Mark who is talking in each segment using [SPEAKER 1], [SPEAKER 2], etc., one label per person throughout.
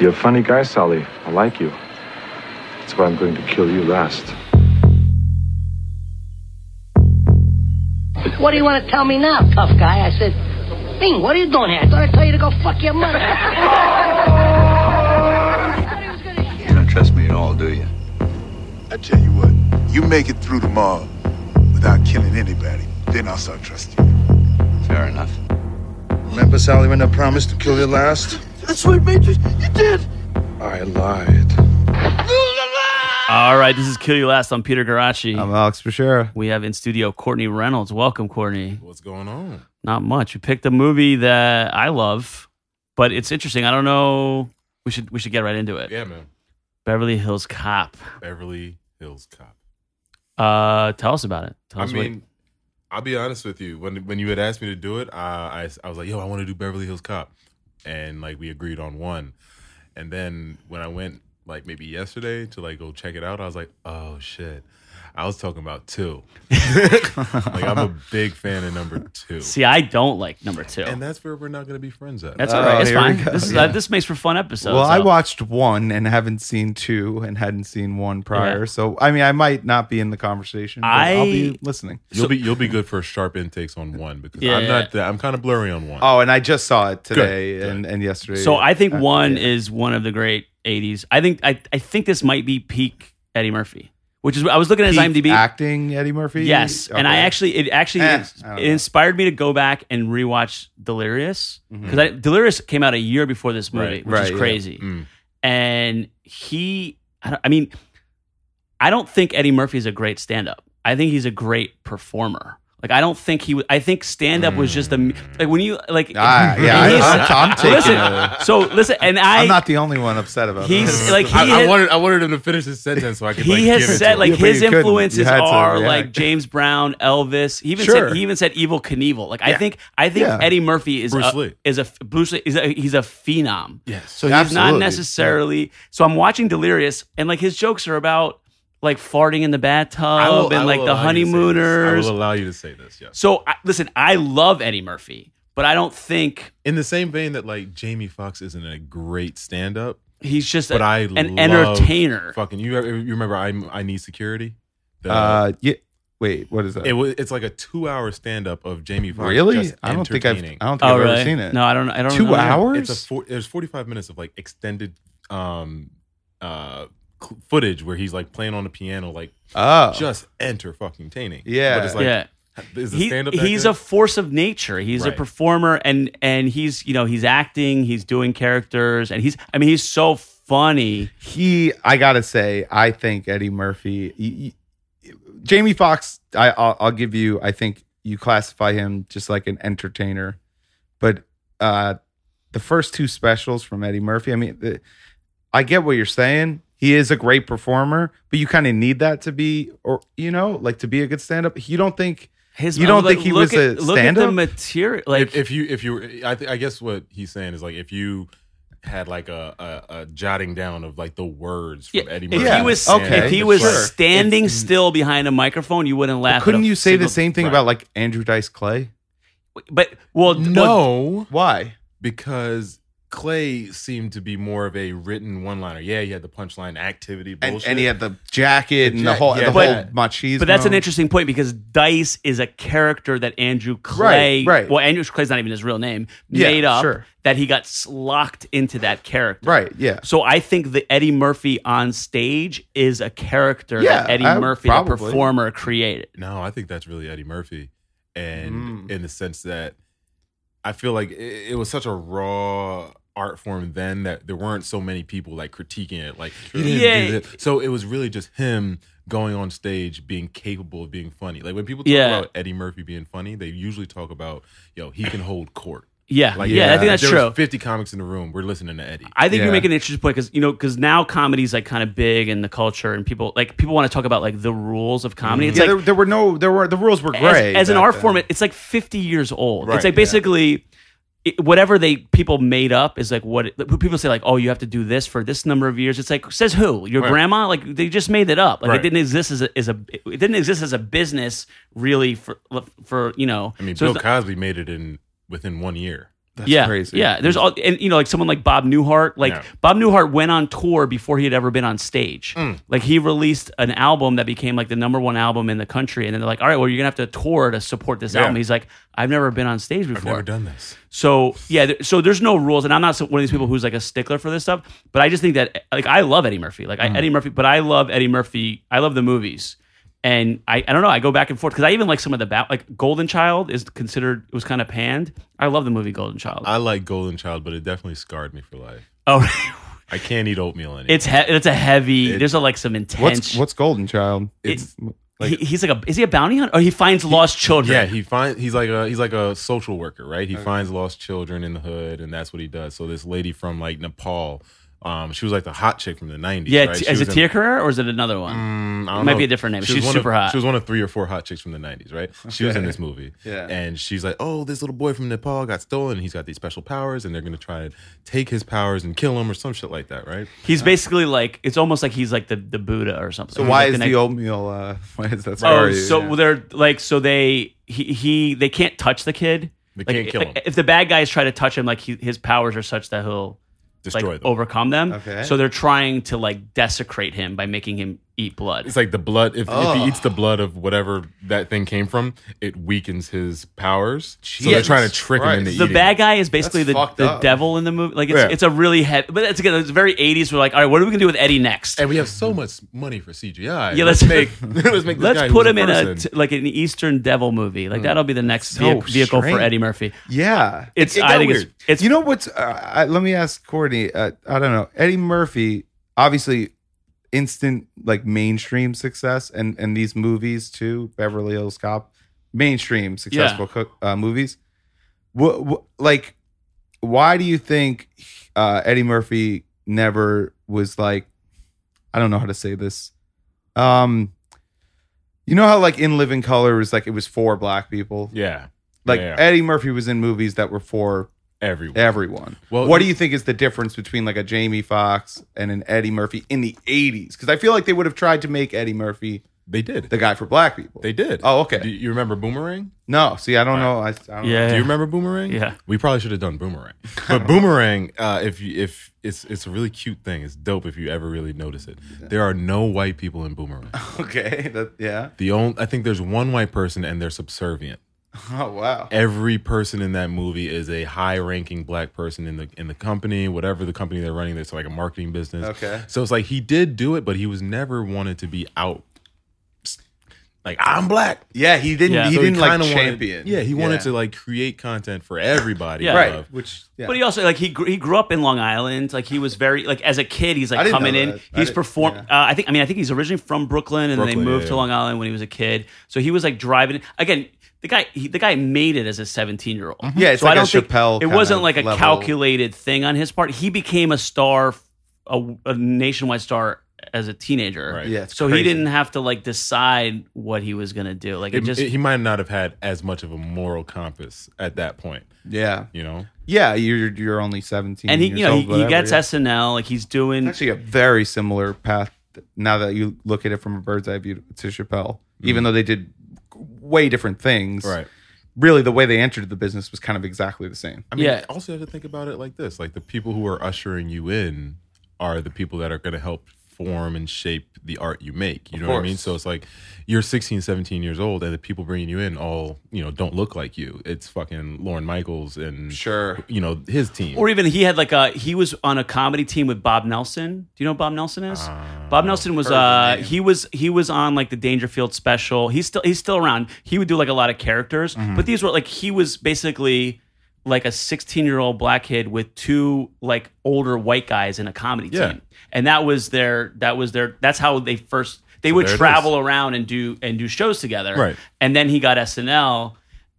[SPEAKER 1] You're a funny guy, Sally. I like you. That's why I'm going to kill you last.
[SPEAKER 2] What do you want to tell me now, tough guy? I said, Bing, what are you doing here? I thought I'd tell you to go fuck your mother.
[SPEAKER 3] You don't trust me at all, do you?
[SPEAKER 4] I tell you what, you make it through tomorrow without killing anybody, then I'll start trusting you.
[SPEAKER 3] Fair enough.
[SPEAKER 5] Remember, Sally, when I promised to kill you last?
[SPEAKER 6] That's right, Major. You did.
[SPEAKER 5] I lied.
[SPEAKER 7] All right, this is Kill You Last. I'm Peter Garachi.
[SPEAKER 8] I'm Alex Bashera.
[SPEAKER 7] we have in studio Courtney Reynolds. Welcome, Courtney.
[SPEAKER 9] What's going on?
[SPEAKER 7] Not much. We picked a movie that I love, but it's interesting. I don't know. We should we should get right into it.
[SPEAKER 9] Yeah, man.
[SPEAKER 7] Beverly Hills Cop.
[SPEAKER 9] Beverly Hills Cop.
[SPEAKER 7] Uh, tell us about it. Tell
[SPEAKER 9] I
[SPEAKER 7] us
[SPEAKER 9] mean, I'll be honest with you. When when you had asked me to do it, uh, I I was like, yo, I want to do Beverly Hills Cop, and like we agreed on one. And then when I went like maybe yesterday to like go check it out, I was like, oh shit. I was talking about two. like I'm a big fan of number two,
[SPEAKER 7] what, see, I don't like number two.
[SPEAKER 9] and that's where we're not going to be friends at.
[SPEAKER 7] That's all
[SPEAKER 8] Oh,
[SPEAKER 7] right. It's
[SPEAKER 8] here we
[SPEAKER 7] fine.
[SPEAKER 8] go.
[SPEAKER 7] This is uh,
[SPEAKER 8] Yeah.
[SPEAKER 7] this makes for fun episodes.
[SPEAKER 8] well, I
[SPEAKER 7] so-
[SPEAKER 8] watched one and haven't seen two and hadn't seen one prior.
[SPEAKER 7] Yeah.
[SPEAKER 8] So, I mean, I might not be in the conversation. But I...
[SPEAKER 7] I-
[SPEAKER 8] will be listening.
[SPEAKER 9] you'll be you'll be good for sharp intakes on one because
[SPEAKER 7] Yeah.
[SPEAKER 9] I'm not. That, I'm kind of blurry on one.
[SPEAKER 8] Oh, and I just saw it today and, and yesterday.
[SPEAKER 7] So I think
[SPEAKER 8] Uh,
[SPEAKER 7] one
[SPEAKER 8] yeah.
[SPEAKER 7] is one of the great '80s. I think I I think this might be peak Eddie Murphy, which is I was looking at his
[SPEAKER 8] Peak
[SPEAKER 7] IMDb.
[SPEAKER 8] acting Eddie Murphy.
[SPEAKER 7] Yes, and I
[SPEAKER 8] Okay.
[SPEAKER 7] actually it actually
[SPEAKER 8] Eh,
[SPEAKER 7] ins-
[SPEAKER 8] I don't
[SPEAKER 7] it
[SPEAKER 8] know.
[SPEAKER 7] inspired me to go back and rewatch Delirious because Delirious came out a year before this movie,
[SPEAKER 9] Right,
[SPEAKER 7] which
[SPEAKER 8] Mm-hmm. right,
[SPEAKER 7] is
[SPEAKER 8] yeah.
[SPEAKER 7] crazy.
[SPEAKER 9] Mm.
[SPEAKER 7] And he, I, don't, I mean, I don't think Eddie Murphy is a great stand-up. I think he's a great performer. Like I don't think he. w- I think stand-up was just a like when you like.
[SPEAKER 8] Ah, yeah, I,
[SPEAKER 7] he's-
[SPEAKER 8] I'm, I'm taking. it.
[SPEAKER 7] listen, so listen, and I.
[SPEAKER 8] I'm not the only one upset about
[SPEAKER 7] He's
[SPEAKER 8] this.
[SPEAKER 7] like he.
[SPEAKER 9] I, I
[SPEAKER 7] had-
[SPEAKER 9] wanted I wanted him to finish his sentence so I could.
[SPEAKER 7] he
[SPEAKER 9] like, give
[SPEAKER 7] has
[SPEAKER 9] it to
[SPEAKER 7] said
[SPEAKER 9] him.
[SPEAKER 7] like
[SPEAKER 8] Yeah, but
[SPEAKER 7] his
[SPEAKER 8] you couldn't. You
[SPEAKER 7] influences
[SPEAKER 8] had to
[SPEAKER 7] are
[SPEAKER 8] react.
[SPEAKER 7] like James Brown, Elvis. He even
[SPEAKER 8] Sure.
[SPEAKER 7] said he even said Evil Knievel. Like I think I think
[SPEAKER 8] Yeah.
[SPEAKER 7] Eddie Murphy is
[SPEAKER 9] Bruce
[SPEAKER 7] a,
[SPEAKER 9] Lee.
[SPEAKER 7] is a Bruce Lee is a, he's a phenom.
[SPEAKER 9] Yes.
[SPEAKER 7] So he's
[SPEAKER 8] Absolutely.
[SPEAKER 7] not necessarily. So I'm watching Delirious, and like his jokes are about like farting in the bathtub
[SPEAKER 9] I will- I
[SPEAKER 7] and like
[SPEAKER 9] will
[SPEAKER 7] the
[SPEAKER 9] allow you to say this.
[SPEAKER 7] honeymooners.
[SPEAKER 9] I will allow you to say this. Yes.
[SPEAKER 7] so I, listen, I love Eddie Murphy, but I don't think
[SPEAKER 9] In the same vein that like Jamie Foxx isn't a great stand-up,
[SPEAKER 7] he's just
[SPEAKER 9] but
[SPEAKER 7] a-
[SPEAKER 9] I
[SPEAKER 7] an
[SPEAKER 9] love
[SPEAKER 7] entertainer.
[SPEAKER 9] Fucking you! You remember I I need security. The-
[SPEAKER 8] uh, yeah, wait, what is that?
[SPEAKER 9] it was it's like a two-hour stand-up of Jamie Foxx.
[SPEAKER 8] really?
[SPEAKER 9] just
[SPEAKER 8] I don't think I've.
[SPEAKER 9] entertaining.
[SPEAKER 8] I don't think
[SPEAKER 7] Oh,
[SPEAKER 8] I've
[SPEAKER 7] really?
[SPEAKER 8] ever seen it.
[SPEAKER 7] No, I don't. I don't.
[SPEAKER 8] Two
[SPEAKER 7] know that.
[SPEAKER 9] It's
[SPEAKER 8] hours.
[SPEAKER 9] a four, there's 45 minutes of like extended um uh cl- footage where he's like playing on the piano, like
[SPEAKER 8] oh,
[SPEAKER 9] just enter fucking taining.
[SPEAKER 8] Yeah.
[SPEAKER 9] but it's like,
[SPEAKER 7] yeah.
[SPEAKER 9] Is the
[SPEAKER 7] he,
[SPEAKER 9] stand-up that
[SPEAKER 7] he's
[SPEAKER 9] good?
[SPEAKER 7] a force of nature. He's a
[SPEAKER 9] Right.
[SPEAKER 7] performer, and and he's you know he's acting, he's doing characters, and he's I mean he's so funny.
[SPEAKER 8] he i gotta say i think eddie murphy y- y- jamie fox I, I'll, I'll give you i think you classify him just like an entertainer but uh the first two specials from eddie murphy i mean the, i get what you're saying he is a great performer but you kind of need that to be or you know like to be a good stand-up you don't think
[SPEAKER 7] His
[SPEAKER 8] You don't
[SPEAKER 7] like,
[SPEAKER 8] think he
[SPEAKER 7] look
[SPEAKER 8] was
[SPEAKER 7] at, look
[SPEAKER 8] a
[SPEAKER 7] at the
[SPEAKER 8] stand-up?
[SPEAKER 7] material? Like
[SPEAKER 9] if, if you if you were- I, th- I guess what he's saying is like if you had like a, a, a jotting down of like the words from
[SPEAKER 7] yeah,
[SPEAKER 9] Eddie
[SPEAKER 7] if
[SPEAKER 9] Murphy.
[SPEAKER 7] he
[SPEAKER 8] Yeah.
[SPEAKER 7] was
[SPEAKER 8] Okay,
[SPEAKER 7] if he
[SPEAKER 8] for
[SPEAKER 7] was
[SPEAKER 8] sure.
[SPEAKER 7] standing still behind a microphone, you wouldn't laugh. at
[SPEAKER 8] couldn't
[SPEAKER 7] a
[SPEAKER 8] you say the
[SPEAKER 7] single-
[SPEAKER 8] same thing
[SPEAKER 9] right.
[SPEAKER 8] about like andrew dice clay
[SPEAKER 7] But well, well,
[SPEAKER 9] no,
[SPEAKER 8] why
[SPEAKER 9] because Clay seemed to be more of a written one-liner. Yeah, he had the punchline activity
[SPEAKER 8] and,
[SPEAKER 9] bullshit.
[SPEAKER 8] and he had the jacket and the
[SPEAKER 9] jack-
[SPEAKER 8] whole
[SPEAKER 9] yeah,
[SPEAKER 8] the
[SPEAKER 9] but-
[SPEAKER 8] whole machismo
[SPEAKER 7] But that's an interesting point because Dice is a character that Andrew Clay,
[SPEAKER 8] right.
[SPEAKER 7] well, Andrew Clay's not even his real name,
[SPEAKER 8] Yeah,
[SPEAKER 7] made up
[SPEAKER 8] sure.
[SPEAKER 7] that he got s- locked into that character.
[SPEAKER 8] right yeah
[SPEAKER 7] So I think the Eddie Murphy on stage is a character
[SPEAKER 8] Yeah,
[SPEAKER 7] that Eddie
[SPEAKER 8] I-
[SPEAKER 7] Murphy, the
[SPEAKER 8] probably.
[SPEAKER 7] performer, created.
[SPEAKER 9] No, I think that's really Eddie Murphy, and
[SPEAKER 8] Mm.
[SPEAKER 9] in the sense that I feel like it, it was such a raw art form then that there weren't so many people like critiquing it. Like, he didn't do
[SPEAKER 7] Yeah.
[SPEAKER 9] that. so it was really just him going on stage, being capable of being funny. Like when people talk
[SPEAKER 7] Yeah.
[SPEAKER 9] about Eddie Murphy being funny, they usually talk about yo he can hold court.
[SPEAKER 7] Yeah,
[SPEAKER 9] Like,
[SPEAKER 7] yeah, I
[SPEAKER 9] if
[SPEAKER 7] think that's
[SPEAKER 9] there
[SPEAKER 7] true.
[SPEAKER 9] was Fifty comics in the room, we're listening to Eddie.
[SPEAKER 7] I think you
[SPEAKER 8] Yeah.
[SPEAKER 7] make an interesting point because you know because now comedy's like kind of big in the culture and people like people want to talk about like the rules of
[SPEAKER 9] Mm-hmm.
[SPEAKER 7] comedy. It's
[SPEAKER 8] yeah,
[SPEAKER 7] like
[SPEAKER 8] there, there were no there were the rules were
[SPEAKER 7] as-
[SPEAKER 8] gray
[SPEAKER 7] as, an
[SPEAKER 8] back
[SPEAKER 7] art
[SPEAKER 8] then.
[SPEAKER 7] form. it- It's like fifty years old.
[SPEAKER 9] Right,
[SPEAKER 7] it's like
[SPEAKER 9] yeah.
[SPEAKER 7] basically it, whatever they people made up is like what it, like, people say like oh you have to do this for this number of years. It's like says who your
[SPEAKER 9] Right.
[SPEAKER 7] grandma like they just made it up. Like
[SPEAKER 9] Right.
[SPEAKER 7] it didn't exist as a, as a it didn't exist as a business really for for you know.
[SPEAKER 9] I mean,
[SPEAKER 7] so
[SPEAKER 9] Bill
[SPEAKER 7] it's-
[SPEAKER 9] Cosby made it in within one year.
[SPEAKER 8] That's
[SPEAKER 7] yeah,
[SPEAKER 8] crazy.
[SPEAKER 7] yeah. There's all, and you know, like someone like Bob Newhart. Like
[SPEAKER 9] Yeah.
[SPEAKER 7] Bob Newhart went on tour before he had ever been on stage. Like he released an album that became like the number one album in the country, and then they're like, "All right, well, you're gonna have to tour to support this album." He's like, "I've never been on stage before.
[SPEAKER 9] Never done this.
[SPEAKER 7] So yeah, there, so there's no rules, and I'm not so- one of these people who's like a stickler for this stuff. But I just think that like I love Eddie Murphy, like I, Eddie Murphy, but I love Eddie Murphy. I love the movies, and I, I don't know. I go back and forth because I even like some of the ba- like Golden Child is considered it was kind of panned. I love the movie Golden Child.
[SPEAKER 9] I like Golden Child, but it definitely scarred me for life.
[SPEAKER 7] oh,
[SPEAKER 9] I can't eat oatmeal anymore.
[SPEAKER 7] it's he- it's a heavy. there's a, like some intense.
[SPEAKER 8] What's what's Golden Child?
[SPEAKER 7] It's-
[SPEAKER 8] like-
[SPEAKER 7] he, he's like a is he a bounty hunter? Oh, he finds lost children.
[SPEAKER 9] yeah, he finds he's like a he's like a social worker, right? He finds lost children in the hood, and that's what he does. So this lady from like Nepal, um, she was like the hot chick from the nineties.
[SPEAKER 7] yeah.
[SPEAKER 9] right?
[SPEAKER 7] t-
[SPEAKER 9] She
[SPEAKER 7] is it
[SPEAKER 9] was in-
[SPEAKER 7] Tia Carrera or is it another one?
[SPEAKER 9] Mm, I don't
[SPEAKER 7] It might
[SPEAKER 9] know.
[SPEAKER 7] be a different name.
[SPEAKER 9] She
[SPEAKER 7] She's
[SPEAKER 9] was one
[SPEAKER 7] super
[SPEAKER 9] of,
[SPEAKER 7] hot.
[SPEAKER 9] She was one of three or four hot chicks from the '90s, right? She was in
[SPEAKER 8] Okay.
[SPEAKER 9] this movie,
[SPEAKER 8] Yeah.
[SPEAKER 9] And she's like, "Oh, this little boy from Nepal got stolen. He's got these special powers, and they're gonna try to take his powers and kill him or some shit like that, right?
[SPEAKER 7] He's basically like it's almost like he's like the, the Buddha or something.
[SPEAKER 8] So
[SPEAKER 7] He's
[SPEAKER 8] why
[SPEAKER 7] like
[SPEAKER 8] is
[SPEAKER 7] next-
[SPEAKER 8] the oatmeal? Uh, why is that?
[SPEAKER 7] Oh,
[SPEAKER 8] sorry?
[SPEAKER 7] so they're like, so they he, he they can't touch the kid.
[SPEAKER 9] They
[SPEAKER 7] Like,
[SPEAKER 9] can't kill
[SPEAKER 7] like,
[SPEAKER 9] him.
[SPEAKER 7] If the bad guys try to touch him, like he, his powers are such that he'll like
[SPEAKER 9] Destroy them.
[SPEAKER 7] overcome them.
[SPEAKER 8] Okay.
[SPEAKER 7] So they're trying to like desecrate him by making him eat blood.
[SPEAKER 9] It's like the blood. If, if
[SPEAKER 8] Oh.
[SPEAKER 9] he eats the blood of whatever that thing came from, it weakens his powers. So they're trying to
[SPEAKER 8] Jesus
[SPEAKER 9] trick him into
[SPEAKER 8] Christ.
[SPEAKER 7] the
[SPEAKER 9] eating.
[SPEAKER 7] bad guy is basically
[SPEAKER 8] That's
[SPEAKER 7] the,
[SPEAKER 8] fucked
[SPEAKER 7] the
[SPEAKER 8] up.
[SPEAKER 7] devil in the movie. Like it's
[SPEAKER 9] Yeah.
[SPEAKER 7] it's a really heavy, but it's again it's very eighties. We're like, all right, what are we gonna do with Eddie next?
[SPEAKER 9] And we have so much money for CGI.
[SPEAKER 7] Yeah, let's-
[SPEAKER 9] let's, make let's make. This
[SPEAKER 7] Let's
[SPEAKER 9] guy
[SPEAKER 7] put
[SPEAKER 9] who's
[SPEAKER 7] him in a
[SPEAKER 9] person.
[SPEAKER 7] t- like an Eastern devil movie. Like that'll be the next
[SPEAKER 8] So
[SPEAKER 7] vehi- vehicle for
[SPEAKER 8] strange.
[SPEAKER 7] Eddie Murphy.
[SPEAKER 8] Yeah,
[SPEAKER 7] It's-
[SPEAKER 8] It- it
[SPEAKER 7] I
[SPEAKER 8] got
[SPEAKER 7] think it's-
[SPEAKER 8] weird.
[SPEAKER 7] it's-
[SPEAKER 8] you know what's. Uh, I, let me ask Courtney. Uh, I don't know Eddie Murphy. Obviously, instant like mainstream success, and and these movies too. Beverly Hills Cop, mainstream successful cook, uh, movies. What, what like? Why do you think uh, Eddie Murphy never was like? I don't know how to say this. Um, you know how like in Living Color was like it was for black people.
[SPEAKER 9] yeah,
[SPEAKER 8] Like
[SPEAKER 9] Yeah.
[SPEAKER 8] Eddie Murphy was in movies that were for
[SPEAKER 9] everyone.
[SPEAKER 8] everyone.
[SPEAKER 9] Well,
[SPEAKER 8] what do you think is the difference between like a Jamie Foxx and an Eddie Murphy in the '80s? Because I feel like they would have tried to make Eddie Murphy
[SPEAKER 9] They did.
[SPEAKER 8] the guy for black people.
[SPEAKER 9] They did.
[SPEAKER 8] Oh, okay.
[SPEAKER 9] Do you remember Boomerang?
[SPEAKER 8] no, see, I don't know. I, I don't
[SPEAKER 7] Yeah.
[SPEAKER 8] know.
[SPEAKER 9] Do you remember Boomerang?
[SPEAKER 7] Yeah.
[SPEAKER 9] We probably should have done Boomerang. But Boomerang, uh, if you, if it's it's a really cute thing. It's dope if you ever really notice it. There are no white people in Boomerang.
[SPEAKER 8] Okay, that, yeah.
[SPEAKER 9] The only I think there's one white person and they're subservient.
[SPEAKER 8] Oh wow.
[SPEAKER 9] Every person in that movie is a high-ranking black person in the in the company, whatever the company they're running. That's like a marketing business.
[SPEAKER 8] Okay.
[SPEAKER 9] So it's like he did do it, but he was never wanted to be out. Like I'm black.
[SPEAKER 8] Yeah, he didn't.
[SPEAKER 7] Yeah.
[SPEAKER 8] He
[SPEAKER 9] So
[SPEAKER 8] didn't like
[SPEAKER 9] kinda wanted-
[SPEAKER 8] champion.
[SPEAKER 9] yeah, he wanted to like uh, create content for everybody.
[SPEAKER 7] Yeah.
[SPEAKER 8] Right,
[SPEAKER 9] of-
[SPEAKER 8] which yeah.
[SPEAKER 7] But he also like he gr- he grew up in Long Island. Like he was very like as a kid, he's
[SPEAKER 8] I
[SPEAKER 7] like
[SPEAKER 8] didn't
[SPEAKER 7] coming
[SPEAKER 8] know
[SPEAKER 7] in.
[SPEAKER 8] that. I
[SPEAKER 7] He's
[SPEAKER 8] didn't-
[SPEAKER 7] performed. Uh, I think I mean I think he's originally from Brooklyn, and then
[SPEAKER 9] Brooklyn,
[SPEAKER 7] they moved
[SPEAKER 9] yeah,
[SPEAKER 7] to
[SPEAKER 9] yeah.
[SPEAKER 7] Long Island when he was a kid. So he was like driving again. The guy he, the guy made it as a seventeen year old.
[SPEAKER 8] Mm-hmm. Yeah, it's
[SPEAKER 7] so I
[SPEAKER 8] like a
[SPEAKER 7] don't think
[SPEAKER 8] Chappelle
[SPEAKER 7] it
[SPEAKER 8] kinda
[SPEAKER 7] wasn't like a
[SPEAKER 8] level.
[SPEAKER 7] calculated thing on his part. He became a star, a, a nationwide star as a teenager.
[SPEAKER 9] Right.
[SPEAKER 8] Yeah, it's
[SPEAKER 7] So he
[SPEAKER 8] crazy.
[SPEAKER 7] didn't have to like decide what he was gonna do. Like it,
[SPEAKER 9] It-
[SPEAKER 7] just
[SPEAKER 9] it- he might not have had as much of a moral compass at that point,
[SPEAKER 8] yeah,
[SPEAKER 9] you know.
[SPEAKER 8] yeah. You're you're only 17.
[SPEAKER 7] and he
[SPEAKER 8] years
[SPEAKER 7] you know
[SPEAKER 8] old,
[SPEAKER 7] he, he
[SPEAKER 8] whatever,
[SPEAKER 7] gets
[SPEAKER 8] yeah.
[SPEAKER 7] SNL. Like he's doing.
[SPEAKER 8] It's actually a very similar path th- now that you look at it from a bird's eye view to Chappelle,
[SPEAKER 9] Mm-hmm.
[SPEAKER 8] even though they did way different things. Really, the way they entered the business was kind of exactly the same.
[SPEAKER 9] I mean,
[SPEAKER 7] Yeah.
[SPEAKER 9] also you have to think about it like this: like the people who are ushering you in are the people that are going to help form and shape the art you make. You know what I mean?
[SPEAKER 8] course.
[SPEAKER 9] So it's like you're 16, 17 years old, and the people bringing you in all you know don't look like you. It's fucking Lauren Michaels and
[SPEAKER 8] Sure.
[SPEAKER 9] you know his team.
[SPEAKER 7] Or even he had like a he was on a comedy team with Bob Nelson. Do you know who Bob Nelson is? Bob Nelson was
[SPEAKER 8] Uh, heard the
[SPEAKER 7] uh
[SPEAKER 8] name.
[SPEAKER 7] he was he was on like the Dangerfield special. He's still he's still around. He would do like a lot of characters,
[SPEAKER 8] Mm-hmm.
[SPEAKER 7] but these were like he was basically like a 16 year old black kid with two like older white guys in a comedy
[SPEAKER 9] Yeah.
[SPEAKER 7] team, and that was their that was their that's how they first they would
[SPEAKER 9] there it
[SPEAKER 7] travel around and do and do shows together.
[SPEAKER 9] Right.
[SPEAKER 7] and then he got SNL.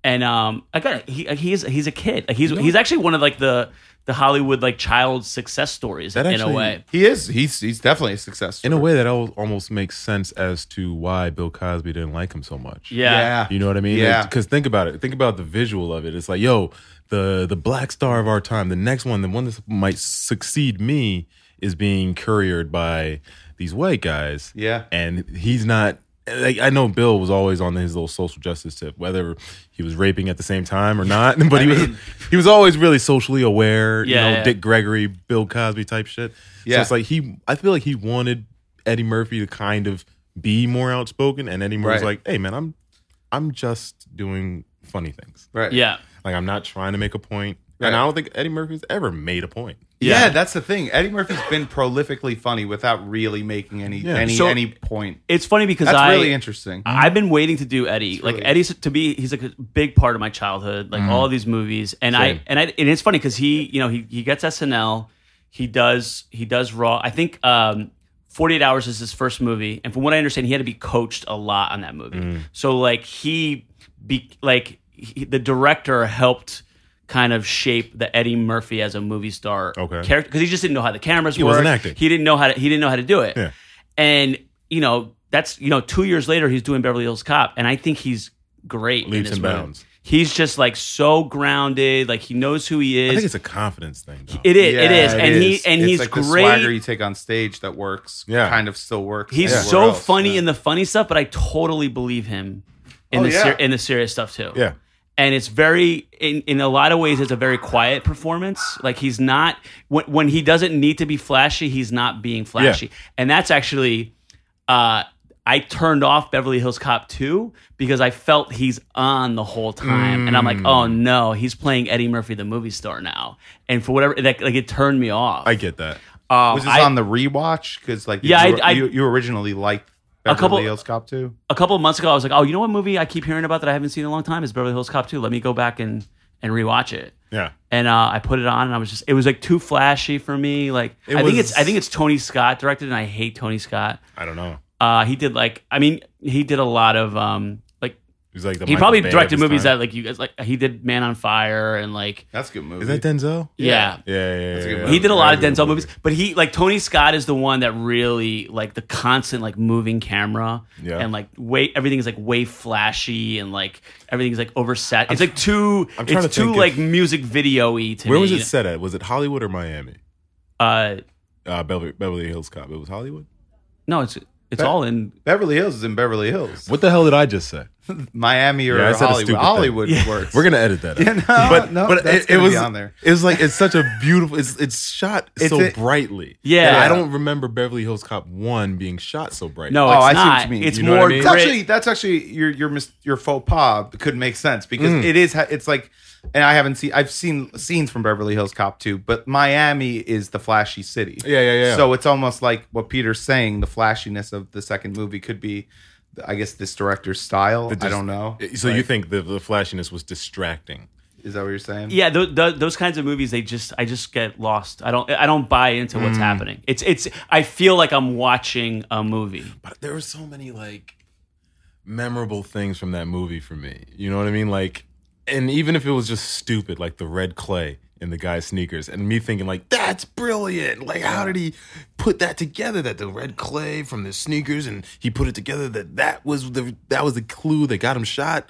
[SPEAKER 7] And um, I got he, he's he's a kid. Like he's he's actually one of like the the Hollywood like child success stories
[SPEAKER 9] That
[SPEAKER 7] in a
[SPEAKER 9] actually-
[SPEAKER 7] way.
[SPEAKER 8] He is. He's he's definitely a success.
[SPEAKER 9] in a way that al- almost makes sense as to why Bill Cosby didn't like him so much.
[SPEAKER 7] Yeah.
[SPEAKER 9] You know what I mean?
[SPEAKER 8] Yeah.
[SPEAKER 9] Because think about it. Think about the visual of it. It's like, yo, the the black star of our time, the next one, the one that might succeed me, is being couriered by these white guys.
[SPEAKER 8] Yeah.
[SPEAKER 9] And he's not like I know Bill was always on his little social justice tip, whether he was raping at the same time or not. But he was he was always really socially aware,
[SPEAKER 7] Yeah,
[SPEAKER 9] you know,
[SPEAKER 7] yeah.
[SPEAKER 9] Dick Gregory, Bill Cosby type shit.
[SPEAKER 8] Yeah.
[SPEAKER 9] So it's like he I feel like he wanted Eddie Murphy to kind of be more outspoken and Eddie Murphy's
[SPEAKER 8] Right.
[SPEAKER 9] like, Hey man, I'm I'm just doing funny things.
[SPEAKER 8] Right.
[SPEAKER 7] yeah.
[SPEAKER 9] Like I'm not trying to make a point.
[SPEAKER 8] Right.
[SPEAKER 9] And I don't think Eddie Murphy's ever made a point.
[SPEAKER 8] Yeah.
[SPEAKER 7] Yeah.
[SPEAKER 8] that's the thing. Eddie Murphy's been prolifically funny without really making any
[SPEAKER 9] Yeah.
[SPEAKER 8] any
[SPEAKER 7] So-
[SPEAKER 8] any point.
[SPEAKER 7] It's funny because
[SPEAKER 8] That's
[SPEAKER 7] I
[SPEAKER 8] really interesting.
[SPEAKER 7] I've been waiting to do Eddie. like
[SPEAKER 8] really-
[SPEAKER 7] Eddie's to be, he's like a big part of my childhood. Like all these movies, and I
[SPEAKER 9] Mm. Same.
[SPEAKER 7] and I and it's funny because he, you know, he he gets SNL. He does he does Raw. I think um, Forty Eight Hours is his first movie, and from what I understand, he had to be coached a lot on that movie.
[SPEAKER 9] Mm.
[SPEAKER 7] So like he be like he, the director helped kind of shape the Eddie Murphy as a movie star
[SPEAKER 9] Okay.
[SPEAKER 7] character because he just didn't know how the cameras
[SPEAKER 9] He
[SPEAKER 7] worked.
[SPEAKER 9] wasn't acting.
[SPEAKER 7] He didn't know how to he didn't know how to do it
[SPEAKER 9] Yeah.
[SPEAKER 7] and you know that's you know two years later he's doing Beverly Hills Cop, and I think he's great. in
[SPEAKER 9] Leaps
[SPEAKER 7] this
[SPEAKER 9] and
[SPEAKER 7] movie.
[SPEAKER 9] bounds.
[SPEAKER 7] He's just like so grounded, like he knows who he
[SPEAKER 9] I think
[SPEAKER 7] is.
[SPEAKER 9] it's a confidence thing. Though.
[SPEAKER 7] It is, it
[SPEAKER 8] Yeah,
[SPEAKER 7] is, and he
[SPEAKER 8] is.
[SPEAKER 7] and
[SPEAKER 8] It's
[SPEAKER 7] he's
[SPEAKER 8] like The swagger you
[SPEAKER 7] great.
[SPEAKER 8] take on stage that works,
[SPEAKER 9] Yeah.
[SPEAKER 8] kind of still works.
[SPEAKER 7] He's
[SPEAKER 8] everywhere
[SPEAKER 7] so
[SPEAKER 8] else.
[SPEAKER 7] funny
[SPEAKER 8] Yeah.
[SPEAKER 7] in the funny stuff, but I totally believe him in
[SPEAKER 8] Oh,
[SPEAKER 7] the ser-
[SPEAKER 8] yeah.
[SPEAKER 7] in the serious stuff too.
[SPEAKER 9] yeah.
[SPEAKER 7] and it's very in, in a lot of ways it's a very quiet performance like he's not when, when he doesn't need to be flashy he's not being flashy and that's actually uh i turned off beverly hills cop 2 because i felt he's on the whole time and i'm like
[SPEAKER 8] Mm.
[SPEAKER 7] oh no he's playing eddie murphy the movie star now and for whatever that like it turned me off
[SPEAKER 9] I get that.
[SPEAKER 7] Um,
[SPEAKER 8] Was this
[SPEAKER 7] I-
[SPEAKER 8] on the rewatch? Because like,
[SPEAKER 7] Yeah,
[SPEAKER 8] you,
[SPEAKER 7] I- I-
[SPEAKER 8] you, you originally liked Beverly
[SPEAKER 7] couple-
[SPEAKER 8] Hills Cop too.
[SPEAKER 7] a couple of months ago, I was like, oh, you know what movie I keep hearing about that I haven't seen in a long time is Beverly Hills Cop 2. Let me go back and, and rewatch it.
[SPEAKER 9] Yeah.
[SPEAKER 7] And uh, I put it on, and I was just—it was like too flashy for me. Like
[SPEAKER 9] It
[SPEAKER 7] I think
[SPEAKER 9] was-
[SPEAKER 7] it's—I think it's Tony Scott directed, and I hate Tony Scott.
[SPEAKER 9] I don't know.
[SPEAKER 7] Uh, he did like—I mean, he did a lot of um, like
[SPEAKER 9] He's like the
[SPEAKER 7] he
[SPEAKER 9] Michael
[SPEAKER 7] probably
[SPEAKER 9] Bay of
[SPEAKER 7] directed
[SPEAKER 9] his
[SPEAKER 7] movies
[SPEAKER 9] time.
[SPEAKER 7] that like you guys like. He did Man on Fire, and like
[SPEAKER 8] That's a good movie.
[SPEAKER 9] Is that Denzel?
[SPEAKER 7] yeah,
[SPEAKER 9] Yeah, yeah, yeah.
[SPEAKER 8] That's a
[SPEAKER 9] yeah,
[SPEAKER 8] good
[SPEAKER 9] yeah.
[SPEAKER 8] movie.
[SPEAKER 7] he did a lot of
[SPEAKER 9] That's
[SPEAKER 7] Denzel
[SPEAKER 9] good movie.
[SPEAKER 7] movies, but he like Tony Scott is the one that really like the constant like moving camera
[SPEAKER 9] Yeah.
[SPEAKER 7] and like way everything is like way flashy and like everything's like oversat. It's like too
[SPEAKER 9] I'm trying
[SPEAKER 7] it's
[SPEAKER 9] to
[SPEAKER 7] too
[SPEAKER 9] think
[SPEAKER 7] like
[SPEAKER 9] if-
[SPEAKER 7] music video-y to
[SPEAKER 9] Where
[SPEAKER 7] me.
[SPEAKER 9] was it set at? Was it Hollywood or Miami?
[SPEAKER 7] Uh,
[SPEAKER 9] Uh, Beverly, Beverly Hills Cop. It was Hollywood.
[SPEAKER 7] no, it's it's all in
[SPEAKER 8] Beverly Hills is in Beverly Hills.
[SPEAKER 9] What the hell did I just say?
[SPEAKER 8] Miami or
[SPEAKER 9] Yeah, I said a
[SPEAKER 8] Hollywood?
[SPEAKER 9] stupid thing.
[SPEAKER 8] Hollywood works.
[SPEAKER 9] We're gonna edit that. Out.
[SPEAKER 8] Yeah, no,
[SPEAKER 9] but
[SPEAKER 8] no,
[SPEAKER 9] but
[SPEAKER 8] that's
[SPEAKER 9] it, it
[SPEAKER 8] gonna
[SPEAKER 9] was
[SPEAKER 8] be on there.
[SPEAKER 9] It was like it's such a beautiful. It's it's shot
[SPEAKER 8] It's
[SPEAKER 9] so
[SPEAKER 8] a-
[SPEAKER 9] brightly.
[SPEAKER 7] Yeah.
[SPEAKER 9] And I don't remember Beverly Hills Cop one being shot so bright.
[SPEAKER 7] No,
[SPEAKER 8] Oh,
[SPEAKER 7] it's
[SPEAKER 8] I see
[SPEAKER 7] not.
[SPEAKER 8] what you mean.
[SPEAKER 7] It's
[SPEAKER 9] You know what
[SPEAKER 7] more
[SPEAKER 9] I mean?
[SPEAKER 8] It's
[SPEAKER 7] grit.
[SPEAKER 8] actually that's actually your your mis- your faux pas could make sense because
[SPEAKER 9] Mm.
[SPEAKER 8] it is ha- it's like and I haven't seen I've seen scenes from Beverly Hills Cop 2 but Miami is the flashy city.
[SPEAKER 9] Yeah, yeah, yeah.
[SPEAKER 8] So it's almost like what Peter's saying the flashiness of the second movie could be I guess this director's style.
[SPEAKER 9] It
[SPEAKER 8] I
[SPEAKER 9] just-
[SPEAKER 8] don't know.
[SPEAKER 9] it- So you think the, the flashiness was distracting?
[SPEAKER 8] Is that what you're saying?
[SPEAKER 7] yeah, th- those kinds of movies, they just I just get lost. I don't I don't buy into
[SPEAKER 8] Mm.
[SPEAKER 7] what's happening. It's it's I feel like I'm watching a movie.
[SPEAKER 9] But there were so many like memorable things from that movie for me. You know what I mean? Like, and even if it was just stupid, like the red clay in the guy's sneakers, and me thinking like, that's brilliant. Like, how did he put that together? That the red clay from the sneakers, and he put it together. That that was the that was the clue that got him shot.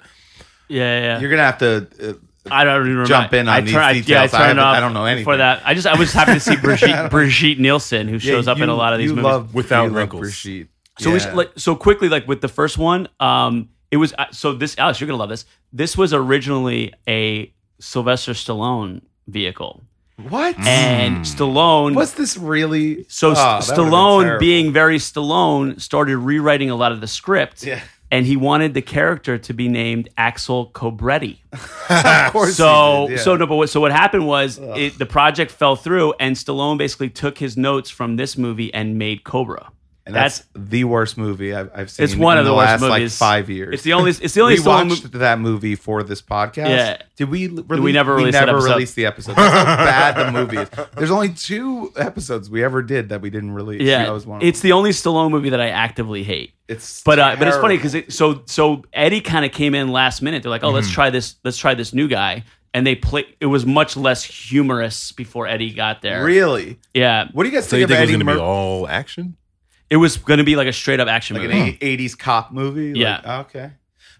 [SPEAKER 7] Yeah, yeah.
[SPEAKER 8] You're going to have to uh,
[SPEAKER 7] I don't even remember.
[SPEAKER 8] Jump in on
[SPEAKER 7] I
[SPEAKER 8] these
[SPEAKER 7] turn- I- Yeah, I,
[SPEAKER 8] details. I
[SPEAKER 7] turned
[SPEAKER 8] haven't-
[SPEAKER 7] off
[SPEAKER 8] I don't know
[SPEAKER 7] for
[SPEAKER 8] anything.
[SPEAKER 7] that. I just I was happy to see Brigitte, Brigitte Nielsen, who shows up in a lot of these
[SPEAKER 8] you
[SPEAKER 7] movies.
[SPEAKER 8] love-
[SPEAKER 9] Without
[SPEAKER 8] you love
[SPEAKER 9] wrinkles.
[SPEAKER 8] Brigitte.
[SPEAKER 7] So we should,
[SPEAKER 8] Yeah.
[SPEAKER 7] like so quickly like with the first one, um, it was uh, so this Alex, you're gonna love this. This was originally a Sylvester Stallone vehicle,
[SPEAKER 8] What?
[SPEAKER 7] and
[SPEAKER 8] Hmm.
[SPEAKER 7] Stallone
[SPEAKER 8] Was this really
[SPEAKER 7] so
[SPEAKER 8] Ah, that
[SPEAKER 7] S-
[SPEAKER 8] would've been
[SPEAKER 7] Stallone,
[SPEAKER 8] terrible.
[SPEAKER 7] being very Stallone, started rewriting a lot of the script.
[SPEAKER 8] Yeah.
[SPEAKER 7] And he wanted the character to be named Axel Cobretti.
[SPEAKER 8] of course he
[SPEAKER 7] So,
[SPEAKER 8] did, yeah.
[SPEAKER 7] so no, but what, so what happened was it, the project fell through, and Stallone basically took his notes from this movie and made Cobra.
[SPEAKER 8] And that's, the worst movie I've, I've seen.
[SPEAKER 7] It's one
[SPEAKER 8] in
[SPEAKER 7] of the,
[SPEAKER 8] last
[SPEAKER 7] worst movies.
[SPEAKER 8] like five years.
[SPEAKER 7] It's the only. It's the only
[SPEAKER 8] we
[SPEAKER 7] Stallone
[SPEAKER 8] watched
[SPEAKER 7] movie.
[SPEAKER 8] that movie for this podcast.
[SPEAKER 7] Yeah.
[SPEAKER 8] Did we? Release,
[SPEAKER 7] never
[SPEAKER 8] we
[SPEAKER 7] released that
[SPEAKER 8] never
[SPEAKER 7] episode.
[SPEAKER 8] released the episode. That's how bad the movie is. There's only two episodes we ever did that we didn't release. that
[SPEAKER 7] Yeah,
[SPEAKER 8] was one. Of
[SPEAKER 7] it's the only Stallone movie that I actively hate.
[SPEAKER 8] them. it's
[SPEAKER 7] But uh, but it's funny
[SPEAKER 8] terrible.
[SPEAKER 7] because it, so so Eddie kind of came in last minute. They're like, oh,
[SPEAKER 8] Mm-hmm.
[SPEAKER 7] let's try this. Let's try this new guy. And they play. It was much less humorous before Eddie got there.
[SPEAKER 8] really.
[SPEAKER 7] Yeah,
[SPEAKER 8] What do you guys
[SPEAKER 9] So you
[SPEAKER 8] think
[SPEAKER 9] think it was
[SPEAKER 8] of Eddie
[SPEAKER 9] going to be
[SPEAKER 8] Murphy?
[SPEAKER 9] all action?
[SPEAKER 7] it was going to be like a straight up action
[SPEAKER 8] Like an
[SPEAKER 7] movie.
[SPEAKER 8] eight- 80s cop movie. Like, oh,
[SPEAKER 7] Yeah.
[SPEAKER 8] okay.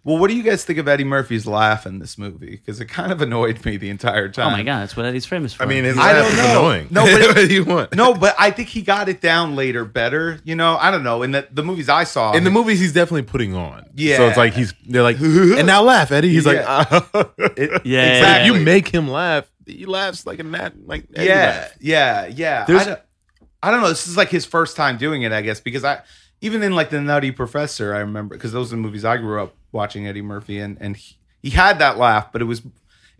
[SPEAKER 8] Well, what do you guys think of Eddie Murphy's laugh in this movie? Because it kind of annoyed me the entire time.
[SPEAKER 7] Oh my god, that's what Eddie's famous for.
[SPEAKER 9] I mean, his
[SPEAKER 8] I
[SPEAKER 9] laugh
[SPEAKER 8] don't
[SPEAKER 9] is
[SPEAKER 8] know.
[SPEAKER 9] annoying.
[SPEAKER 8] No, but-
[SPEAKER 9] what do you want?
[SPEAKER 8] No, but I think he got it down later better. You know, I don't know. In the, the movies I saw,
[SPEAKER 9] In the movies, he's definitely putting on.
[SPEAKER 8] Yeah.
[SPEAKER 9] So it's like he's they're like, and now laugh, Eddie. He's
[SPEAKER 8] Yeah.
[SPEAKER 9] like, ah.
[SPEAKER 8] it-
[SPEAKER 7] Yeah,
[SPEAKER 9] It's
[SPEAKER 7] yeah,
[SPEAKER 9] like,
[SPEAKER 7] yeah.
[SPEAKER 9] you make him laugh. He laughs like a nat, like Eddie
[SPEAKER 8] yeah,
[SPEAKER 9] laugh.
[SPEAKER 8] yeah, yeah. I
[SPEAKER 7] There's-
[SPEAKER 8] don't, I don't know. This is like his first time doing it, I guess, because I even in like the Nutty Professor, I remember because those are the movies I grew up watching Eddie Murphy, and and he, he had that laugh, but it was.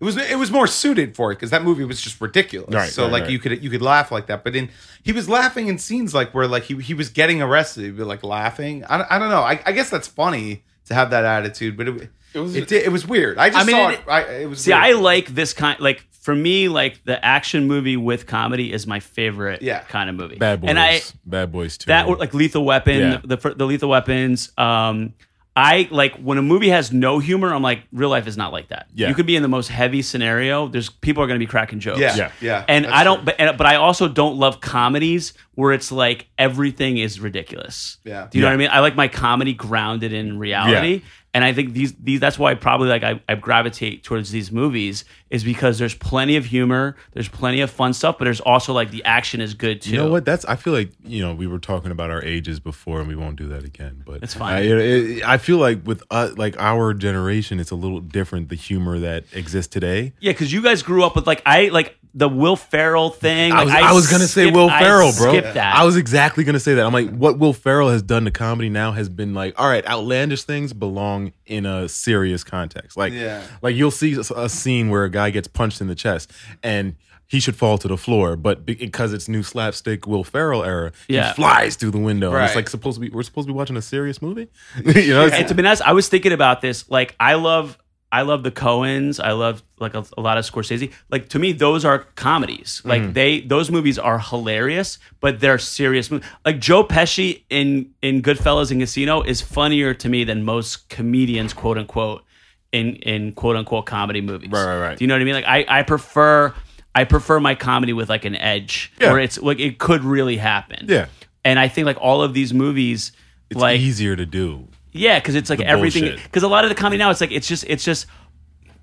[SPEAKER 8] It was it was more suited for it because that movie was just ridiculous.
[SPEAKER 9] Right,
[SPEAKER 8] so
[SPEAKER 9] right,
[SPEAKER 8] like
[SPEAKER 9] right.
[SPEAKER 8] you could you could laugh like that, but in he was laughing in scenes like where like he, he was getting arrested, he'd be like laughing. I, don't- I don't know. I, I guess that's funny to have that attitude, but it it was
[SPEAKER 9] was-
[SPEAKER 8] it, did- it was weird. I just
[SPEAKER 7] I mean,
[SPEAKER 8] saw
[SPEAKER 7] it-
[SPEAKER 8] it. I, it was
[SPEAKER 7] See,
[SPEAKER 8] weird.
[SPEAKER 7] I like this kind. Like for me, like the action movie with comedy is my favorite
[SPEAKER 8] Yeah.
[SPEAKER 7] kind of movie.
[SPEAKER 9] Bad boys.
[SPEAKER 7] And I
[SPEAKER 9] Bad boys too.
[SPEAKER 7] that or like Lethal Weapon,
[SPEAKER 9] Yeah.
[SPEAKER 7] the fir- the Lethal Weapons. Um, I like when a movie has no humor. I'm like, real life is not like that.
[SPEAKER 9] Yeah.
[SPEAKER 7] You could be in the most heavy scenario. There's people are going to be cracking jokes.
[SPEAKER 8] yeah yeah,
[SPEAKER 9] Yeah.
[SPEAKER 7] And
[SPEAKER 8] that's
[SPEAKER 7] I
[SPEAKER 8] true.
[SPEAKER 7] don't, but, and, but I also don't love comedies where it's like everything is ridiculous.
[SPEAKER 8] Yeah.
[SPEAKER 7] Do you know
[SPEAKER 9] Yeah.
[SPEAKER 7] what I mean? I like my comedy grounded in reality. And I think these, these, that's why I probably like, I, I gravitate towards these movies is because there's plenty of humor, there's plenty of fun stuff, but there's also like the action is good too.
[SPEAKER 9] You know what? That's. I feel like you know we were talking about our ages before, and we won't do that again. But
[SPEAKER 7] It's fine.
[SPEAKER 9] I, it- it- I feel like with uh, like our generation, it's a little different. The humor that exists today.
[SPEAKER 7] Yeah, because you guys grew up with like I like the Will Ferrell thing.
[SPEAKER 9] I
[SPEAKER 7] Like,
[SPEAKER 9] was, I was gonna say
[SPEAKER 7] skipped-
[SPEAKER 9] Will
[SPEAKER 7] I
[SPEAKER 9] Ferrell, bro.
[SPEAKER 7] skipped that.
[SPEAKER 9] I was exactly gonna say that. I'm like, what Will Ferrell has done to comedy now has been like, all right, outlandish things belong in a serious context. Like,
[SPEAKER 8] Yeah.
[SPEAKER 9] like you'll see a- a scene where a guy gets punched in the chest and he should fall to the floor, but be- because it's new slapstick Will Ferrell era,
[SPEAKER 7] Yeah.
[SPEAKER 9] he flies through the window. And
[SPEAKER 8] Right.
[SPEAKER 9] it's like supposed to be we're supposed to be watching a serious movie, you know?
[SPEAKER 7] And
[SPEAKER 9] It's,
[SPEAKER 7] to be honest, I was thinking about this. Like, I love, I love the Coens. I love like a, a lot of Scorsese. Like to me, those are comedies. Like
[SPEAKER 9] Mm.
[SPEAKER 7] they, those movies are hilarious, but they're serious. Mo- like Joe Pesci in in Goodfellas and Casino is funnier to me than most comedians, quote unquote, in in quote unquote comedy movies.
[SPEAKER 9] Right, right, right.
[SPEAKER 7] Do you know what I mean? Like I, I prefer. I prefer my comedy with like an edge,
[SPEAKER 9] Yeah.
[SPEAKER 7] where it's like it could really happen.
[SPEAKER 9] Yeah.
[SPEAKER 7] and I think like all of these movies,
[SPEAKER 9] it's
[SPEAKER 7] like
[SPEAKER 9] easier to do.
[SPEAKER 7] yeah, because it's like
[SPEAKER 9] The
[SPEAKER 7] everything.
[SPEAKER 9] bullshit.
[SPEAKER 7] Because a lot of the comedy now, it's like it's just it's just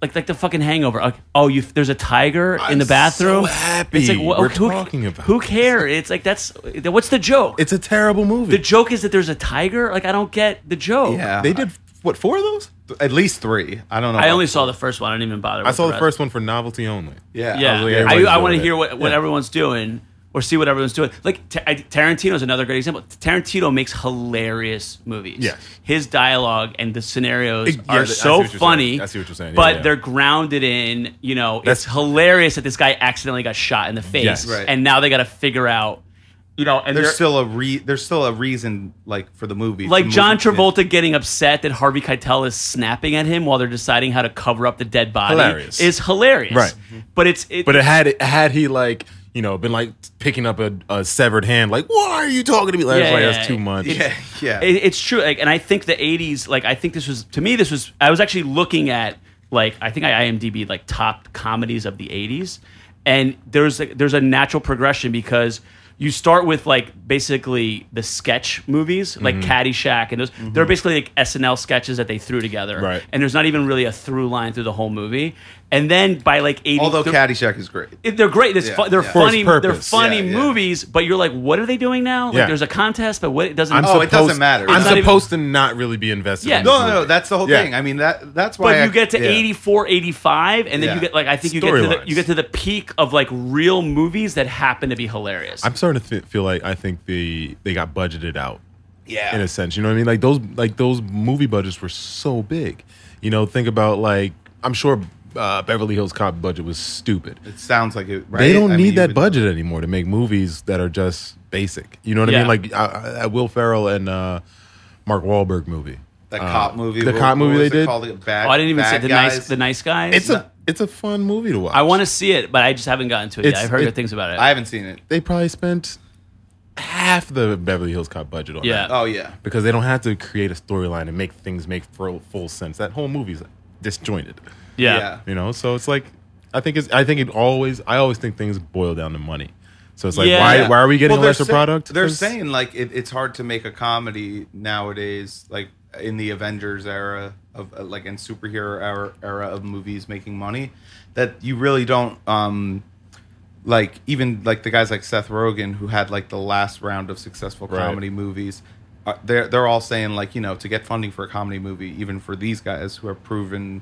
[SPEAKER 7] like like the fucking Hangover. Like, oh, you there's a tiger in
[SPEAKER 9] I'm
[SPEAKER 7] the bathroom.
[SPEAKER 9] so happy
[SPEAKER 7] It's like wha-
[SPEAKER 9] we're
[SPEAKER 7] who,
[SPEAKER 9] talking about
[SPEAKER 7] who
[SPEAKER 9] this.
[SPEAKER 7] cares? It's like that's what's the joke?
[SPEAKER 9] It's a terrible movie.
[SPEAKER 7] the joke is that there's a tiger. Like I don't get the joke.
[SPEAKER 8] Yeah.
[SPEAKER 9] they did what four of those?
[SPEAKER 8] at least three. I don't know.
[SPEAKER 7] I
[SPEAKER 8] about-
[SPEAKER 7] only saw the first one. I didn't even bother.
[SPEAKER 9] I
[SPEAKER 7] with
[SPEAKER 9] saw the
[SPEAKER 7] rest.
[SPEAKER 9] first one for novelty only.
[SPEAKER 7] Yeah,
[SPEAKER 8] Yeah.
[SPEAKER 9] like,
[SPEAKER 7] I,
[SPEAKER 9] everybody's
[SPEAKER 7] I
[SPEAKER 9] doing
[SPEAKER 7] want to
[SPEAKER 9] it.
[SPEAKER 7] hear what, what everyone's doing or see what everyone's doing. Like Ta- I- Tarantino's another great example. Tarantino makes hilarious movies.
[SPEAKER 9] Yes.
[SPEAKER 7] his dialogue and the scenarios
[SPEAKER 9] It- yeah,
[SPEAKER 7] are
[SPEAKER 9] I see
[SPEAKER 7] so
[SPEAKER 9] what you're saying.
[SPEAKER 7] funny.
[SPEAKER 9] I see what you're saying. Yeah,
[SPEAKER 7] but
[SPEAKER 9] yeah.
[SPEAKER 7] they're grounded in you know it's
[SPEAKER 9] That's-
[SPEAKER 7] hilarious that this guy accidentally got shot in the face,
[SPEAKER 9] Yes. Right.
[SPEAKER 7] and now they got to figure out you know and
[SPEAKER 8] There's
[SPEAKER 7] they're-
[SPEAKER 8] still a re. There's still a reason like for the movie.
[SPEAKER 7] like
[SPEAKER 8] The
[SPEAKER 7] John
[SPEAKER 8] movie-
[SPEAKER 7] Travolta getting upset that Harvey Keitel is snapping at him while they're deciding how to cover up the dead body
[SPEAKER 9] Hilarious.
[SPEAKER 7] is hilarious,
[SPEAKER 9] Right.
[SPEAKER 7] But it's it,
[SPEAKER 9] But it had had he like you know been like picking up a, a severed hand, like why are you talking to me? Like,
[SPEAKER 7] Yeah,
[SPEAKER 9] it's like,
[SPEAKER 7] yeah,
[SPEAKER 9] that's
[SPEAKER 7] yeah.
[SPEAKER 9] too much.
[SPEAKER 8] Yeah. Yeah.
[SPEAKER 7] it, it's true like, and i think the 80s like i think this was to me this was i was actually looking at like i think i imdb like top comedies of the 80s and there's like, there's a natural progression because you start with like basically the sketch movies like
[SPEAKER 8] Mm-hmm.
[SPEAKER 7] Caddyshack and those. They're basically like SNL sketches that they threw together,
[SPEAKER 9] Right.
[SPEAKER 7] and there's not even really a through line through the whole movie. And then by like eighty,
[SPEAKER 8] Although
[SPEAKER 7] they're-
[SPEAKER 8] Caddyshack is great.
[SPEAKER 7] it- they're great. There's
[SPEAKER 8] Yeah,
[SPEAKER 7] fu- they're
[SPEAKER 8] yeah.
[SPEAKER 9] For its
[SPEAKER 7] funny. They're
[SPEAKER 9] purpose.
[SPEAKER 7] funny
[SPEAKER 8] Yeah, yeah.
[SPEAKER 7] movies, but you're like, what are they doing now? Like,
[SPEAKER 9] Yeah.
[SPEAKER 7] there's a contest, but what it doesn't.
[SPEAKER 9] I'm
[SPEAKER 8] Oh, it doesn't matter.
[SPEAKER 9] I'm
[SPEAKER 8] It's not
[SPEAKER 7] even-
[SPEAKER 9] supposed to not really be invested.
[SPEAKER 7] Yeah.
[SPEAKER 9] in this
[SPEAKER 8] No, no, no.
[SPEAKER 9] movie.
[SPEAKER 8] That's the whole
[SPEAKER 9] Yeah.
[SPEAKER 8] thing. I mean that. That's why.
[SPEAKER 7] but
[SPEAKER 8] I-
[SPEAKER 7] you get to
[SPEAKER 8] yeah.
[SPEAKER 7] 84 85 and then
[SPEAKER 8] Yeah.
[SPEAKER 7] you get like i think you get to the,
[SPEAKER 9] Storylines.
[SPEAKER 7] you get to the peak of like real movies that happen to be hilarious
[SPEAKER 9] I'm starting to fe- feel like I think the they got budgeted out.
[SPEAKER 8] Yeah.
[SPEAKER 9] in a sense. You know what I mean? Like those like those movie budgets were so big. You know, think about like I'm sure uh, Beverly Hills Cop budget was stupid.
[SPEAKER 8] It sounds like it. Right?
[SPEAKER 9] They don't
[SPEAKER 8] I
[SPEAKER 9] need
[SPEAKER 8] mean,
[SPEAKER 9] that
[SPEAKER 8] even-
[SPEAKER 9] budget anymore to make movies that are just basic. You know what
[SPEAKER 7] Yeah.
[SPEAKER 9] I mean? Like I, I, Will Ferrell and uh, Mark Wahlberg movie.
[SPEAKER 8] That
[SPEAKER 9] Uh,
[SPEAKER 8] cop movie.
[SPEAKER 9] The
[SPEAKER 8] what-
[SPEAKER 9] cop
[SPEAKER 8] what
[SPEAKER 9] movie
[SPEAKER 8] was
[SPEAKER 9] they
[SPEAKER 8] it
[SPEAKER 9] did.
[SPEAKER 8] Called it bad.
[SPEAKER 7] oh, i didn't even
[SPEAKER 8] Bad
[SPEAKER 7] say the
[SPEAKER 8] guys.
[SPEAKER 7] nice the nice guys
[SPEAKER 9] It's a it's a fun movie to watch.
[SPEAKER 7] i want to see it but i just haven't gotten to it yet
[SPEAKER 9] It's-
[SPEAKER 7] i've heard
[SPEAKER 9] it-
[SPEAKER 7] good things about it
[SPEAKER 8] Oh, I haven't seen it.
[SPEAKER 9] They probably spent half the Beverly Hills Cop budget on
[SPEAKER 7] Yeah.
[SPEAKER 9] that
[SPEAKER 8] Oh yeah.
[SPEAKER 9] because they don't have to create a storyline and make things make full, full sense. That whole movie's disjointed.
[SPEAKER 7] yeah.
[SPEAKER 8] yeah.
[SPEAKER 9] You know, so it's like I think it's I think it always I always think things boil down to money. So it's like
[SPEAKER 7] Yeah.
[SPEAKER 9] why why are we getting
[SPEAKER 8] Well,
[SPEAKER 9] a
[SPEAKER 8] they're
[SPEAKER 9] lesser
[SPEAKER 8] say-
[SPEAKER 9] product?
[SPEAKER 8] They're
[SPEAKER 9] 'Cause-
[SPEAKER 8] saying like it, it's hard to make a comedy nowadays, like in the Avengers era. of uh, like in superhero era, era of movies making money that you really don't um like even like the guys like Seth Rogen who had like the last round of successful
[SPEAKER 9] Right.
[SPEAKER 8] comedy movies uh, they're they're all saying like you know to get funding for a comedy movie even for these guys who have proven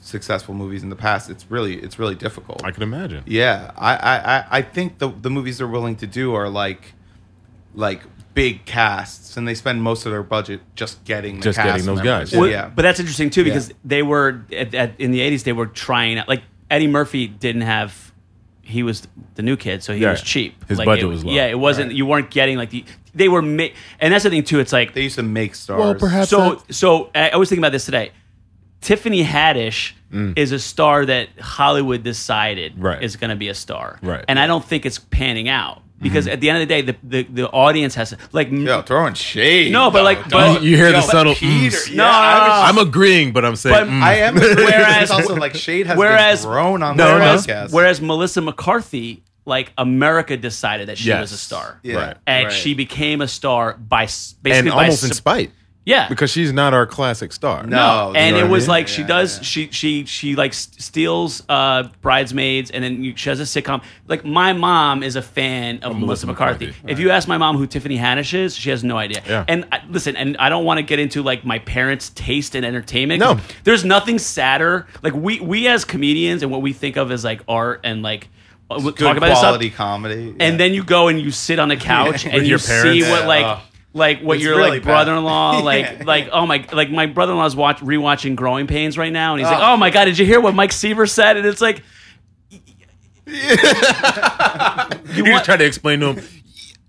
[SPEAKER 8] successful movies in the past it's really it's really difficult
[SPEAKER 9] I can imagine.
[SPEAKER 8] yeah, I, I, I- I think the the movies they're willing to do are like like big casts, and they spend most of their budget just getting the
[SPEAKER 9] Just
[SPEAKER 8] cast
[SPEAKER 9] getting those
[SPEAKER 8] members.
[SPEAKER 9] guys.
[SPEAKER 7] Well,
[SPEAKER 8] yeah,
[SPEAKER 7] But that's interesting too because
[SPEAKER 8] Yeah.
[SPEAKER 7] they were at, at, in the '80s. They were trying out like Eddie Murphy didn't have. He was the new kid, so he
[SPEAKER 9] Yeah.
[SPEAKER 7] was cheap.
[SPEAKER 9] His
[SPEAKER 7] Like,
[SPEAKER 9] budget
[SPEAKER 7] it-
[SPEAKER 9] was low.
[SPEAKER 7] Yeah, it wasn't. You weren't getting like the. They were, ma- and that's the thing too. It's like
[SPEAKER 8] they used to make stars.
[SPEAKER 9] Well, perhaps-
[SPEAKER 7] so. So I I was thinking about this today. Tiffany Haddish is a star that Hollywood decided
[SPEAKER 9] Mm. Right.
[SPEAKER 7] is going to be a star,
[SPEAKER 9] Right. Mm-hmm.
[SPEAKER 7] And I don't think it's panning out because at the end of the day, the the, the audience has to, like
[SPEAKER 8] Yo, throwing shade.
[SPEAKER 7] no, but like
[SPEAKER 9] Oh,
[SPEAKER 7] but,
[SPEAKER 9] you hear the
[SPEAKER 8] but
[SPEAKER 9] subtle.
[SPEAKER 8] Peter,
[SPEAKER 9] "Mm."
[SPEAKER 8] yeah, I was-
[SPEAKER 9] I'm agreeing, but I'm saying.
[SPEAKER 7] But
[SPEAKER 9] mm.
[SPEAKER 8] I am.
[SPEAKER 7] Whereas-
[SPEAKER 8] Whereas also like shade has
[SPEAKER 7] whereas-
[SPEAKER 8] been thrown on
[SPEAKER 9] No,
[SPEAKER 8] the
[SPEAKER 9] no.
[SPEAKER 7] Whereas,
[SPEAKER 8] podcast.
[SPEAKER 7] whereas Melissa McCarthy, like America decided that she
[SPEAKER 9] Yes.
[SPEAKER 7] was a star,
[SPEAKER 8] Yeah.
[SPEAKER 9] Right.
[SPEAKER 7] and
[SPEAKER 8] right.
[SPEAKER 7] she became a star by s-
[SPEAKER 9] and
[SPEAKER 7] basically by
[SPEAKER 9] almost in
[SPEAKER 7] sup-
[SPEAKER 9] spite
[SPEAKER 7] yeah.
[SPEAKER 9] because she's not our classic star.
[SPEAKER 8] No.
[SPEAKER 7] no,
[SPEAKER 8] you
[SPEAKER 7] and
[SPEAKER 8] know
[SPEAKER 7] it
[SPEAKER 8] what I
[SPEAKER 7] was
[SPEAKER 8] mean?
[SPEAKER 7] like she
[SPEAKER 8] Yeah,
[SPEAKER 7] does
[SPEAKER 8] yeah.
[SPEAKER 7] she she she like s- steals uh, bridesmaids, and then you, she has a sitcom. Like my mom is a fan of Melissa
[SPEAKER 9] Melissa
[SPEAKER 7] McCarthy.
[SPEAKER 9] McCarthy.
[SPEAKER 7] If you ask my mom who Tiffany Haddish is, she has no idea.
[SPEAKER 9] Yeah.
[SPEAKER 7] And I, listen, and I don't want to get into like my parents' taste in entertainment.
[SPEAKER 9] No.
[SPEAKER 7] 'cause there's nothing sadder. Like we we as comedians and what we think of as like art and like uh, we
[SPEAKER 8] good
[SPEAKER 7] talk about this stuff
[SPEAKER 8] quality comedy.
[SPEAKER 7] and then you go and you sit on a couch and
[SPEAKER 9] With
[SPEAKER 7] you
[SPEAKER 9] your
[SPEAKER 7] see
[SPEAKER 9] parents. Oh.
[SPEAKER 7] what
[SPEAKER 8] Yeah,
[SPEAKER 7] like
[SPEAKER 8] uh,
[SPEAKER 7] like what
[SPEAKER 8] it's
[SPEAKER 7] your
[SPEAKER 8] really
[SPEAKER 7] like
[SPEAKER 8] bad.
[SPEAKER 7] brother-in-law like
[SPEAKER 8] Yeah.
[SPEAKER 7] like oh my like my brother-in-law's watch rewatching Growing Pains right now and he's like
[SPEAKER 8] Oh.
[SPEAKER 7] oh my god did you hear what Mike Seaver said and it's like
[SPEAKER 9] You just try to explain to him.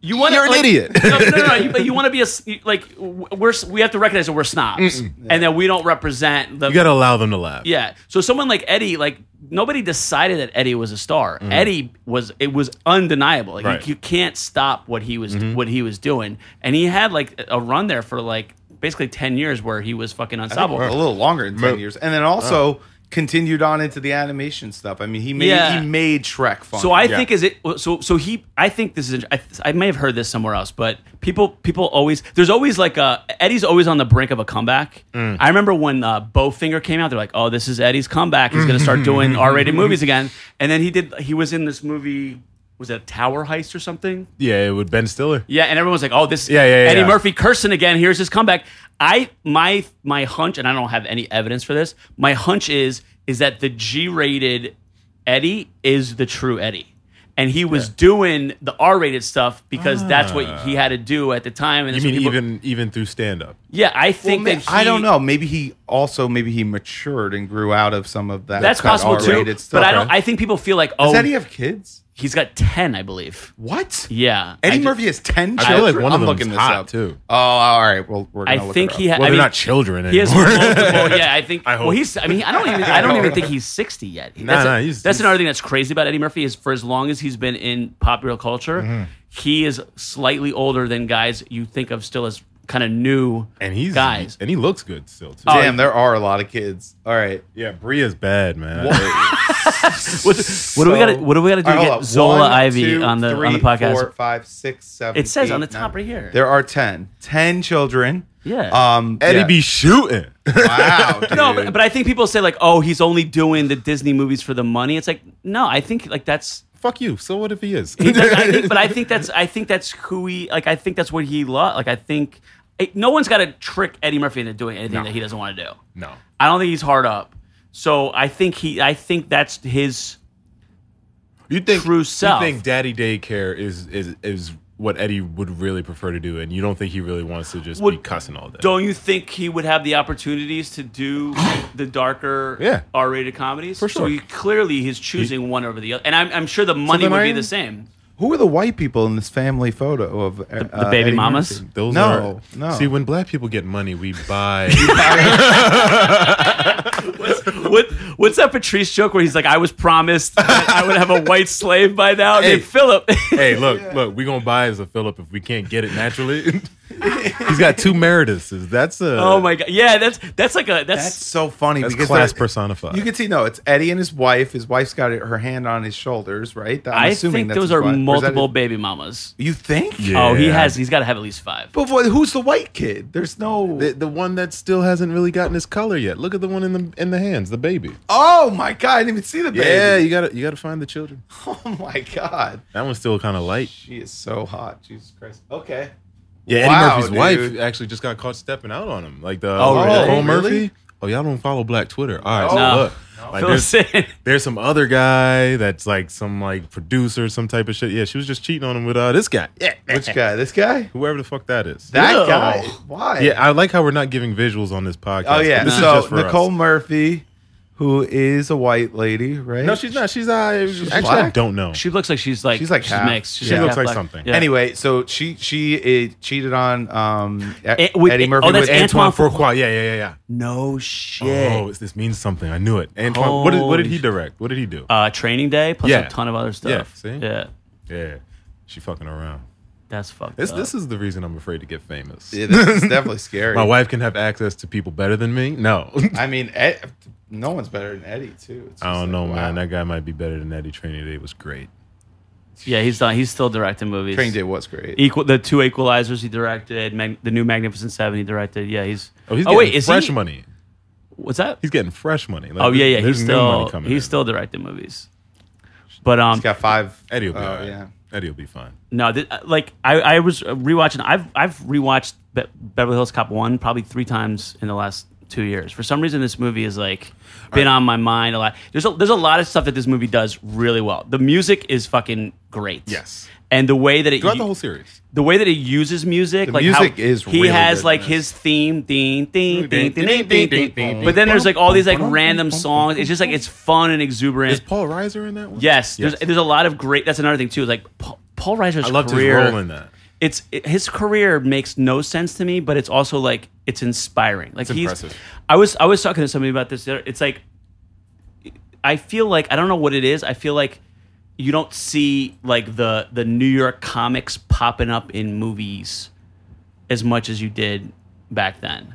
[SPEAKER 7] you want
[SPEAKER 9] You're an
[SPEAKER 7] like,
[SPEAKER 9] idiot.
[SPEAKER 7] no, no, no, no, you, but you want to be a s- like w- we're s- we have to recognize that we're snobs and that we don't represent the
[SPEAKER 9] You got to allow them to laugh.
[SPEAKER 7] yeah so someone like Eddie like nobody decided that Eddie was a star Eddie was it was undeniable like
[SPEAKER 9] Right.
[SPEAKER 7] you, you can't stop what he was what he was doing and he had like a run there for like basically 10 years where he was fucking unstoppable
[SPEAKER 8] a little longer than ten years, and then
[SPEAKER 9] uh,
[SPEAKER 8] also continued on into the animation stuff. I mean, he made
[SPEAKER 7] Yeah.
[SPEAKER 8] he made Shrek fun.
[SPEAKER 7] So I
[SPEAKER 9] Yeah.
[SPEAKER 7] think is it so so he I think this is I, I may have heard this somewhere else, but people people always there's always like a Eddie's always on the brink of a comeback. I remember when uh, Bowfinger came out, they're like, oh, this is Eddie's comeback. He's gonna start doing R-rated movies again, and then he did. He was in this movie. Was it Tower Heist or something?
[SPEAKER 9] Yeah, it would Ben Stiller.
[SPEAKER 7] Yeah, and everyone's like, "Oh, this
[SPEAKER 9] Yeah, yeah, yeah,
[SPEAKER 7] Eddie
[SPEAKER 9] yeah.
[SPEAKER 7] Murphy cursing again. Here's his comeback." I my my hunch, and I don't have any evidence for this. My hunch is is that the G-rated Eddie is the true Eddie, and he was doing the R-rated stuff because that's what he had to do at the time. And
[SPEAKER 9] You
[SPEAKER 7] that's what
[SPEAKER 9] mean
[SPEAKER 7] people-
[SPEAKER 9] even even through stand up?
[SPEAKER 7] Yeah, I think
[SPEAKER 8] Well,
[SPEAKER 7] that
[SPEAKER 8] ma- I
[SPEAKER 7] he-
[SPEAKER 8] don't know. Maybe he also maybe he matured and grew out of some of that.
[SPEAKER 7] That's
[SPEAKER 8] that
[SPEAKER 7] possible too.
[SPEAKER 8] R-rated stuff.
[SPEAKER 7] But I don't. I think people feel like,
[SPEAKER 8] Does
[SPEAKER 7] oh,
[SPEAKER 8] Eddie have kids?
[SPEAKER 7] he's got ten, I believe.
[SPEAKER 8] What?
[SPEAKER 7] Yeah, I
[SPEAKER 8] Eddie
[SPEAKER 7] ju-
[SPEAKER 8] Murphy has ten.
[SPEAKER 9] I feel like
[SPEAKER 8] children?
[SPEAKER 9] one of
[SPEAKER 8] I'm
[SPEAKER 9] them's
[SPEAKER 8] looking this
[SPEAKER 9] hot,
[SPEAKER 8] up
[SPEAKER 9] too.
[SPEAKER 8] Oh, all right. Well, we're gonna
[SPEAKER 7] I
[SPEAKER 8] look
[SPEAKER 7] think
[SPEAKER 8] it
[SPEAKER 7] he.
[SPEAKER 8] up.
[SPEAKER 7] Ha-
[SPEAKER 9] Well,
[SPEAKER 7] I
[SPEAKER 9] they're
[SPEAKER 7] mean,
[SPEAKER 9] not children
[SPEAKER 7] He has
[SPEAKER 9] anymore.
[SPEAKER 7] multiple. Yeah, I think.
[SPEAKER 9] I hope.
[SPEAKER 7] Well, he's. I mean, I don't even. I don't even think he's sixty yet. That's,
[SPEAKER 9] Nah, nah, he's-
[SPEAKER 7] that's
[SPEAKER 9] he's-
[SPEAKER 7] another thing that's crazy about Eddie Murphy is for as long as he's been in popular culture,
[SPEAKER 8] Mm-hmm.
[SPEAKER 7] he is slightly older than guys you think of still as kind of new.
[SPEAKER 9] and he's
[SPEAKER 7] guys.
[SPEAKER 9] and he looks good still too.
[SPEAKER 7] Oh,
[SPEAKER 8] Damn, there are a lot of kids. All right.
[SPEAKER 9] yeah, Bria's bad, man.
[SPEAKER 7] What, what do we got? What do we got to do
[SPEAKER 8] All
[SPEAKER 7] to
[SPEAKER 8] right,
[SPEAKER 7] get
[SPEAKER 8] hold on.
[SPEAKER 7] Zola
[SPEAKER 8] One,
[SPEAKER 7] Ivy
[SPEAKER 8] two,
[SPEAKER 7] on the on the
[SPEAKER 8] three,
[SPEAKER 7] podcast?
[SPEAKER 8] four, five, six, seven,
[SPEAKER 7] It says
[SPEAKER 8] eight,
[SPEAKER 7] on the top
[SPEAKER 8] nine.
[SPEAKER 7] right here.
[SPEAKER 8] There are 10. 10 children.
[SPEAKER 7] Yeah.
[SPEAKER 8] Um,
[SPEAKER 9] Eddie
[SPEAKER 8] yeah.
[SPEAKER 9] be shooting.
[SPEAKER 8] Wow. Dude.
[SPEAKER 7] no, but, but I think people say like, "Oh, he's only doing the Disney movies for the money." It's like, no, I think like that's
[SPEAKER 9] Fuck you. So what if he is?
[SPEAKER 7] He does- I think, but I think that's I think that's who he like. I think that's what he loved. Like I think it- no one's got to trick Eddie Murphy into doing anything that he doesn't want to do.
[SPEAKER 9] no.
[SPEAKER 7] I don't think he's hard up. So I think he I think that's his.
[SPEAKER 9] You think
[SPEAKER 7] True self.
[SPEAKER 9] You think daddy daycare is is is what Eddie would really prefer to do, and you don't think he really wants to just be
[SPEAKER 7] Would-
[SPEAKER 9] cussing all day.
[SPEAKER 7] Don't you think he would have the opportunities to do the darker
[SPEAKER 9] Yeah.
[SPEAKER 7] R-rated comedies? For So
[SPEAKER 9] sure.
[SPEAKER 7] he clearly he's choosing one over the other, and I'm, I'm sure the money
[SPEAKER 9] then
[SPEAKER 7] would be
[SPEAKER 9] I-
[SPEAKER 7] the same.
[SPEAKER 8] Who are the white people in this family photo of uh,
[SPEAKER 7] The baby
[SPEAKER 8] Eddie
[SPEAKER 7] mamas.
[SPEAKER 8] Murphy?
[SPEAKER 9] Those
[SPEAKER 8] no,
[SPEAKER 9] are,
[SPEAKER 8] no.
[SPEAKER 9] See, when black people get money, we buy.
[SPEAKER 7] What what's that Patrice joke where he's like, I was promised that I would have a white slave by now named
[SPEAKER 9] Hey.
[SPEAKER 7] Philip.
[SPEAKER 9] hey, look, look, we gonna buy as a Philip if we can't get it naturally. He's got two Meritus's. That's a
[SPEAKER 7] Oh my god! Yeah, that's that's like a that's,
[SPEAKER 8] That's so funny
[SPEAKER 9] that's
[SPEAKER 8] because
[SPEAKER 9] class
[SPEAKER 8] they're-
[SPEAKER 9] personified.
[SPEAKER 8] You can see, no, it's Eddie and his wife. His wife's got her hand on his shoulders, right? I'm
[SPEAKER 7] i
[SPEAKER 8] assuming
[SPEAKER 7] think
[SPEAKER 8] that's
[SPEAKER 7] those
[SPEAKER 8] his
[SPEAKER 7] are
[SPEAKER 8] wife. Or is that
[SPEAKER 7] multiple baby mamas.
[SPEAKER 8] his- you think?
[SPEAKER 9] Yeah.
[SPEAKER 7] Oh, he has. He's got to have at least five.
[SPEAKER 8] But what, who's the white kid? There's no.
[SPEAKER 9] the, the one that still hasn't really gotten his color yet. Look at the one in the in the hands, the baby.
[SPEAKER 8] oh my god! I didn't even see the baby.
[SPEAKER 9] Yeah, you gotta you gotta find the children.
[SPEAKER 8] Oh my god!
[SPEAKER 9] That one's still kind of light.
[SPEAKER 8] She is so hot. Jesus Christ. Okay.
[SPEAKER 9] Yeah, Eddie
[SPEAKER 8] Wow,
[SPEAKER 9] Murphy's
[SPEAKER 8] dude.
[SPEAKER 9] wife actually just got caught stepping out on him. Like the
[SPEAKER 8] Oh,
[SPEAKER 9] the
[SPEAKER 8] really?
[SPEAKER 9] Cole Murphy.
[SPEAKER 8] Really?
[SPEAKER 9] Oh, y'all don't follow Black Twitter. All right, so
[SPEAKER 7] No.
[SPEAKER 9] look. Like,
[SPEAKER 7] Fill
[SPEAKER 9] there's,
[SPEAKER 7] us in.
[SPEAKER 9] there's some other guy that's like some like producer, some type of shit. Yeah, she was just cheating on him with uh, this guy. Yeah,
[SPEAKER 8] Which guy? This guy?
[SPEAKER 9] whoever the fuck that is.
[SPEAKER 8] That
[SPEAKER 7] No.
[SPEAKER 8] guy? Why?
[SPEAKER 9] yeah, I like how we're not giving visuals on this podcast.
[SPEAKER 8] Oh yeah.
[SPEAKER 9] but This is
[SPEAKER 8] so
[SPEAKER 9] just for
[SPEAKER 8] Nicole
[SPEAKER 9] us.
[SPEAKER 8] Murphy, who is a white lady, right?
[SPEAKER 9] No, she's not. She's uh, actually I
[SPEAKER 8] black?
[SPEAKER 9] don't know.
[SPEAKER 7] She looks like she's like
[SPEAKER 8] She's like half.
[SPEAKER 7] mixed. She's
[SPEAKER 9] She looks
[SPEAKER 7] half
[SPEAKER 9] like
[SPEAKER 7] black.
[SPEAKER 9] something.
[SPEAKER 7] Yeah.
[SPEAKER 8] Anyway, so she she eh, cheated on um E-
[SPEAKER 7] Eh, with-
[SPEAKER 8] Eddie
[SPEAKER 7] eh,
[SPEAKER 8] Murphy
[SPEAKER 7] oh, that's
[SPEAKER 8] with Antoine.
[SPEAKER 7] Antoine Fuqua.
[SPEAKER 9] Fuqua. Yeah, yeah, yeah, yeah.
[SPEAKER 7] no shit.
[SPEAKER 9] Oh, it's- this means something. I knew it. Antoine, what did what did he
[SPEAKER 7] Holy sh-
[SPEAKER 9] direct? What did he do?
[SPEAKER 7] Uh, training day plus
[SPEAKER 9] Yeah.
[SPEAKER 7] a ton of other stuff.
[SPEAKER 9] Yeah, see? yeah, she fucking around.
[SPEAKER 7] that's fucked
[SPEAKER 9] This
[SPEAKER 7] up.
[SPEAKER 9] this is the reason I'm afraid to get famous.
[SPEAKER 8] Yeah, that's definitely scary.
[SPEAKER 9] My wife can have access to people better than me. No,
[SPEAKER 8] I mean, Ed, no one's better than Eddie too.
[SPEAKER 9] I
[SPEAKER 8] It's just
[SPEAKER 9] don't
[SPEAKER 8] like,
[SPEAKER 9] know,
[SPEAKER 8] wow.
[SPEAKER 9] man. That guy might be better than Eddie Training Day. Was great.
[SPEAKER 7] yeah, he's done. He's still directing movies.
[SPEAKER 8] Training Day was great.
[SPEAKER 7] Equal the two Equalizers he directed. Mag, the new Magnificent Seven he directed. Yeah, he's.
[SPEAKER 9] Oh, he's getting
[SPEAKER 7] wait, is
[SPEAKER 9] fresh
[SPEAKER 7] he?
[SPEAKER 9] money.
[SPEAKER 7] What's that?
[SPEAKER 9] He's getting fresh money. Like,
[SPEAKER 7] oh yeah, yeah.
[SPEAKER 9] there's
[SPEAKER 7] He's
[SPEAKER 9] new
[SPEAKER 7] still
[SPEAKER 9] coming
[SPEAKER 7] he's
[SPEAKER 9] in.
[SPEAKER 7] still directing movies. But um,
[SPEAKER 8] He's got five.
[SPEAKER 9] Eddie will be
[SPEAKER 8] Oh,
[SPEAKER 9] all right.
[SPEAKER 8] yeah.
[SPEAKER 9] Eddie will be fine.
[SPEAKER 7] No, th- uh, like I, I was rewatching. I've I've rewatched Be- Beverly Hills Cop one probably three times in the last two years. For some reason, this movie has like been on my mind a lot. There's a, there's a lot of stuff that this movie does really well. The music is fucking great.
[SPEAKER 9] Yes.
[SPEAKER 7] and the way that it
[SPEAKER 9] Throughout
[SPEAKER 7] u-
[SPEAKER 9] the whole series,
[SPEAKER 7] the way that he uses music,
[SPEAKER 8] The
[SPEAKER 7] like
[SPEAKER 8] music
[SPEAKER 7] how
[SPEAKER 8] is
[SPEAKER 7] he
[SPEAKER 8] really
[SPEAKER 7] has
[SPEAKER 8] good
[SPEAKER 7] like
[SPEAKER 8] in
[SPEAKER 7] his theme, ding, ding, ding, ding, ding, ding, ding, But then there's like all these like random songs. It's just like it's fun and exuberant.
[SPEAKER 9] is Paul Reiser in that one?
[SPEAKER 7] Yes, there's there's a lot of great. That's another thing too. Like Paul, Paul Reiser's
[SPEAKER 9] I loved his
[SPEAKER 7] career.
[SPEAKER 9] role in that.
[SPEAKER 7] It's it- his career makes no sense to me, but it's also like it's inspiring. Like he's.
[SPEAKER 9] impressive.
[SPEAKER 7] I was I was talking to somebody about this. the other- It's like I feel like I don't know what it is. I feel like you don't see like the the New York comics popping up in movies as much as you did back then.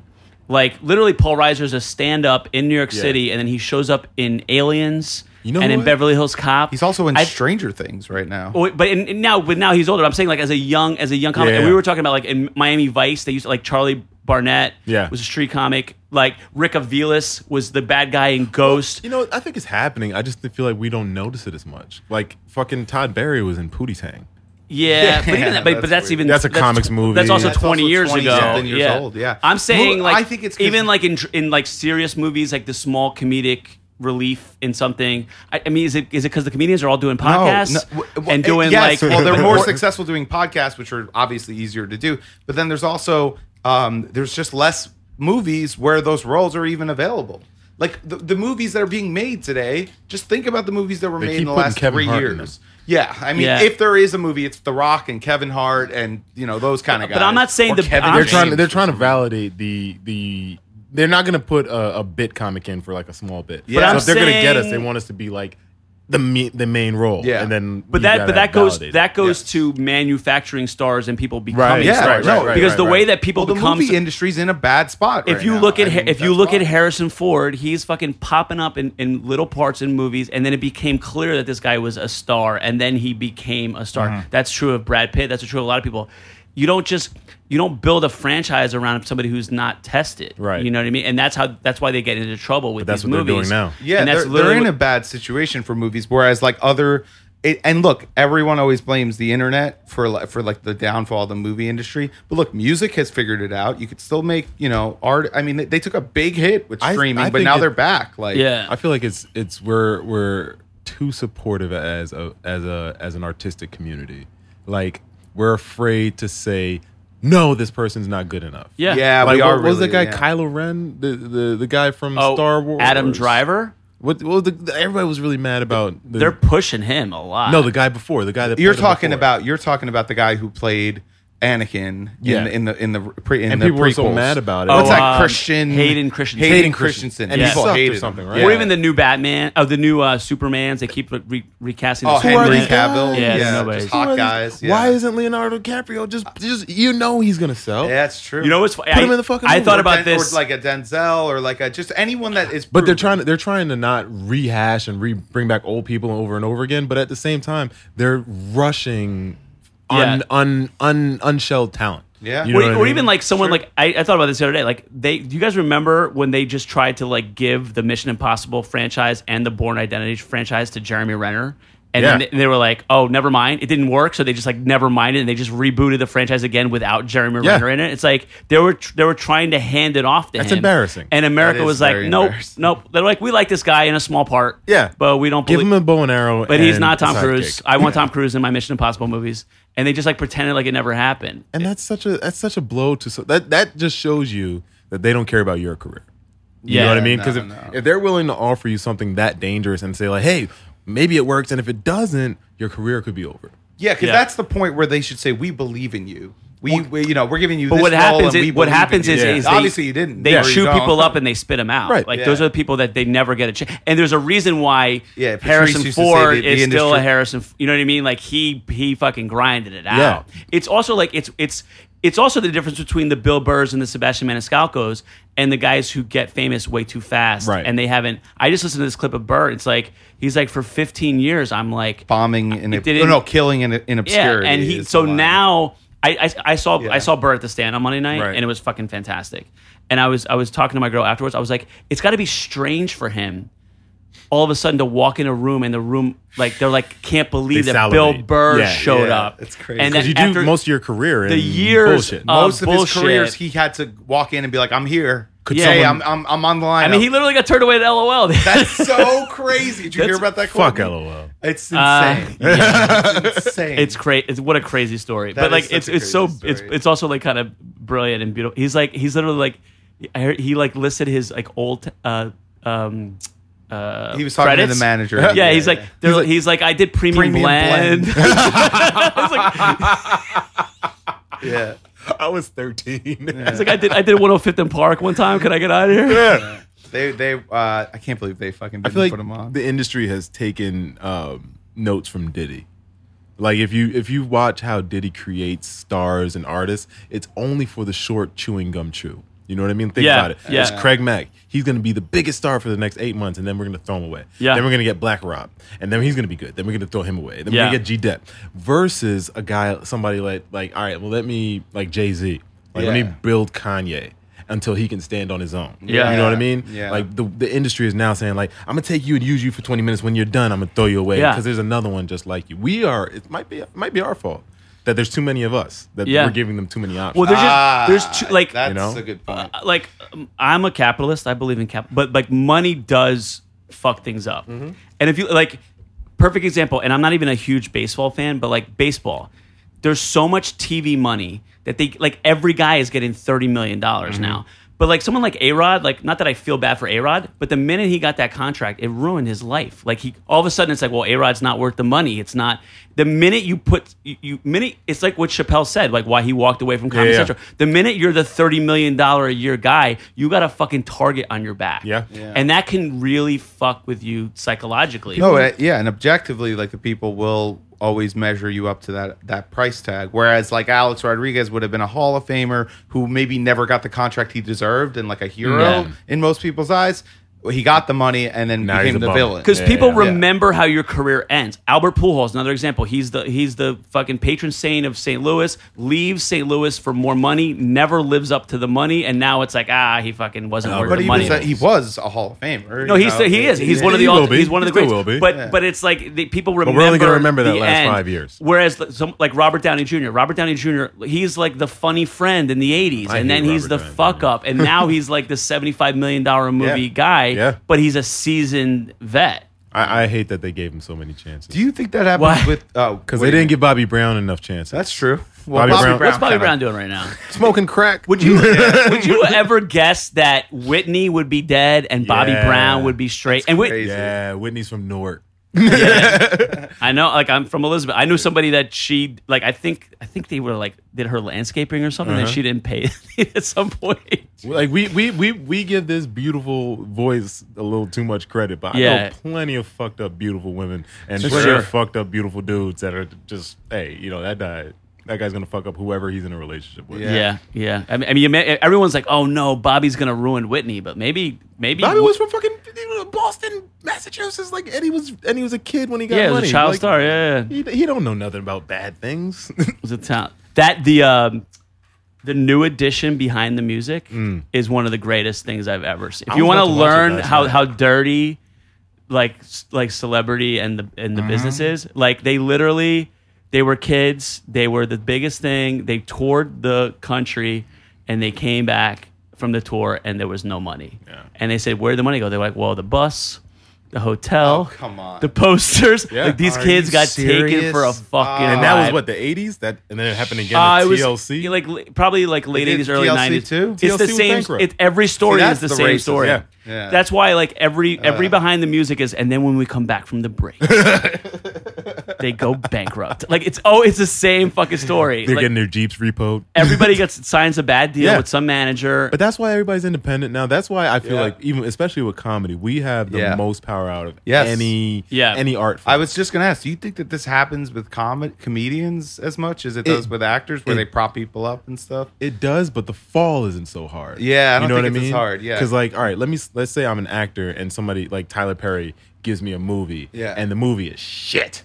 [SPEAKER 7] Like literally, Paul Reiser's a stand up in New York
[SPEAKER 9] Yeah.
[SPEAKER 7] City, and then he shows up in Aliens.
[SPEAKER 9] You know
[SPEAKER 7] and in
[SPEAKER 9] what?
[SPEAKER 7] Beverly Hills Cop.
[SPEAKER 8] He's also in
[SPEAKER 7] I-
[SPEAKER 8] Stranger Things right now.
[SPEAKER 7] Oh, wait, but in, in now, but now he's older. I'm saying like as a young, as a young comic,
[SPEAKER 9] Yeah,
[SPEAKER 7] and
[SPEAKER 9] yeah.
[SPEAKER 7] we were talking about like in Miami Vice, they used to, like Charlie Barnett,
[SPEAKER 9] Yeah.
[SPEAKER 7] was a street comic. Like Rick Avilas was the bad guy in Ghost.
[SPEAKER 9] You know, I think it's happening. I just feel like we don't notice it as much. Like fucking Todd Barry was in Pootie Tang.
[SPEAKER 7] Yeah, but even that, but but
[SPEAKER 8] that's
[SPEAKER 7] that's
[SPEAKER 8] weird.
[SPEAKER 7] even
[SPEAKER 9] That's a comics
[SPEAKER 7] tw-
[SPEAKER 9] movie.
[SPEAKER 7] That's also
[SPEAKER 9] That's
[SPEAKER 7] 20
[SPEAKER 8] also
[SPEAKER 7] years
[SPEAKER 8] 20
[SPEAKER 7] ago.
[SPEAKER 8] something years
[SPEAKER 7] yeah.
[SPEAKER 8] old, yeah.
[SPEAKER 7] I'm saying
[SPEAKER 8] Well,
[SPEAKER 7] like
[SPEAKER 8] I think it's 'cause-
[SPEAKER 7] even like in dr- in like serious movies, like the small comedic relief in something. I, I mean, is it is it because the comedians are all doing podcasts
[SPEAKER 9] Oh,
[SPEAKER 8] w- w-
[SPEAKER 7] and
[SPEAKER 8] eh,
[SPEAKER 7] doing
[SPEAKER 8] yes,
[SPEAKER 7] like
[SPEAKER 8] well, they're more
[SPEAKER 7] or-
[SPEAKER 8] successful doing podcasts, which are obviously easier to do. But then there's also um, there's just less movies where those roles are even available. Like the, the movies that are being made today, just think about the movies that were
[SPEAKER 9] They
[SPEAKER 8] made
[SPEAKER 9] keep
[SPEAKER 8] in the
[SPEAKER 9] putting
[SPEAKER 8] last
[SPEAKER 9] Kevin
[SPEAKER 8] three
[SPEAKER 9] Hart in
[SPEAKER 8] years.
[SPEAKER 9] them.
[SPEAKER 8] Yeah, I mean,
[SPEAKER 7] Yeah.
[SPEAKER 8] if there is a movie, it's The Rock and Kevin Hart and you know those kind of guys.
[SPEAKER 7] But I'm not saying
[SPEAKER 8] Or
[SPEAKER 7] the-
[SPEAKER 8] Kevin
[SPEAKER 7] I'm-
[SPEAKER 9] They're
[SPEAKER 8] James
[SPEAKER 9] trying. They're
[SPEAKER 8] or
[SPEAKER 9] trying to
[SPEAKER 8] something.
[SPEAKER 9] validate the the. They're not going to put a, a bit comic in for like a small bit.
[SPEAKER 8] But I'm
[SPEAKER 9] so if they're going to get us,
[SPEAKER 7] saying-
[SPEAKER 9] they want us to be like the me, the main role.
[SPEAKER 8] Yeah.
[SPEAKER 9] and then
[SPEAKER 7] But
[SPEAKER 9] you
[SPEAKER 7] that,
[SPEAKER 9] gotta
[SPEAKER 7] but that goes
[SPEAKER 9] validate it.
[SPEAKER 7] that goes
[SPEAKER 9] Yes.
[SPEAKER 7] to manufacturing stars and people becoming
[SPEAKER 9] Right,
[SPEAKER 8] yeah,
[SPEAKER 7] stars.
[SPEAKER 8] right, right, right,
[SPEAKER 7] because the
[SPEAKER 9] right,
[SPEAKER 7] way
[SPEAKER 9] right.
[SPEAKER 7] that people
[SPEAKER 8] Well, the
[SPEAKER 7] become,
[SPEAKER 8] movie industry's in a bad spot.
[SPEAKER 7] if
[SPEAKER 8] right
[SPEAKER 7] you
[SPEAKER 8] now.
[SPEAKER 7] look at
[SPEAKER 8] I
[SPEAKER 7] Ha-
[SPEAKER 8] mean,
[SPEAKER 7] if you
[SPEAKER 8] that's
[SPEAKER 7] look at
[SPEAKER 8] why.
[SPEAKER 7] Harrison Ford, he's fucking popping up in, in little parts in movies, and then it became clear that this guy was a star, and then he became a star.
[SPEAKER 9] Mm-hmm.
[SPEAKER 7] That's true of Brad Pitt. That's true of a lot of people. You don't just you don't build a franchise around somebody who's not tested,
[SPEAKER 9] Right.
[SPEAKER 7] You know what I mean? And that's how that's why they get into trouble with
[SPEAKER 9] But that's
[SPEAKER 7] these
[SPEAKER 9] what they're
[SPEAKER 7] movies
[SPEAKER 9] doing now.
[SPEAKER 8] Yeah,
[SPEAKER 7] and that's
[SPEAKER 8] they're,
[SPEAKER 7] literally
[SPEAKER 8] they're in a
[SPEAKER 7] what-
[SPEAKER 8] bad situation for movies. Whereas like other, it, and look, everyone always blames the internet for like, for like the downfall of the movie industry. But look, music has figured it out. You could still make you know art. I mean, they, they took a big hit with
[SPEAKER 9] I-
[SPEAKER 8] streaming,
[SPEAKER 9] I
[SPEAKER 8] but
[SPEAKER 9] think
[SPEAKER 8] now
[SPEAKER 9] it-
[SPEAKER 8] they're back. Like
[SPEAKER 7] yeah.
[SPEAKER 9] I feel like it's it's we're we're too supportive as a as a as an artistic community. Like we're afraid to say no. This person's not good enough.
[SPEAKER 7] yeah,
[SPEAKER 8] yeah,
[SPEAKER 9] like
[SPEAKER 8] we
[SPEAKER 9] what,
[SPEAKER 8] are.
[SPEAKER 9] what was the
[SPEAKER 8] really,
[SPEAKER 9] guy
[SPEAKER 8] yeah.
[SPEAKER 9] Kylo Ren, the, the the guy from
[SPEAKER 7] Oh,
[SPEAKER 9] Star Wars,
[SPEAKER 7] Adam Driver.
[SPEAKER 9] What, what was the, everybody was really mad about. The,
[SPEAKER 7] They're pushing him a lot.
[SPEAKER 9] no, the guy before, the guy that
[SPEAKER 8] You're
[SPEAKER 9] played him
[SPEAKER 8] talking
[SPEAKER 9] before.
[SPEAKER 8] about you're talking about the guy who played Anakin
[SPEAKER 9] Yeah.
[SPEAKER 8] in, the in the in the pre in
[SPEAKER 9] And
[SPEAKER 8] the
[SPEAKER 9] people
[SPEAKER 8] prequels.
[SPEAKER 9] were so mad about it.
[SPEAKER 7] Oh,
[SPEAKER 8] What's that
[SPEAKER 7] um,
[SPEAKER 8] Christian
[SPEAKER 7] Hayden Christensen.
[SPEAKER 8] Hayden
[SPEAKER 9] Hayden
[SPEAKER 8] Christensen.
[SPEAKER 9] Christensen.
[SPEAKER 7] Yeah.
[SPEAKER 8] People
[SPEAKER 7] Sucked
[SPEAKER 10] or
[SPEAKER 8] hated him.
[SPEAKER 10] something,
[SPEAKER 7] Or
[SPEAKER 10] right? Yeah.
[SPEAKER 7] even the new Batman, of the new uh, Supermans. They keep like, re- recasting.
[SPEAKER 8] Oh,
[SPEAKER 7] the Superman.
[SPEAKER 8] Henry
[SPEAKER 9] these guys?
[SPEAKER 8] Cavill.
[SPEAKER 7] Yeah,
[SPEAKER 8] Yeah,
[SPEAKER 7] there's no
[SPEAKER 8] just
[SPEAKER 7] ways.
[SPEAKER 9] Who
[SPEAKER 8] hot
[SPEAKER 9] are these-
[SPEAKER 8] guys. Yeah.
[SPEAKER 9] Why isn't Leonardo DiCaprio just just you know he's gonna sell?
[SPEAKER 8] Yeah, that's true.
[SPEAKER 7] You know what's? Put I,
[SPEAKER 9] him in the fucking
[SPEAKER 7] I
[SPEAKER 9] movie.
[SPEAKER 7] thought
[SPEAKER 8] Or
[SPEAKER 7] about
[SPEAKER 8] Den-
[SPEAKER 7] this.
[SPEAKER 8] Or like a Denzel or like a just anyone that is.
[SPEAKER 9] But they're
[SPEAKER 7] Hmm.
[SPEAKER 8] proven.
[SPEAKER 9] trying to they're trying to not rehash and re bring back old people over and over again. But at the same time, they're rushing on
[SPEAKER 7] Yeah.
[SPEAKER 9] un, un, unshelled talent.
[SPEAKER 8] Yeah.
[SPEAKER 9] You know
[SPEAKER 7] or,
[SPEAKER 9] what I
[SPEAKER 7] or
[SPEAKER 9] mean?
[SPEAKER 7] even like someone like I, I thought about this the other day. Like they, do you guys remember when they just tried to like give the Mission Impossible franchise and the Born Identity franchise to Jeremy Renner, and
[SPEAKER 9] Yeah.
[SPEAKER 7] then they, they were like, "Oh, never mind, it didn't work." So they just like never mind it, and they just rebooted the franchise again without Jeremy
[SPEAKER 9] Yeah.
[SPEAKER 7] Renner in it. It's like they were tr- they were trying to hand it off to
[SPEAKER 9] That's
[SPEAKER 7] him.
[SPEAKER 9] embarrassing.
[SPEAKER 7] And America
[SPEAKER 8] That is
[SPEAKER 7] was like,
[SPEAKER 8] very
[SPEAKER 7] "Nope,
[SPEAKER 8] embarrassing.
[SPEAKER 7] nope." They're like, "We like this guy in a small part,
[SPEAKER 9] Yeah.
[SPEAKER 7] but we don't
[SPEAKER 9] give
[SPEAKER 7] believe-
[SPEAKER 9] him a bow and arrow.
[SPEAKER 7] But he's
[SPEAKER 9] and
[SPEAKER 7] not Tom
[SPEAKER 9] a
[SPEAKER 7] Cruise.
[SPEAKER 9] sidekick.
[SPEAKER 7] I want Tom Cruise in my Mission Impossible movies, and they just like pretended like it never happened.
[SPEAKER 9] and that's such a that's such a blow to so that that just shows you that they don't care about your career. You
[SPEAKER 7] Yeah.
[SPEAKER 9] know what I mean?
[SPEAKER 8] No,
[SPEAKER 9] Because if,
[SPEAKER 8] no.
[SPEAKER 9] if they're willing to offer you something that dangerous and say like, hey, maybe it works, and if it doesn't, your career could be over.
[SPEAKER 8] Yeah, because
[SPEAKER 7] Yeah.
[SPEAKER 8] that's the point where they should say, "We believe in you. We, we you know, we're giving you."
[SPEAKER 7] But
[SPEAKER 8] this
[SPEAKER 7] what
[SPEAKER 8] role
[SPEAKER 7] happens
[SPEAKER 8] and we
[SPEAKER 7] is what
[SPEAKER 8] believe in
[SPEAKER 7] happens
[SPEAKER 8] you.
[SPEAKER 7] is, is they-
[SPEAKER 8] obviously you didn't.
[SPEAKER 7] They
[SPEAKER 8] There you
[SPEAKER 7] chew
[SPEAKER 8] go.
[SPEAKER 7] people up and they spit them out.
[SPEAKER 9] Right.
[SPEAKER 7] Like those
[SPEAKER 8] Yeah.
[SPEAKER 7] are the people that they never get a chance. And there's a reason why
[SPEAKER 8] Yeah, Patrice
[SPEAKER 7] Harrison
[SPEAKER 8] used to say
[SPEAKER 7] Ford
[SPEAKER 8] that the
[SPEAKER 7] is still a
[SPEAKER 8] industry-
[SPEAKER 7] Harrison. F- You know what I mean? Like he he fucking grinded it
[SPEAKER 9] Yeah.
[SPEAKER 7] out. It's also like it's it's it's also the difference between the Bill Burrs and the Sebastian Maniscalcos and the guys who get famous way too fast.
[SPEAKER 9] Right.
[SPEAKER 7] And they haven't. I just listened to this clip of Burr. It's like he's like for 15 years. I'm like
[SPEAKER 8] bombing and
[SPEAKER 7] It didn't-
[SPEAKER 8] no killing in, in obscurity.
[SPEAKER 7] yeah, and he
[SPEAKER 8] is
[SPEAKER 7] so
[SPEAKER 8] the line.
[SPEAKER 7] now I, I, I saw
[SPEAKER 8] Yeah.
[SPEAKER 7] I saw Burr at the stand on Monday night,
[SPEAKER 9] Right.
[SPEAKER 7] and it was fucking fantastic. And I was I was talking to my girl afterwards. I was like, it's got to be strange for him, all of a sudden to walk in a room and the room like they're like can't believe
[SPEAKER 9] They
[SPEAKER 7] that Bill
[SPEAKER 9] salivate.
[SPEAKER 7] Burr
[SPEAKER 9] Yeah,
[SPEAKER 7] showed
[SPEAKER 8] yeah,
[SPEAKER 7] up.
[SPEAKER 8] it's crazy.
[SPEAKER 7] And
[SPEAKER 9] Because
[SPEAKER 7] then
[SPEAKER 9] you do
[SPEAKER 7] after
[SPEAKER 9] most of your career in
[SPEAKER 7] the years
[SPEAKER 9] bullshit.
[SPEAKER 8] most of his
[SPEAKER 7] uh, bullshit.
[SPEAKER 8] careers he had to walk in and be like, "I'm here." Could
[SPEAKER 7] Yeah.
[SPEAKER 8] say
[SPEAKER 7] someone-
[SPEAKER 8] I'm, I'm I'm on the line.
[SPEAKER 7] I mean, he literally got turned away at LOL.
[SPEAKER 8] That's so crazy. Did you hear
[SPEAKER 7] That's-
[SPEAKER 8] about that?
[SPEAKER 9] Fuck
[SPEAKER 8] Courtney?
[SPEAKER 9] LOL.
[SPEAKER 8] It's
[SPEAKER 7] Uh,
[SPEAKER 8] insane. Yeah, it's insane.
[SPEAKER 7] It's crazy. It's what a crazy story.
[SPEAKER 8] That
[SPEAKER 7] but
[SPEAKER 8] is
[SPEAKER 7] like,
[SPEAKER 8] such
[SPEAKER 7] it's
[SPEAKER 8] a
[SPEAKER 7] it's so
[SPEAKER 8] crazy
[SPEAKER 7] it's
[SPEAKER 8] story.
[SPEAKER 7] it's also like kind of brilliant and beautiful. He's like he's literally like I heard, he like listed his like old uh um uh
[SPEAKER 8] He was talking to
[SPEAKER 7] credits.
[SPEAKER 8] the manager.
[SPEAKER 7] Yeah, he's like they're- he's like, I did premium,
[SPEAKER 8] Premium
[SPEAKER 7] blend.
[SPEAKER 8] blend.
[SPEAKER 7] I was like,
[SPEAKER 8] yeah.
[SPEAKER 9] I was thirteen.
[SPEAKER 7] I was like I did I did 105th and Park one time. Can I get out of here?
[SPEAKER 8] They they uh, I can't believe they fucking
[SPEAKER 9] I
[SPEAKER 8] didn't
[SPEAKER 9] feel like
[SPEAKER 8] put him on.
[SPEAKER 9] the industry has taken um, notes from Diddy. Like if you if you watch how Diddy creates stars and artists, it's only for the short chewing gum chew. You know what I mean? Think
[SPEAKER 7] Yeah,
[SPEAKER 9] about it.
[SPEAKER 7] yeah.
[SPEAKER 9] It's Craig Mack. He's going to be the biggest star for the next eight months, and then we're going to throw him away.
[SPEAKER 7] Yeah.
[SPEAKER 9] Then we're going to get Black Rob, and then he's going to be good. Then we're going to throw him away. Then
[SPEAKER 7] Yeah.
[SPEAKER 9] we're going to get G Dep. Versus a guy, somebody like like all right, well let me like Jay Z, like let
[SPEAKER 8] Yeah.
[SPEAKER 9] me build Kanye until he can stand on his own.
[SPEAKER 7] Yeah.
[SPEAKER 9] You know what I mean?
[SPEAKER 8] Yeah.
[SPEAKER 9] Like the, the industry is now saying like I'm gonna take you and use you for 20 minutes. When you're done, I'm gonna throw you away
[SPEAKER 7] Yeah.
[SPEAKER 9] because there's another one just like you. We are. It might be it might be our fault that there's too many of us that
[SPEAKER 7] Yeah.
[SPEAKER 9] we're giving them too many options.
[SPEAKER 7] Well, there's just
[SPEAKER 8] Ah,
[SPEAKER 7] there's two, like
[SPEAKER 8] that's
[SPEAKER 9] you know?
[SPEAKER 8] a good point.
[SPEAKER 7] Uh, like um, I'm a capitalist. I believe in cap, but like money does fuck things up.
[SPEAKER 9] Mm-hmm.
[SPEAKER 7] And if you like, perfect example. And I'm not even a huge baseball fan, but like baseball, there's so much TV money that they like every guy is getting thirty million dollars
[SPEAKER 9] Mm-hmm.
[SPEAKER 7] now. But like someone like A Rod, like not that I feel bad for A Rod, but the minute he got that contract, it ruined his life. Like he all of a sudden it's like, well, A Rod's not worth the money. It's not the minute you put you, you minute it's like what Chappelle said, like why he walked away from Comedy
[SPEAKER 9] Yeah, yeah.
[SPEAKER 7] Central. The minute you're the thirty million dollar a year guy, you got a fucking target on your back.
[SPEAKER 9] Yeah. Yeah.
[SPEAKER 7] and that can really fuck with you psychologically.
[SPEAKER 8] No, uh, yeah, and objectively, like the people will always measure you up to that that price tag. Whereas, like Alex Rodriguez would have been a Hall of Famer who maybe never got the contract he deserved and like a hero
[SPEAKER 7] Yeah.
[SPEAKER 8] in most people's eyes. He got the money and then
[SPEAKER 9] Now he's
[SPEAKER 8] became
[SPEAKER 9] a
[SPEAKER 8] the
[SPEAKER 9] bum.
[SPEAKER 8] villain.
[SPEAKER 7] because
[SPEAKER 9] Yeah,
[SPEAKER 7] people
[SPEAKER 9] yeah, yeah.
[SPEAKER 7] remember how your career ends. Albert Pujols, another example. He's the he's the fucking patron saint of St. Louis. Leaves St. Louis for more money. Never lives up to the money, and now it's like ah, he fucking wasn't worth
[SPEAKER 8] but
[SPEAKER 7] the
[SPEAKER 8] he
[SPEAKER 7] money.
[SPEAKER 8] was, a, he was a Hall of Famer.
[SPEAKER 7] no,
[SPEAKER 8] you
[SPEAKER 7] he's
[SPEAKER 8] know?
[SPEAKER 7] he is. He's
[SPEAKER 8] Yeah.
[SPEAKER 7] one of the
[SPEAKER 9] He will
[SPEAKER 7] all,
[SPEAKER 9] be.
[SPEAKER 7] he's one of the
[SPEAKER 9] He still
[SPEAKER 7] greats.
[SPEAKER 9] will be.
[SPEAKER 7] But
[SPEAKER 8] Yeah.
[SPEAKER 7] but it's like the, people remember.
[SPEAKER 9] we're only gonna remember that
[SPEAKER 7] the
[SPEAKER 9] last
[SPEAKER 7] end.
[SPEAKER 9] five years.
[SPEAKER 7] Whereas the- some, like Robert Downey Jr. Robert Downey Jr. He's like the funny friend in the '80s,
[SPEAKER 9] I
[SPEAKER 7] and then
[SPEAKER 9] hate
[SPEAKER 7] he's
[SPEAKER 9] Robert
[SPEAKER 7] the
[SPEAKER 9] Downey
[SPEAKER 7] fuck
[SPEAKER 9] Jr..
[SPEAKER 7] up, and now he's like the seventy-five million dollar movie
[SPEAKER 8] Yeah.
[SPEAKER 7] guy.
[SPEAKER 9] Yeah.
[SPEAKER 7] but he's a seasoned vet.
[SPEAKER 9] I, I hate that they gave him so many chances.
[SPEAKER 8] Do you think that happens
[SPEAKER 7] Why?
[SPEAKER 8] with? Oh,
[SPEAKER 9] Because they didn't give Bobby Brown enough chances.
[SPEAKER 8] That's true.
[SPEAKER 9] Bobby Brown-
[SPEAKER 7] What's Bobby
[SPEAKER 8] kinda-
[SPEAKER 7] Brown doing right now?
[SPEAKER 9] smoking crack.
[SPEAKER 7] Would you would you ever guess that Whitney would be dead and Bobby
[SPEAKER 9] Yeah.
[SPEAKER 7] Brown would be straight? and Whit-
[SPEAKER 8] crazy.
[SPEAKER 9] Yeah, Whitney's from Newark.
[SPEAKER 7] I know, like I'm from Elizabeth. I knew somebody that she like. I think I think they were like did her landscaping or something,
[SPEAKER 9] Uh-huh.
[SPEAKER 7] and she didn't pay at some point.
[SPEAKER 9] Like we we we we give this beautiful voice a little too much credit, but I
[SPEAKER 7] Yeah.
[SPEAKER 9] know plenty of fucked up beautiful women and
[SPEAKER 7] For
[SPEAKER 9] plenty
[SPEAKER 7] sure.
[SPEAKER 9] of fucked up beautiful dudes that are just hey, you know that guy that guy's gonna fuck up whoever he's in a relationship with.
[SPEAKER 7] Yeah, yeah. I mean, I mean you may, everyone's like, "Oh no, Bobby's gonna ruin Whitney," but maybe, maybe
[SPEAKER 9] Bobby was from fucking Boston, Massachusetts. Like, and he was and he was a kid when he got
[SPEAKER 7] yeah, it
[SPEAKER 9] money.
[SPEAKER 7] was a child
[SPEAKER 9] Like,
[SPEAKER 7] star. Yeah, yeah. it
[SPEAKER 9] He, he don't know nothing about bad things.
[SPEAKER 7] was a talent. That the um, the new edition behind the music is one of the greatest things I've ever seen. If
[SPEAKER 9] Mm. I
[SPEAKER 7] you
[SPEAKER 9] was
[SPEAKER 7] want to
[SPEAKER 9] about to watch it
[SPEAKER 7] learn
[SPEAKER 9] last
[SPEAKER 7] how
[SPEAKER 9] night.
[SPEAKER 7] how dirty like s- like celebrity and the and
[SPEAKER 9] Uh-huh.
[SPEAKER 7] the businesses, like they literally they were kids. They were the biggest thing. They toured the country, and they came back from the tour, and there was no money. And they said, "Where'd the money go?" They're like, "Well, the bus." The hotel,
[SPEAKER 8] come on.
[SPEAKER 7] the posters.
[SPEAKER 9] Oh, Yeah.
[SPEAKER 7] Like these
[SPEAKER 9] Are
[SPEAKER 7] kids
[SPEAKER 8] you
[SPEAKER 7] got taken
[SPEAKER 8] serious?
[SPEAKER 7] for a fucking.
[SPEAKER 9] and that was
[SPEAKER 7] ride.
[SPEAKER 9] what the eighties. That and then it happened again.
[SPEAKER 7] Uh,
[SPEAKER 9] in
[SPEAKER 7] it was
[SPEAKER 9] TLC.
[SPEAKER 7] yeah, like li- probably like late
[SPEAKER 8] did
[SPEAKER 7] eighties, early
[SPEAKER 8] TLC
[SPEAKER 7] nineties
[SPEAKER 8] too?
[SPEAKER 7] It's the
[SPEAKER 9] TLC was
[SPEAKER 7] same.
[SPEAKER 9] bankrupt.
[SPEAKER 7] It, every story
[SPEAKER 8] See,
[SPEAKER 7] is
[SPEAKER 8] that's
[SPEAKER 7] the,
[SPEAKER 8] the
[SPEAKER 7] same
[SPEAKER 8] racism.
[SPEAKER 7] story.
[SPEAKER 9] Yeah.
[SPEAKER 8] Yeah.
[SPEAKER 7] That's why like every every behind the music is, and then when we come back from the break, they go bankrupt. Like it's oh, it's the same fucking story.
[SPEAKER 9] they're
[SPEAKER 7] Like,
[SPEAKER 9] getting their jeeps repoed.
[SPEAKER 7] everybody gets signs a bad deal
[SPEAKER 9] Yeah.
[SPEAKER 7] with some manager.
[SPEAKER 9] But that's why everybody's independent now. That's why I feel
[SPEAKER 8] Yeah.
[SPEAKER 9] like even especially with comedy, we have the
[SPEAKER 8] Yeah.
[SPEAKER 9] most power out of
[SPEAKER 8] Yes.
[SPEAKER 9] any
[SPEAKER 7] Yeah.
[SPEAKER 9] any art. Form.
[SPEAKER 8] I was just gonna ask. Do you think that this happens with com- comedians as much as it, does with actors, where
[SPEAKER 9] it-
[SPEAKER 8] they prop people up and stuff?
[SPEAKER 9] It does, but the fall isn't so hard.
[SPEAKER 8] Yeah, I don't think it's as hard, yeah.
[SPEAKER 9] because like, all right, let me let's say I'm an actor and somebody like Tyler Perry gives me a movie,
[SPEAKER 8] Yeah.
[SPEAKER 9] and the movie is shit.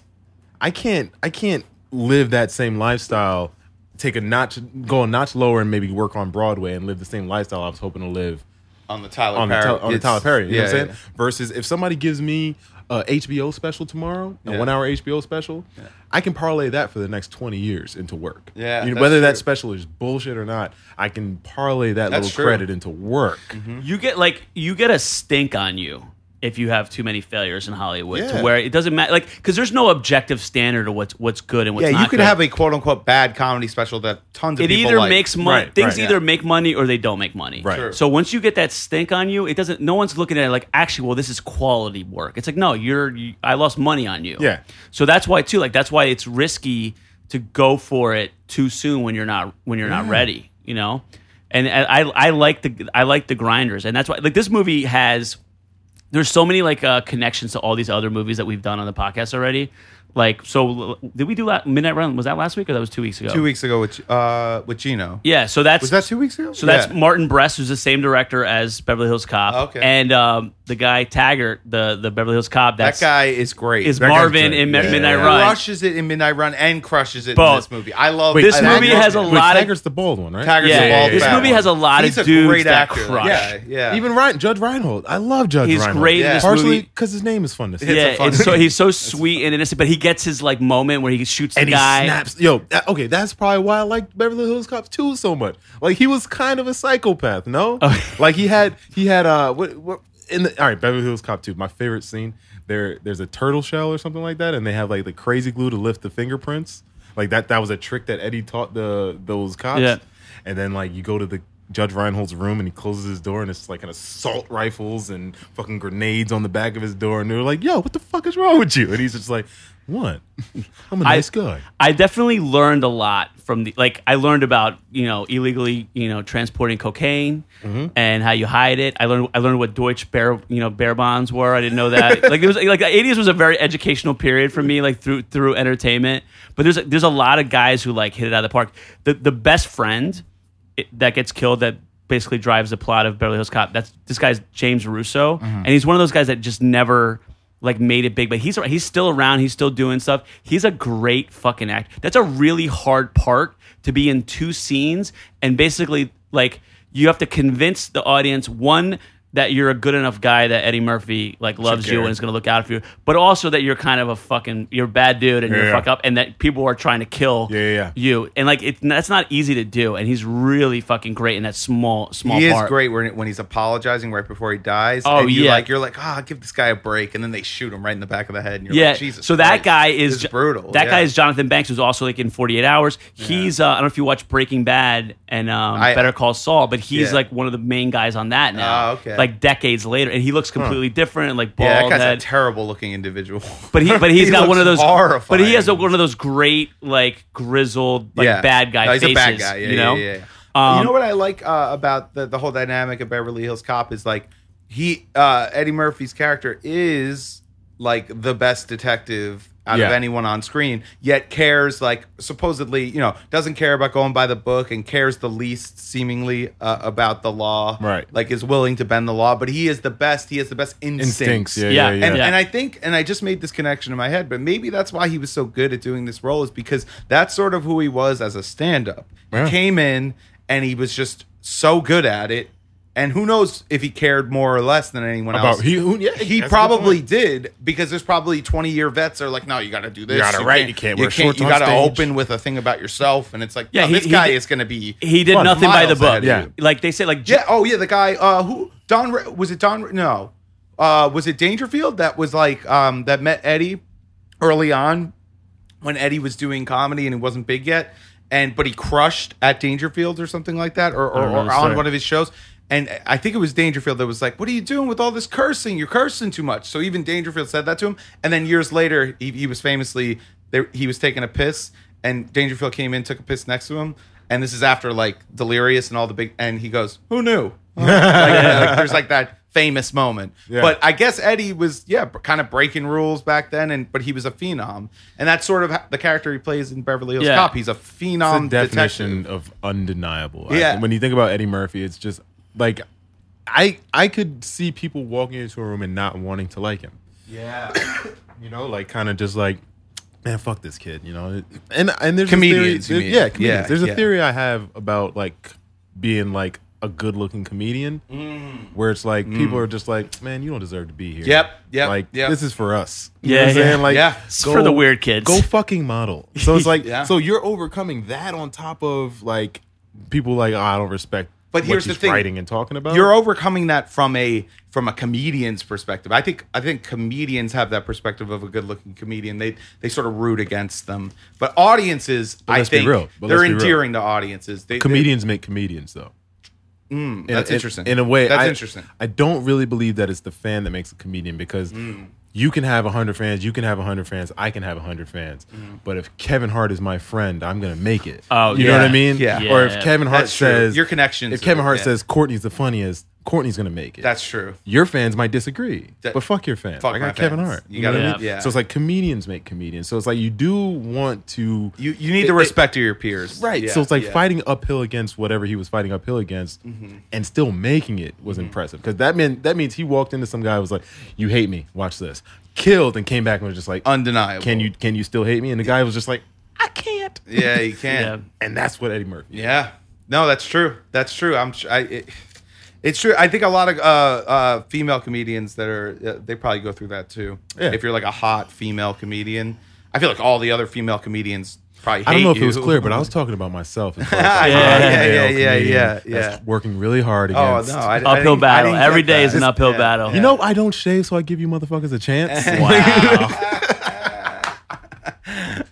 [SPEAKER 9] I can't I can't live that same lifestyle. Take a notch, go a notch lower, and maybe work on Broadway and live the same lifestyle I was hoping to live
[SPEAKER 8] On the Tyler
[SPEAKER 9] on the,
[SPEAKER 8] Perry,
[SPEAKER 9] Tyler- on the
[SPEAKER 8] it's-
[SPEAKER 9] Tyler Perry. You know what I'm
[SPEAKER 8] yeah,
[SPEAKER 9] saying? Versus if somebody gives me a HBO special tomorrow, a
[SPEAKER 8] Yeah.
[SPEAKER 9] one hour HBO special, I can parlay that for the next 20 years into work.
[SPEAKER 8] Yeah,
[SPEAKER 9] You know,
[SPEAKER 8] that's
[SPEAKER 9] whether that
[SPEAKER 8] true.
[SPEAKER 9] special is bullshit or not, I can parlay that
[SPEAKER 8] That's
[SPEAKER 9] little
[SPEAKER 8] true. Mm-hmm.
[SPEAKER 9] credit into work.
[SPEAKER 7] you get like you get a stink on you if you have too many failures in Hollywood
[SPEAKER 9] Yeah.
[SPEAKER 7] to where it doesn't matter. Like because there's no objective standard of what's what's good and what's
[SPEAKER 8] yeah.
[SPEAKER 7] not
[SPEAKER 8] you could
[SPEAKER 7] good.
[SPEAKER 8] have a quote unquote bad comedy special that tons of
[SPEAKER 7] it
[SPEAKER 8] people
[SPEAKER 7] either
[SPEAKER 8] like.
[SPEAKER 7] makes money.
[SPEAKER 9] Right,
[SPEAKER 7] things
[SPEAKER 9] right.
[SPEAKER 7] either make money or they don't make money.
[SPEAKER 9] Right. True.
[SPEAKER 7] So once you get that stink on you, it doesn't. No one's looking at it like, actually, well, this is quality work. It's like, no, you're. You, I lost money on you.
[SPEAKER 9] Yeah.
[SPEAKER 7] So that's why too. Like that's why it's risky to go for it too soon when you're not when you're not ready. You know. And I I I like the I like the grinders, and that's why like this movie has there's so many like uh, connections to all these other movies that we've done on the podcast already. Like, so l- did we do la- Midnight Run? Was that last week or that was two weeks ago?
[SPEAKER 8] two weeks ago with uh with Gino.
[SPEAKER 7] Yeah, so that's
[SPEAKER 8] Was that two weeks ago?
[SPEAKER 7] so that's
[SPEAKER 8] Yeah.
[SPEAKER 7] Martin Brest, who's the same director as Beverly Hills Cop.
[SPEAKER 8] Okay.
[SPEAKER 7] and um, the guy Taggart, the the Beverly Hills Cop. That's
[SPEAKER 8] that guy is great.
[SPEAKER 7] is
[SPEAKER 8] That guy's
[SPEAKER 7] Marvin
[SPEAKER 8] great.
[SPEAKER 7] in Mi-
[SPEAKER 9] Yeah.
[SPEAKER 7] Midnight
[SPEAKER 9] He
[SPEAKER 7] Run.
[SPEAKER 8] Crushes it in Midnight Run and crushes it in
[SPEAKER 7] Both.
[SPEAKER 8] this movie. I love
[SPEAKER 7] This
[SPEAKER 8] I
[SPEAKER 7] movie
[SPEAKER 8] love
[SPEAKER 7] has a
[SPEAKER 8] him.
[SPEAKER 9] Wait,
[SPEAKER 7] lot of-
[SPEAKER 9] Taggart's the bald one, right?
[SPEAKER 8] Taggart's
[SPEAKER 7] Yeah,
[SPEAKER 8] the bald
[SPEAKER 7] yeah, yeah. This
[SPEAKER 8] fat
[SPEAKER 7] movie
[SPEAKER 8] one.
[SPEAKER 7] has a lot of
[SPEAKER 8] He's a
[SPEAKER 7] dudes
[SPEAKER 8] great
[SPEAKER 7] that
[SPEAKER 8] actor.
[SPEAKER 7] crush.
[SPEAKER 8] Yeah, yeah.
[SPEAKER 9] Even Ryan, Judge Reinhold. I love Judge
[SPEAKER 7] He's
[SPEAKER 9] Reinhold.
[SPEAKER 7] great in
[SPEAKER 8] Yeah. this
[SPEAKER 9] Partially
[SPEAKER 7] movie.
[SPEAKER 9] because his name is fun to say.
[SPEAKER 7] yeah,
[SPEAKER 8] a fun
[SPEAKER 7] it's so
[SPEAKER 8] movie.
[SPEAKER 7] he's so sweet and innocent, but he gets his like moment where he shoots the
[SPEAKER 9] and
[SPEAKER 7] guy.
[SPEAKER 9] he snaps. Yo, that- okay, that's probably why I liked Beverly Hills Cops 2 so much. Like he was kind of a psychopath, no?
[SPEAKER 7] Oh.
[SPEAKER 9] like he had he had uh what what in the all right, Beverly Hills Cop 2, my favorite scene. There there's a turtle shell or something like that, and they have like the crazy glue to lift the fingerprints. Like that that was a trick that Eddie taught the those cops.
[SPEAKER 7] Yeah.
[SPEAKER 9] And then like you go to the Judge Reinhold's room and he closes his door and it's like an assault rifles and fucking grenades on the back of his door and they're like, "Yo, what the fuck is wrong with you?" And he's just like, "What? I'm a
[SPEAKER 7] I-
[SPEAKER 9] nice guy."
[SPEAKER 7] I definitely learned a lot from the like I learned about you know illegally you know transporting cocaine and how you hide it. I learned I learned what Deutsche bear you know bear bonds were. I didn't know that. like it was like the eighties was a very educational period for me like through through entertainment. But there's there's a lot of guys who like hit it out of the park. The the best friend it, that gets killed that basically drives the plot of Beverly Hills Cop. That's this guy's James Russo,
[SPEAKER 9] Mm-hmm.
[SPEAKER 7] and he's one of those guys that just never like made it big. But he's he's still around. He's still doing stuff. He's a great fucking act. That's a really hard part to be in two scenes and basically like you have to convince the audience one that you're a good enough guy that Eddie Murphy like loves you and is going to look out for you, but also that you're kind of a fucking you're a bad dude and you're
[SPEAKER 9] Yeah.
[SPEAKER 7] a fuck up and that people are trying to kill
[SPEAKER 9] Yeah, yeah, yeah.
[SPEAKER 7] you and like it's that's not easy to do and he's really fucking great in that small small
[SPEAKER 8] He is
[SPEAKER 7] part.
[SPEAKER 8] great when, when he's apologizing right before he dies.
[SPEAKER 7] Oh,
[SPEAKER 8] and you
[SPEAKER 7] yeah.
[SPEAKER 8] like you're like, ah, give this guy a break, and then they shoot him right in the back of the head. And you're
[SPEAKER 7] yeah.
[SPEAKER 8] like, Jesus.
[SPEAKER 7] so that
[SPEAKER 8] Christ,
[SPEAKER 7] guy
[SPEAKER 8] this
[SPEAKER 7] is
[SPEAKER 8] brutal.
[SPEAKER 7] That
[SPEAKER 8] yeah.
[SPEAKER 7] guy is Jonathan Banks, who's also like in Forty Eight Hours. He's uh, I don't know if you watch Breaking Bad and um,
[SPEAKER 8] I-
[SPEAKER 7] Better Call Saul, but he's
[SPEAKER 8] Yeah.
[SPEAKER 7] like one of the main guys on that now.
[SPEAKER 8] Ah, okay.
[SPEAKER 7] Like like decades later, and he looks completely different, like bald
[SPEAKER 8] yeah, that guy's
[SPEAKER 7] head.
[SPEAKER 8] a terrible looking individual.
[SPEAKER 7] but he but
[SPEAKER 8] He
[SPEAKER 7] he's got one of
[SPEAKER 8] looks
[SPEAKER 7] those but
[SPEAKER 8] horrifying.
[SPEAKER 7] he has a, one of those great like grizzled like
[SPEAKER 8] Yeah.
[SPEAKER 7] bad guy
[SPEAKER 8] No, he's
[SPEAKER 7] faces.
[SPEAKER 8] a bad guy. Yeah,
[SPEAKER 7] you know.
[SPEAKER 8] yeah, yeah,
[SPEAKER 7] Um,
[SPEAKER 8] you know what I like uh, about the, the whole dynamic of Beverly Hills Cop is like he uh, Eddie Murphy's character is like the best detective out
[SPEAKER 9] Yeah.
[SPEAKER 8] of anyone on screen, yet cares like supposedly you know doesn't care about going by the book and cares the least seemingly uh, about the law.
[SPEAKER 9] Right.
[SPEAKER 8] like is willing to bend the law, but he is the best. He has the best instincts.
[SPEAKER 9] Instincts. Yeah, yeah,
[SPEAKER 7] Yeah,
[SPEAKER 9] yeah.
[SPEAKER 8] And,
[SPEAKER 7] Yeah.
[SPEAKER 8] and I think, and I just made this connection in my head, but maybe that's why he was so good at doing this role is because that's sort of who he was as a stand up.
[SPEAKER 9] Yeah.
[SPEAKER 8] He came in and he was just so good at it. And who knows if he cared more or less than anyone
[SPEAKER 9] About-
[SPEAKER 8] else.
[SPEAKER 9] he- who- yeah, that's a
[SPEAKER 8] he
[SPEAKER 9] good
[SPEAKER 8] probably did because there's probably 20 year vets that are like, no, you got to do this.
[SPEAKER 9] You gotta write, you can't wear shorts
[SPEAKER 8] You
[SPEAKER 9] on
[SPEAKER 8] got to
[SPEAKER 9] stage."
[SPEAKER 8] open with a thing about yourself. And it's like,
[SPEAKER 7] Yeah,
[SPEAKER 8] no,
[SPEAKER 7] he-
[SPEAKER 8] this
[SPEAKER 7] he
[SPEAKER 8] guy
[SPEAKER 7] did-
[SPEAKER 8] is going to be.
[SPEAKER 7] he did
[SPEAKER 8] fun,
[SPEAKER 7] nothing by the
[SPEAKER 8] miles
[SPEAKER 7] book.
[SPEAKER 8] ahead of
[SPEAKER 9] Yeah.
[SPEAKER 8] you.
[SPEAKER 7] Like they said, like
[SPEAKER 8] Yeah. Oh, yeah. The guy uh, who Don Ra- was it Don? Ra- No, uh, was it Dangerfield that was like um, that met Eddie early on when Eddie was doing comedy and it wasn't big yet, and but he crushed at Dangerfield or something like that, or or,
[SPEAKER 7] don't know
[SPEAKER 8] or
[SPEAKER 7] the
[SPEAKER 8] on
[SPEAKER 7] story.
[SPEAKER 8] one of his shows. And I think it was Dangerfield that was like, "What are you doing with all this cursing? You're cursing too much." So even Dangerfield said that to him. And then years later, he, he was famously there. He was taking a piss, and Dangerfield came in, took a piss next to him. And this is after like Delirious and all the big. And he goes, "Who knew?" like, like, there's like that famous moment.
[SPEAKER 9] Yeah.
[SPEAKER 8] But I guess Eddie was yeah, b- kind of breaking rules back then, and but he was a phenom, and that's sort of ho- the character he plays in Beverly Hills
[SPEAKER 7] Yeah.
[SPEAKER 8] Cop. He's a
[SPEAKER 9] It's
[SPEAKER 8] phenom
[SPEAKER 9] the definition of
[SPEAKER 8] detective.
[SPEAKER 9] undeniable. I
[SPEAKER 8] Yeah.
[SPEAKER 9] think when you think about Eddie Murphy, it's just like I I could see people walking into a room and not wanting to like him. Yeah, you know, like kind of just like man, fuck this kid. You know, and and there's
[SPEAKER 8] Comedians,
[SPEAKER 9] A
[SPEAKER 8] you
[SPEAKER 9] theory,
[SPEAKER 8] mean.
[SPEAKER 9] there- yeah, comedians.
[SPEAKER 8] Yeah,
[SPEAKER 9] there's a
[SPEAKER 8] yeah.
[SPEAKER 9] theory I have about like being like a good-looking comedian, where it's like people are just like, man, you don't deserve to be here.
[SPEAKER 8] Mm. Yep, yep,
[SPEAKER 9] Like
[SPEAKER 8] yep.
[SPEAKER 9] this is for us.
[SPEAKER 7] Yeah,
[SPEAKER 9] what I'm
[SPEAKER 7] yeah.
[SPEAKER 9] saying? like
[SPEAKER 8] Yeah.
[SPEAKER 7] It's for the weird kids.
[SPEAKER 9] Go fucking model. So it's like,
[SPEAKER 8] Yeah.
[SPEAKER 9] so you're overcoming that on top of like people like "Oh, I don't respect.
[SPEAKER 8] But
[SPEAKER 9] what
[SPEAKER 8] here's the
[SPEAKER 9] she's
[SPEAKER 8] thing.
[SPEAKER 9] writing and talking about.
[SPEAKER 8] You're overcoming that from a from a comedian's perspective. I think I think comedians have that perspective of a good-looking comedian. They they sort of root against them, but audiences, I
[SPEAKER 9] let's be
[SPEAKER 8] think,
[SPEAKER 9] real. But
[SPEAKER 8] they're
[SPEAKER 9] let's be real.
[SPEAKER 8] endearing to audiences. They, they-
[SPEAKER 9] comedians make comedians though. In-
[SPEAKER 8] Mm, that's
[SPEAKER 9] in-
[SPEAKER 8] interesting.
[SPEAKER 9] In a way,
[SPEAKER 8] That's
[SPEAKER 9] I-
[SPEAKER 8] interesting.
[SPEAKER 9] I don't really believe that it's the fan that makes a comedian because
[SPEAKER 8] Mm.
[SPEAKER 9] you can have hundred fans, you can have hundred fans, I can have hundred fans.
[SPEAKER 8] Mm.
[SPEAKER 9] But if Kevin Hart is my friend, I'm gonna make it.
[SPEAKER 7] Oh,
[SPEAKER 9] you know
[SPEAKER 7] yeah.
[SPEAKER 9] what I mean?
[SPEAKER 8] Yeah.
[SPEAKER 9] Or if
[SPEAKER 7] Yeah.
[SPEAKER 9] Kevin Hart
[SPEAKER 8] That's true.
[SPEAKER 9] says
[SPEAKER 8] Your connections
[SPEAKER 9] if Kevin
[SPEAKER 8] are-
[SPEAKER 9] Hart
[SPEAKER 8] yeah.
[SPEAKER 9] says Courtney's the funniest, Courtney's gonna make it.
[SPEAKER 8] that's true.
[SPEAKER 9] your fans might disagree,
[SPEAKER 8] That-
[SPEAKER 9] but fuck your fans.
[SPEAKER 8] Fuck
[SPEAKER 9] I
[SPEAKER 8] my
[SPEAKER 9] got Kevin
[SPEAKER 8] fans.
[SPEAKER 9] Hart.
[SPEAKER 8] You gotta-
[SPEAKER 9] what I mean?
[SPEAKER 8] yeah.
[SPEAKER 9] So it's like comedians make comedians. So it's like you do want to
[SPEAKER 8] You you need
[SPEAKER 9] It-
[SPEAKER 8] to
[SPEAKER 9] it-
[SPEAKER 8] respect your peers,
[SPEAKER 9] right.
[SPEAKER 8] Yeah,
[SPEAKER 9] so it's like
[SPEAKER 8] yeah. Mm-hmm.
[SPEAKER 9] fighting uphill against whatever he was fighting uphill against, and still making it was impressive because that meant that means he walked into some guy who was like, "You hate me. Watch this." Killed and came back and was just like,
[SPEAKER 8] undeniable.
[SPEAKER 9] "Can you can you still hate me?" And the guy was just like, "I can't."
[SPEAKER 8] Yeah, you
[SPEAKER 7] yeah.
[SPEAKER 8] can.
[SPEAKER 9] And that's what Eddie Murphy.
[SPEAKER 8] Yeah. No, that's true. That's true. I'm. su- I, it, it's true. I think a lot of uh, uh, female comedians that are uh, they probably go through that too.
[SPEAKER 9] Yeah.
[SPEAKER 8] If you're like a hot female comedian, I feel like all the other female comedians probably. Hate
[SPEAKER 9] I don't know if
[SPEAKER 8] you.
[SPEAKER 9] it was clear, but I was talking about myself. As far as like,
[SPEAKER 8] Yeah,
[SPEAKER 7] yeah,
[SPEAKER 9] male
[SPEAKER 8] yeah, yeah,
[SPEAKER 9] comedian
[SPEAKER 8] yeah,
[SPEAKER 9] that's
[SPEAKER 8] yeah.
[SPEAKER 9] Working really hard
[SPEAKER 8] Oh
[SPEAKER 9] against.
[SPEAKER 8] no! I, I didn't- I
[SPEAKER 7] Uphill
[SPEAKER 8] didn't
[SPEAKER 7] battle.
[SPEAKER 8] get
[SPEAKER 7] Every day
[SPEAKER 8] that.
[SPEAKER 7] is an uphill
[SPEAKER 8] Yeah.
[SPEAKER 7] battle.
[SPEAKER 9] You know, I don't shave, so I give you motherfuckers a chance.
[SPEAKER 7] Wow.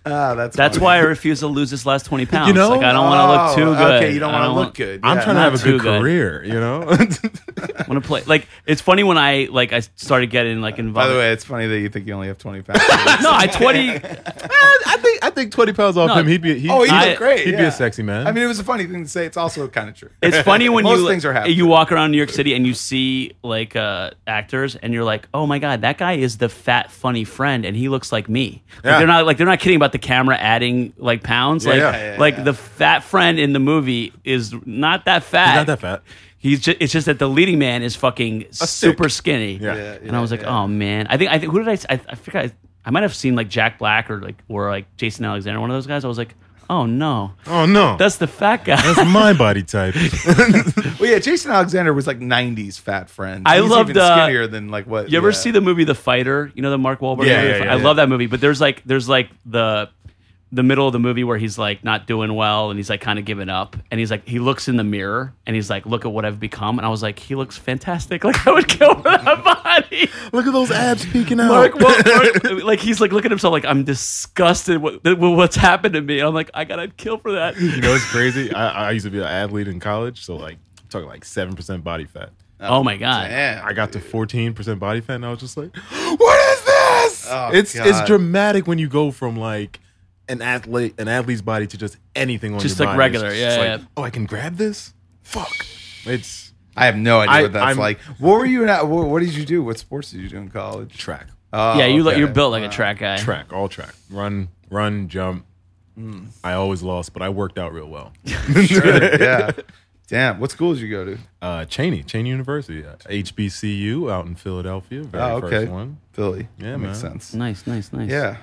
[SPEAKER 8] Ah, that's
[SPEAKER 7] That's
[SPEAKER 8] funny.
[SPEAKER 7] why I refuse to lose this last twenty pounds.
[SPEAKER 9] You know?
[SPEAKER 7] like I don't want to look too
[SPEAKER 8] Oh,
[SPEAKER 7] good.
[SPEAKER 8] Okay, you don't
[SPEAKER 7] I
[SPEAKER 8] want to look
[SPEAKER 7] want-
[SPEAKER 8] good.
[SPEAKER 9] I'm
[SPEAKER 8] Yeah.
[SPEAKER 9] trying to have a
[SPEAKER 7] too
[SPEAKER 9] good
[SPEAKER 7] good.
[SPEAKER 9] career, you know?
[SPEAKER 7] I want to play. Like it's funny when I like I started getting like
[SPEAKER 8] By
[SPEAKER 7] involved.
[SPEAKER 8] the way, it's funny that you think you only have 20 pounds.
[SPEAKER 7] no, I twenty.
[SPEAKER 9] I think I think 20 pounds off
[SPEAKER 7] No.
[SPEAKER 9] him, he'd be he'd,
[SPEAKER 8] oh, you
[SPEAKER 7] I-
[SPEAKER 8] look great.
[SPEAKER 9] he'd be
[SPEAKER 8] yeah.
[SPEAKER 9] a sexy man.
[SPEAKER 8] I mean, it was a funny thing to say. It's also kind of true.
[SPEAKER 7] It's funny when
[SPEAKER 8] Most
[SPEAKER 7] you
[SPEAKER 8] things are happening.
[SPEAKER 7] you walk around New York City and you see like uh, actors and you're like, oh my god, that guy is the fat funny friend and he looks like me. Like,
[SPEAKER 9] Yeah.
[SPEAKER 7] They're not like they're not kidding about the camera adding like pounds. like
[SPEAKER 9] yeah.
[SPEAKER 8] Yeah, yeah,
[SPEAKER 7] like
[SPEAKER 8] yeah.
[SPEAKER 7] the fat friend in the movie is not that fat.
[SPEAKER 9] He's not that fat.
[SPEAKER 7] He's just, it's just that the leading man is fucking super skinny.
[SPEAKER 9] Yeah.
[SPEAKER 8] Yeah,
[SPEAKER 7] and I was like, oh man, I think I think who did I s- I, I forgot. I, I might have seen like Jack Black or like or like Jason Alexander, one of those guys. I was like, oh no,
[SPEAKER 9] Oh no. That's
[SPEAKER 7] that's the fat guy.
[SPEAKER 9] my body type.
[SPEAKER 8] Well, yeah, Jason Alexander was like '90s fat friend.
[SPEAKER 7] I
[SPEAKER 8] He's
[SPEAKER 7] loved,
[SPEAKER 8] even
[SPEAKER 7] uh,
[SPEAKER 8] skinnier than like what
[SPEAKER 7] You ever
[SPEAKER 8] yeah.
[SPEAKER 7] see the movie The Fighter? You know the Mark Wahlberg
[SPEAKER 9] Yeah,
[SPEAKER 7] movie.
[SPEAKER 9] yeah, yeah,
[SPEAKER 7] I
[SPEAKER 9] yeah.
[SPEAKER 7] love that movie. But there's like there's like the the middle of the movie where he's like not doing well and he's like kind of giving up and he's like he looks in the mirror and he's like look at what I've become and I was like he looks fantastic like I would kill for that body.
[SPEAKER 9] Look at those abs peeking out.
[SPEAKER 7] Mark Wahlberg, like he's like looking at himself like I'm disgusted with, with what's happened to me. I'm like I gotta kill for that.
[SPEAKER 9] you know it's crazy. I, I used to be an athlete in college, so like I'm talking like seven percent body fat.
[SPEAKER 7] Oh, my god.
[SPEAKER 9] I
[SPEAKER 8] Damn.
[SPEAKER 9] got to 14% body fat and I was just like, what is this?
[SPEAKER 8] Oh,
[SPEAKER 9] it's it's
[SPEAKER 8] God.
[SPEAKER 9] dramatic when you go from like an athlete an athlete's body to just anything on
[SPEAKER 7] Just,
[SPEAKER 9] your
[SPEAKER 7] like,
[SPEAKER 9] body. It's
[SPEAKER 7] regular,
[SPEAKER 9] just
[SPEAKER 7] yeah,
[SPEAKER 9] like,
[SPEAKER 7] yeah.
[SPEAKER 9] Oh, I can grab this? Fuck. It's
[SPEAKER 8] I have no idea
[SPEAKER 9] I-
[SPEAKER 8] what that's
[SPEAKER 9] I'm-
[SPEAKER 8] like. What were you? At, what, what did you do? What sports did you do in college?
[SPEAKER 9] track.
[SPEAKER 8] Oh,
[SPEAKER 7] yeah, you look
[SPEAKER 8] okay.
[SPEAKER 7] you're built like a track guy.
[SPEAKER 9] Track, all track. Run, run, jump.
[SPEAKER 7] Mm.
[SPEAKER 9] I always lost, but I worked out real well.
[SPEAKER 8] Sure, yeah. Damn. What school did you go to?
[SPEAKER 9] Uh, Cheney, Cheney University, uh, HBCU out in Philadelphia. Very
[SPEAKER 8] Oh, okay.
[SPEAKER 9] first one.
[SPEAKER 8] Philly.
[SPEAKER 9] Yeah,
[SPEAKER 8] that makes
[SPEAKER 9] man.
[SPEAKER 8] sense.
[SPEAKER 7] Nice, nice, nice.
[SPEAKER 8] Yeah.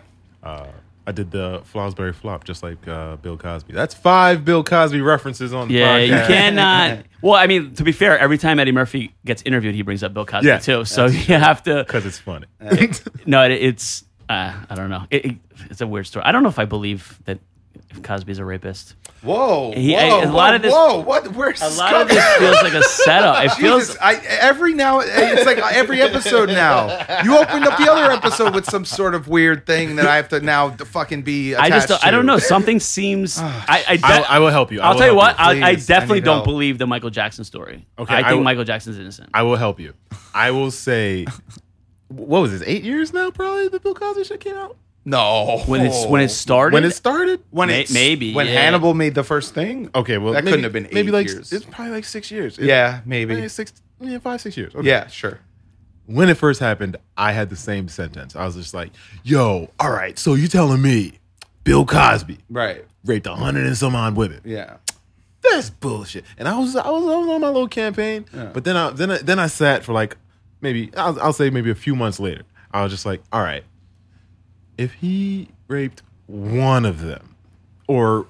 [SPEAKER 9] I did the Flosberry flop just like uh, Bill Cosby. That's five Bill Cosby references on the
[SPEAKER 7] Yeah,
[SPEAKER 9] podcast.
[SPEAKER 7] you cannot. Well, I mean, to be fair, every time Eddie Murphy gets interviewed, he brings up Bill Cosby
[SPEAKER 9] Yeah,
[SPEAKER 7] too. So you have to.
[SPEAKER 9] because it's funny.
[SPEAKER 7] No, it, it's uh, I don't know. It, it- it's a weird story. I don't know if I believe that if Cosby's a rapist.
[SPEAKER 8] Whoa.
[SPEAKER 7] He-
[SPEAKER 8] whoa.
[SPEAKER 7] I- a
[SPEAKER 8] whoa,
[SPEAKER 7] lot of this-
[SPEAKER 8] Whoa. What? Where's
[SPEAKER 7] A lot of this feels like a setup. It feels
[SPEAKER 8] Jesus, I, every now it's like every episode now. You opened up the other episode with some sort of weird thing that I have to now d- fucking be.
[SPEAKER 7] I just
[SPEAKER 8] attached
[SPEAKER 7] don't, I don't
[SPEAKER 8] to.
[SPEAKER 7] know. Something seems. I I, de-
[SPEAKER 9] I, I will help you. I
[SPEAKER 7] I'll
[SPEAKER 9] will
[SPEAKER 7] tell you
[SPEAKER 9] help
[SPEAKER 7] what. I, I
[SPEAKER 8] Please, I
[SPEAKER 7] definitely
[SPEAKER 8] need
[SPEAKER 7] don't
[SPEAKER 8] help.
[SPEAKER 7] believe the Michael Jackson story.
[SPEAKER 9] Okay,
[SPEAKER 7] I
[SPEAKER 9] I
[SPEAKER 7] think
[SPEAKER 9] will-
[SPEAKER 7] Michael Jackson's innocent.
[SPEAKER 9] I will help you. I will say, what was this? Eight years now, probably the Bill Cosby shit came out.
[SPEAKER 8] No.
[SPEAKER 7] when it's when it started.
[SPEAKER 9] When it started,
[SPEAKER 8] when
[SPEAKER 7] May-
[SPEAKER 8] it's-
[SPEAKER 7] maybe,
[SPEAKER 8] when
[SPEAKER 7] yeah.
[SPEAKER 8] Hannibal made the first thing.
[SPEAKER 9] okay, well
[SPEAKER 8] That
[SPEAKER 9] maybe-
[SPEAKER 8] couldn't have been
[SPEAKER 9] maybe
[SPEAKER 8] eight
[SPEAKER 9] like
[SPEAKER 8] years.
[SPEAKER 9] it's probably like six years. It-
[SPEAKER 8] Yeah, maybe.
[SPEAKER 9] maybe six, yeah, five, six years. Okay.
[SPEAKER 8] Yeah, sure.
[SPEAKER 9] when it first happened, I had the same sentence. I was just like, "Yo, all right, so you telling me Bill Cosby
[SPEAKER 8] Right.
[SPEAKER 9] raped a hundred and some odd women?
[SPEAKER 8] Yeah.
[SPEAKER 9] that's bullshit. And I was I was, I was on my little campaign, but then I then I, then I sat for like maybe I'll, I'll say maybe a few months later. I was just like, all right, if he raped one of them, or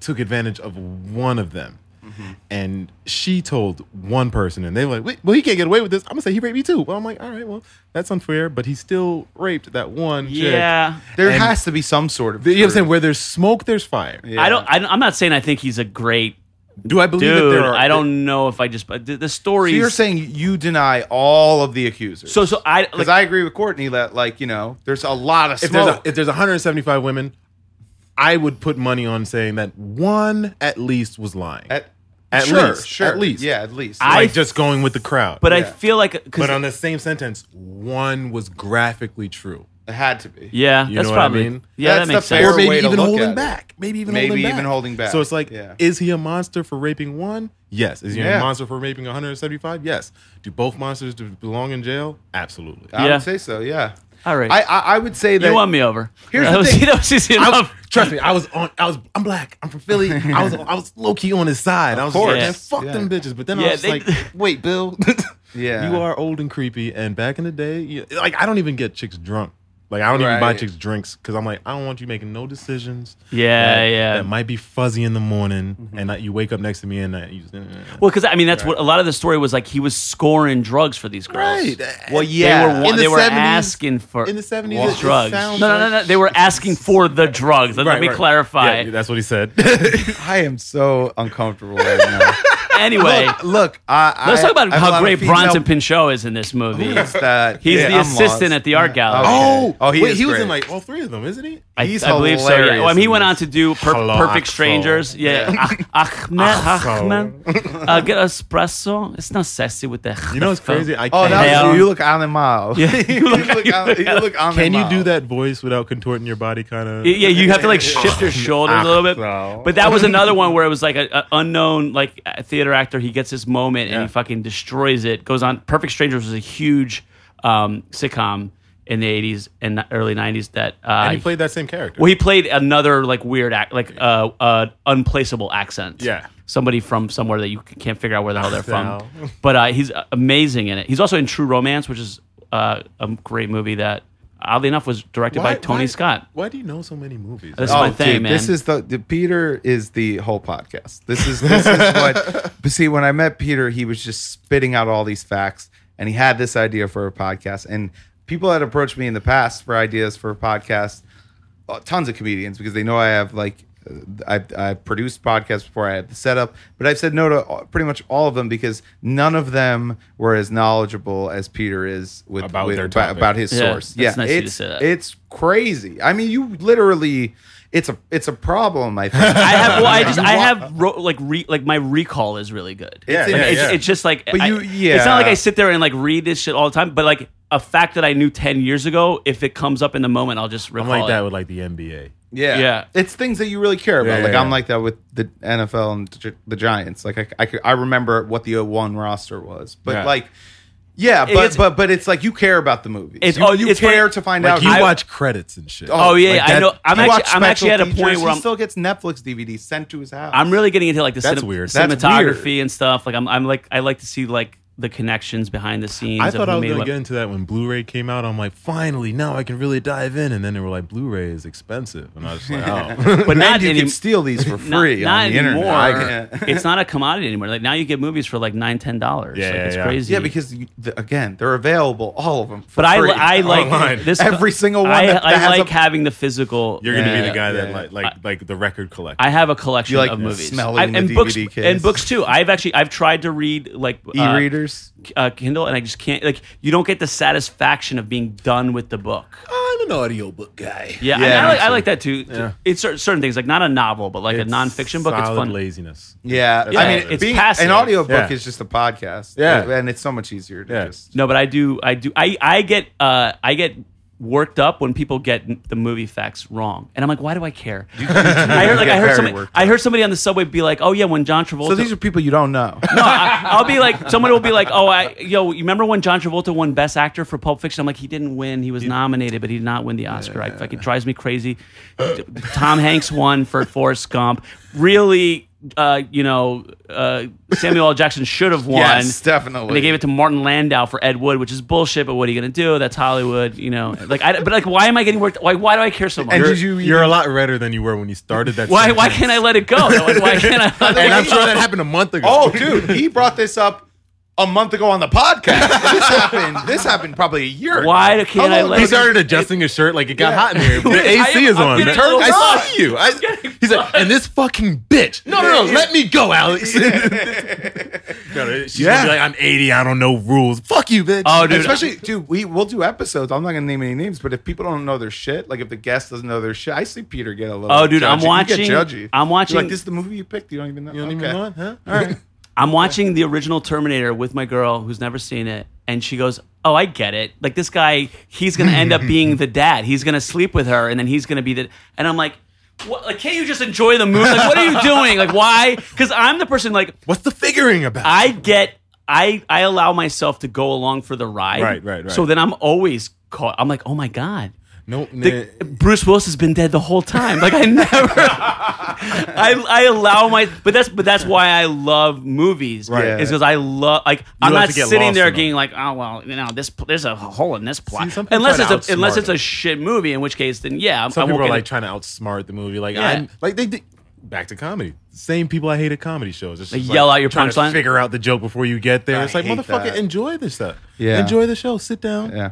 [SPEAKER 9] took advantage of one of them.
[SPEAKER 7] Mm-hmm.
[SPEAKER 9] And she told one person, and they were like, Wait, "Well, he can't get away with this." I'm gonna say he raped me too. Well, I'm like, "All right, well, that's unfair," but he still raped that one. chick.
[SPEAKER 7] yeah.
[SPEAKER 8] There
[SPEAKER 9] And-
[SPEAKER 8] has to be some sort of.
[SPEAKER 9] you know what I'm saying?
[SPEAKER 8] truth.
[SPEAKER 9] Where there's smoke, there's fire.
[SPEAKER 7] I don't. I don't I'm not saying I think he's a great
[SPEAKER 9] Do I believe that
[SPEAKER 7] dude.
[SPEAKER 9] there are?
[SPEAKER 7] I don't know if I just but the, the story.
[SPEAKER 8] So you're saying you deny all of the accusers.
[SPEAKER 7] so so I
[SPEAKER 8] because
[SPEAKER 7] like
[SPEAKER 8] I agree with Courtney that like you know there's a lot of
[SPEAKER 9] if there's a,
[SPEAKER 8] smoke.
[SPEAKER 9] if there's 175 women, I would put money on saying that one at least was lying.
[SPEAKER 8] at,
[SPEAKER 9] At
[SPEAKER 8] sure,
[SPEAKER 9] least,
[SPEAKER 8] sure.
[SPEAKER 9] at least.
[SPEAKER 8] yeah, at least.
[SPEAKER 7] I-
[SPEAKER 9] like just going with the crowd.
[SPEAKER 7] but I
[SPEAKER 8] yeah.
[SPEAKER 7] feel like because
[SPEAKER 9] but on the same sentence, one was graphically true.
[SPEAKER 8] it had to be.
[SPEAKER 7] yeah,
[SPEAKER 9] You
[SPEAKER 7] that's
[SPEAKER 9] know what I
[SPEAKER 7] probably
[SPEAKER 9] mean?
[SPEAKER 7] yeah
[SPEAKER 8] That's
[SPEAKER 7] that makes
[SPEAKER 8] the
[SPEAKER 7] sense.
[SPEAKER 8] fair way to look at it.
[SPEAKER 9] Maybe even
[SPEAKER 8] Maybe
[SPEAKER 9] holding back.
[SPEAKER 8] even holding back.
[SPEAKER 9] So it's like,
[SPEAKER 8] Yeah.
[SPEAKER 9] is he a monster for raping one? Yes. Is he
[SPEAKER 8] Yeah.
[SPEAKER 9] a monster for raping 175? Yes. Do both monsters do- belong in jail? Absolutely.
[SPEAKER 8] I
[SPEAKER 7] Yeah.
[SPEAKER 8] would say so. Yeah.
[SPEAKER 7] All right.
[SPEAKER 8] I I, I would say that
[SPEAKER 7] you won me over.
[SPEAKER 8] Here's
[SPEAKER 7] that
[SPEAKER 8] the
[SPEAKER 7] was,
[SPEAKER 8] thing.
[SPEAKER 7] that was easy
[SPEAKER 9] I was,
[SPEAKER 7] enough.
[SPEAKER 9] trust me, I was on. I was. I'm black. I'm from Philly. I was. I was low key on his side. I was
[SPEAKER 8] course.
[SPEAKER 9] like, man, fuck
[SPEAKER 8] Yeah.
[SPEAKER 9] them bitches. But then
[SPEAKER 7] Yeah,
[SPEAKER 9] I was
[SPEAKER 7] they-
[SPEAKER 9] like, wait, Bill,
[SPEAKER 8] Yeah.
[SPEAKER 9] you are old and creepy. And back in the day, you, like I don't even get chicks drunk. Like I don't even buy
[SPEAKER 8] Right.
[SPEAKER 9] chicks drinks because I'm like, I don't want you making no decisions.
[SPEAKER 7] Yeah,
[SPEAKER 9] that,
[SPEAKER 7] yeah.
[SPEAKER 9] That might be fuzzy in the morning, and that you wake up next to me and that you. eh.
[SPEAKER 7] Well, because I mean, that's what a lot of the story was like. He was scoring drugs for these girls.
[SPEAKER 9] Right.
[SPEAKER 7] Well,
[SPEAKER 9] In
[SPEAKER 7] yeah. They were, wa-
[SPEAKER 9] the
[SPEAKER 7] they were
[SPEAKER 9] 70s
[SPEAKER 7] asking for
[SPEAKER 9] in the 70s, it- it
[SPEAKER 7] drugs. No,
[SPEAKER 9] sounds
[SPEAKER 7] no, no, no.
[SPEAKER 9] like-
[SPEAKER 7] They were asking for the drugs. Let, let
[SPEAKER 9] Right,
[SPEAKER 7] me
[SPEAKER 9] right.
[SPEAKER 7] clarify.
[SPEAKER 9] Yeah, that's what he said.
[SPEAKER 8] I am so uncomfortable right now.
[SPEAKER 7] Anyway,
[SPEAKER 8] look, look, I,
[SPEAKER 7] let's
[SPEAKER 8] I-
[SPEAKER 7] talk about
[SPEAKER 8] I have a lot
[SPEAKER 7] how
[SPEAKER 8] of
[SPEAKER 7] great
[SPEAKER 8] female-
[SPEAKER 7] Bronson Pinchot is in this movie.
[SPEAKER 8] Who is that?
[SPEAKER 7] He's
[SPEAKER 8] Yeah,
[SPEAKER 7] the
[SPEAKER 8] I'm
[SPEAKER 7] assistant
[SPEAKER 8] lost.
[SPEAKER 7] at the art gallery.
[SPEAKER 8] Okay. oh, he
[SPEAKER 9] wait,
[SPEAKER 8] is
[SPEAKER 9] he was
[SPEAKER 8] great.
[SPEAKER 9] in like all three of them, isn't he?
[SPEAKER 7] I,
[SPEAKER 8] He's
[SPEAKER 7] I believe so. Yeah.
[SPEAKER 8] hilarious
[SPEAKER 7] Well, I mean, he
[SPEAKER 8] in
[SPEAKER 7] went
[SPEAKER 8] this.
[SPEAKER 7] on to do per-
[SPEAKER 9] Hello,
[SPEAKER 7] Perfect
[SPEAKER 9] Axel.
[SPEAKER 7] Strangers. Yeah, Ach- Ahmed, Ahmed, uh, get espresso. It's not sassy with the.
[SPEAKER 9] You know what's crazy? I
[SPEAKER 8] Oh,
[SPEAKER 9] can't-
[SPEAKER 8] that
[SPEAKER 7] Hell.
[SPEAKER 8] was, you look animal.
[SPEAKER 7] Yeah.
[SPEAKER 8] you look, you look animal.
[SPEAKER 9] Can you do that voice without contorting your body? Kind of.
[SPEAKER 7] Yeah, you have to like shift your shoulders a little bit.
[SPEAKER 9] Axel.
[SPEAKER 7] But that was another one where it was like an unknown like uh, theater actor. He gets this moment and he fucking destroys it. Goes on. Perfect Strangers was a huge um, sitcom in the '80s and early '90s. That uh,
[SPEAKER 9] And he played that same character.
[SPEAKER 7] Well, he played another like weird act, like uh, uh, unplaceable accent.
[SPEAKER 9] Yeah.
[SPEAKER 7] somebody from somewhere that you c- can't figure out where the hell they're from.
[SPEAKER 9] No.
[SPEAKER 7] But uh, he's uh, amazing in it. He's also in True Romance, which is uh, a great movie that, oddly enough, was directed by Tony Scott.
[SPEAKER 9] Why do you know so many movies?
[SPEAKER 7] That's my thing, man.
[SPEAKER 8] Oh, This is the, the Peter is the whole podcast. This is this is what. But see, when I met Peter, he was just spitting out all these facts, and he had this idea for a podcast. And people had approached me in the past for ideas for a podcast. uh, Tons of comedians because they know I have like uh, I I produced podcasts before I had the setup, but I've said no to all- pretty much all of them because none of them were as knowledgeable as Peter is with
[SPEAKER 9] About
[SPEAKER 8] with-
[SPEAKER 9] their
[SPEAKER 8] about,
[SPEAKER 9] topic.
[SPEAKER 8] about his
[SPEAKER 7] Yeah,
[SPEAKER 8] source.
[SPEAKER 7] that's nice of you to
[SPEAKER 8] it's
[SPEAKER 7] say that.
[SPEAKER 8] it's crazy. I mean, you literally, it's a it's a problem. I think.
[SPEAKER 7] I have. Well, I just.
[SPEAKER 8] You
[SPEAKER 7] I
[SPEAKER 8] wa-
[SPEAKER 7] have ro- like re, like my recall is really good.
[SPEAKER 8] Yeah,
[SPEAKER 7] It's,
[SPEAKER 8] yeah,
[SPEAKER 7] it's,
[SPEAKER 9] yeah.
[SPEAKER 7] it's just like.
[SPEAKER 8] But
[SPEAKER 7] I-
[SPEAKER 8] you-
[SPEAKER 7] It's
[SPEAKER 8] yeah.
[SPEAKER 7] not like I sit there and like read this shit all the time, but like a fact that I knew ten years ago, if it comes up in the moment, I'll just
[SPEAKER 9] I'm
[SPEAKER 7] recall
[SPEAKER 9] like that
[SPEAKER 7] it.
[SPEAKER 9] with like the NBA.
[SPEAKER 8] Yeah.
[SPEAKER 7] Yeah.
[SPEAKER 8] It's things that you really care about.
[SPEAKER 9] Yeah,
[SPEAKER 8] like
[SPEAKER 9] yeah,
[SPEAKER 8] I'm
[SPEAKER 9] yeah.
[SPEAKER 8] like that with the NFL and the Gi- the Giants. Like I, I, could- I remember what the 01 roster was, but
[SPEAKER 9] Yeah.
[SPEAKER 8] like, yeah, but,
[SPEAKER 7] gets-
[SPEAKER 8] but, but it's like you care about the movies.
[SPEAKER 7] It's-
[SPEAKER 8] you,
[SPEAKER 7] oh,
[SPEAKER 8] you
[SPEAKER 7] it's
[SPEAKER 8] care
[SPEAKER 7] funny-
[SPEAKER 8] to find
[SPEAKER 9] Like
[SPEAKER 8] out.
[SPEAKER 9] you
[SPEAKER 8] who-
[SPEAKER 9] watch credits and shit.
[SPEAKER 7] Oh, yeah, I know. I'm
[SPEAKER 8] he
[SPEAKER 7] actually-
[SPEAKER 8] watched
[SPEAKER 7] I'm actually
[SPEAKER 8] special
[SPEAKER 7] at a point where
[SPEAKER 8] he
[SPEAKER 7] I'm-
[SPEAKER 8] still gets Netflix DVDs sent to his house.
[SPEAKER 7] I'm really getting into like the
[SPEAKER 9] That's
[SPEAKER 7] cinem-
[SPEAKER 9] weird.
[SPEAKER 8] That's
[SPEAKER 7] cinematography
[SPEAKER 8] weird.
[SPEAKER 7] and stuff. Like I'm, I'm like I like to see like the connections behind the scenes.
[SPEAKER 9] I
[SPEAKER 7] of
[SPEAKER 9] thought
[SPEAKER 7] who
[SPEAKER 9] I was
[SPEAKER 7] made
[SPEAKER 9] gonna
[SPEAKER 7] what.
[SPEAKER 9] get into that when Blu-ray came out. I'm like, finally, now I can really dive in. And then they were like, Blu-ray is expensive, and I was just like, oh.
[SPEAKER 7] but
[SPEAKER 8] and
[SPEAKER 7] not
[SPEAKER 8] you
[SPEAKER 7] any-
[SPEAKER 8] can steal these for
[SPEAKER 7] not-
[SPEAKER 8] free
[SPEAKER 7] not
[SPEAKER 8] on the internet.
[SPEAKER 7] anymore.
[SPEAKER 8] I can-
[SPEAKER 7] it's not a commodity anymore. Like now you get movies for like nine, ten dollars.
[SPEAKER 9] Yeah,
[SPEAKER 7] like,
[SPEAKER 9] yeah,
[SPEAKER 7] it's
[SPEAKER 9] yeah.
[SPEAKER 7] crazy.
[SPEAKER 8] yeah, because you, the, again, they're available, all of them. For
[SPEAKER 7] but I,
[SPEAKER 8] free.
[SPEAKER 7] li- I like
[SPEAKER 9] Online.
[SPEAKER 7] this
[SPEAKER 8] Every single one
[SPEAKER 7] I,
[SPEAKER 8] that-
[SPEAKER 7] I
[SPEAKER 8] that has
[SPEAKER 7] like
[SPEAKER 8] a-
[SPEAKER 7] having the physical.
[SPEAKER 9] You're gonna be
[SPEAKER 8] Yeah,
[SPEAKER 9] the guy
[SPEAKER 8] yeah.
[SPEAKER 9] that like, like like the record collector.
[SPEAKER 7] I have a collection
[SPEAKER 8] You like
[SPEAKER 7] of movies,
[SPEAKER 8] smelling
[SPEAKER 7] I-
[SPEAKER 8] the
[SPEAKER 7] and books
[SPEAKER 8] DVD case.
[SPEAKER 7] and books too. I've actually I've tried to read like uh,
[SPEAKER 8] e-readers.
[SPEAKER 7] uh, Kindle, and I just can't. Like you don't get the satisfaction of being done with the book.
[SPEAKER 9] I'm an audiobook guy.
[SPEAKER 7] Yeah, I,
[SPEAKER 8] Yeah,
[SPEAKER 7] mean, I
[SPEAKER 8] me
[SPEAKER 7] like, I
[SPEAKER 8] too.
[SPEAKER 7] like that too. It's cer- certain things like not a novel, but like a nonfiction book. It's
[SPEAKER 9] solid
[SPEAKER 7] fun.
[SPEAKER 9] laziness.
[SPEAKER 8] Yeah,
[SPEAKER 7] Yeah,
[SPEAKER 8] I mean,
[SPEAKER 7] it's
[SPEAKER 8] being,
[SPEAKER 7] passive.
[SPEAKER 8] an audiobook
[SPEAKER 9] Yeah.
[SPEAKER 8] is just a podcast.
[SPEAKER 9] Yeah.
[SPEAKER 8] and it's so much easier to
[SPEAKER 9] Yeah.
[SPEAKER 8] just.
[SPEAKER 7] No, but I do. I do. I I get uh I get worked up when people get n- the movie facts wrong, and I'm like, why do I care? I heard like
[SPEAKER 8] get
[SPEAKER 7] I heard
[SPEAKER 8] very
[SPEAKER 7] somebody
[SPEAKER 8] worked
[SPEAKER 7] I heard somebody on the subway be like, oh yeah, when John Travolta.
[SPEAKER 8] So these are people you don't know.
[SPEAKER 7] no, I, I'll be like, someone will be like, "Oh, I, yo, you remember when John Travolta won Best Actor for Pulp Fiction?" I'm like, he didn't win. He was nominated, but he did not win the Oscar. I, like, it drives me crazy. Tom Hanks won for Forrest Gump. Really, uh, you know, uh, Samuel L. Jackson should have won.
[SPEAKER 8] Yes, definitely.
[SPEAKER 7] And they gave it to Martin Landau for Ed Wood, which is bullshit. But what are you gonna do? That's Hollywood, you know. Like, I, but like, why am I getting worked? Why, why do I care so much?
[SPEAKER 8] And
[SPEAKER 9] You're,
[SPEAKER 8] did you
[SPEAKER 9] you're a
[SPEAKER 8] even-
[SPEAKER 9] lot redder than you were when you started that.
[SPEAKER 7] why, why
[SPEAKER 9] sentence.
[SPEAKER 7] can't I let it go? Like, why can't I? Let it
[SPEAKER 9] And
[SPEAKER 7] go?
[SPEAKER 9] I'm sure that happened a month ago.
[SPEAKER 8] Oh, dude, he brought this up a month ago on the podcast. This happened. This happened probably a year.
[SPEAKER 7] Why
[SPEAKER 8] ago.
[SPEAKER 7] can't
[SPEAKER 8] How
[SPEAKER 7] I
[SPEAKER 8] long
[SPEAKER 7] let
[SPEAKER 9] he
[SPEAKER 8] does
[SPEAKER 9] started adjusting his shirt like it got hot in here. The
[SPEAKER 7] I
[SPEAKER 9] AC
[SPEAKER 7] am-
[SPEAKER 9] is
[SPEAKER 7] I'm
[SPEAKER 9] on.
[SPEAKER 7] getting
[SPEAKER 9] Turn-
[SPEAKER 7] a little
[SPEAKER 9] I
[SPEAKER 7] hot.
[SPEAKER 9] see you. I, he's like, and this fucking bitch. No, no, no. Let me go, Alex. No, She's gonna
[SPEAKER 8] Yeah.
[SPEAKER 9] be like, I'm 80. I don't know rules. Fuck you, bitch.
[SPEAKER 7] Oh, dude.
[SPEAKER 8] Especially, dude, we will do episodes. I'm not gonna name any names, but if people don't know their shit, like if the guest doesn't know their shit, I see Peter get a little.
[SPEAKER 7] Oh, dude, I'm
[SPEAKER 8] judgy. You get
[SPEAKER 7] watching-
[SPEAKER 8] judgy.
[SPEAKER 7] I'm
[SPEAKER 8] You're
[SPEAKER 7] watching-
[SPEAKER 8] like this is the movie you picked. You don't even know.
[SPEAKER 9] You don't even want, huh?
[SPEAKER 7] I'm watching the original Terminator with my girl who's never seen it, and she goes, "Oh, I get it. Like this guy, he's gonna end up being the dad. He's gonna sleep with her, and then he's gonna be the." And I'm like, "What? Like, can't you just enjoy the movie? Like, what are you doing? Like, why? Because I'm the person. Like,
[SPEAKER 9] What's the figuring about?
[SPEAKER 7] I get, I I allow myself to go along for the ride.
[SPEAKER 9] Right, right, right.
[SPEAKER 7] So then I'm always caught. I'm like, oh my god.
[SPEAKER 9] no,
[SPEAKER 7] The,
[SPEAKER 9] nah.
[SPEAKER 7] Bruce Willis has been dead the whole time. Like I never, I, I allow my, but that's but that's why I love movies.
[SPEAKER 8] Right.
[SPEAKER 7] Is because I love like I'm
[SPEAKER 9] love
[SPEAKER 7] not
[SPEAKER 9] to get
[SPEAKER 7] sitting
[SPEAKER 9] lost
[SPEAKER 7] there
[SPEAKER 9] in them.
[SPEAKER 7] being like, oh well, you know this there's a hole in this plot.
[SPEAKER 9] some people
[SPEAKER 7] unless
[SPEAKER 9] try
[SPEAKER 7] it's a
[SPEAKER 9] to
[SPEAKER 7] unless
[SPEAKER 9] outsmart
[SPEAKER 7] it's a
[SPEAKER 9] them.
[SPEAKER 7] shit movie, in which case then yeah, I'm, I
[SPEAKER 9] Some
[SPEAKER 7] won't
[SPEAKER 9] people are
[SPEAKER 7] get
[SPEAKER 9] like
[SPEAKER 7] it.
[SPEAKER 9] trying to outsmart the movie. Like
[SPEAKER 7] Yeah.
[SPEAKER 9] I'm like they did. Back to comedy. Same people I hate at comedy shows. It's
[SPEAKER 7] They
[SPEAKER 9] just,
[SPEAKER 7] yell
[SPEAKER 9] like,
[SPEAKER 7] out your
[SPEAKER 9] trying to
[SPEAKER 7] punchline?
[SPEAKER 9] Figure out the joke before you get there.
[SPEAKER 8] I
[SPEAKER 9] it's like
[SPEAKER 8] hate
[SPEAKER 9] motherfucker,
[SPEAKER 8] that.
[SPEAKER 9] enjoy this stuff.
[SPEAKER 8] Yeah.
[SPEAKER 9] enjoy the show. Sit down.
[SPEAKER 8] Yeah.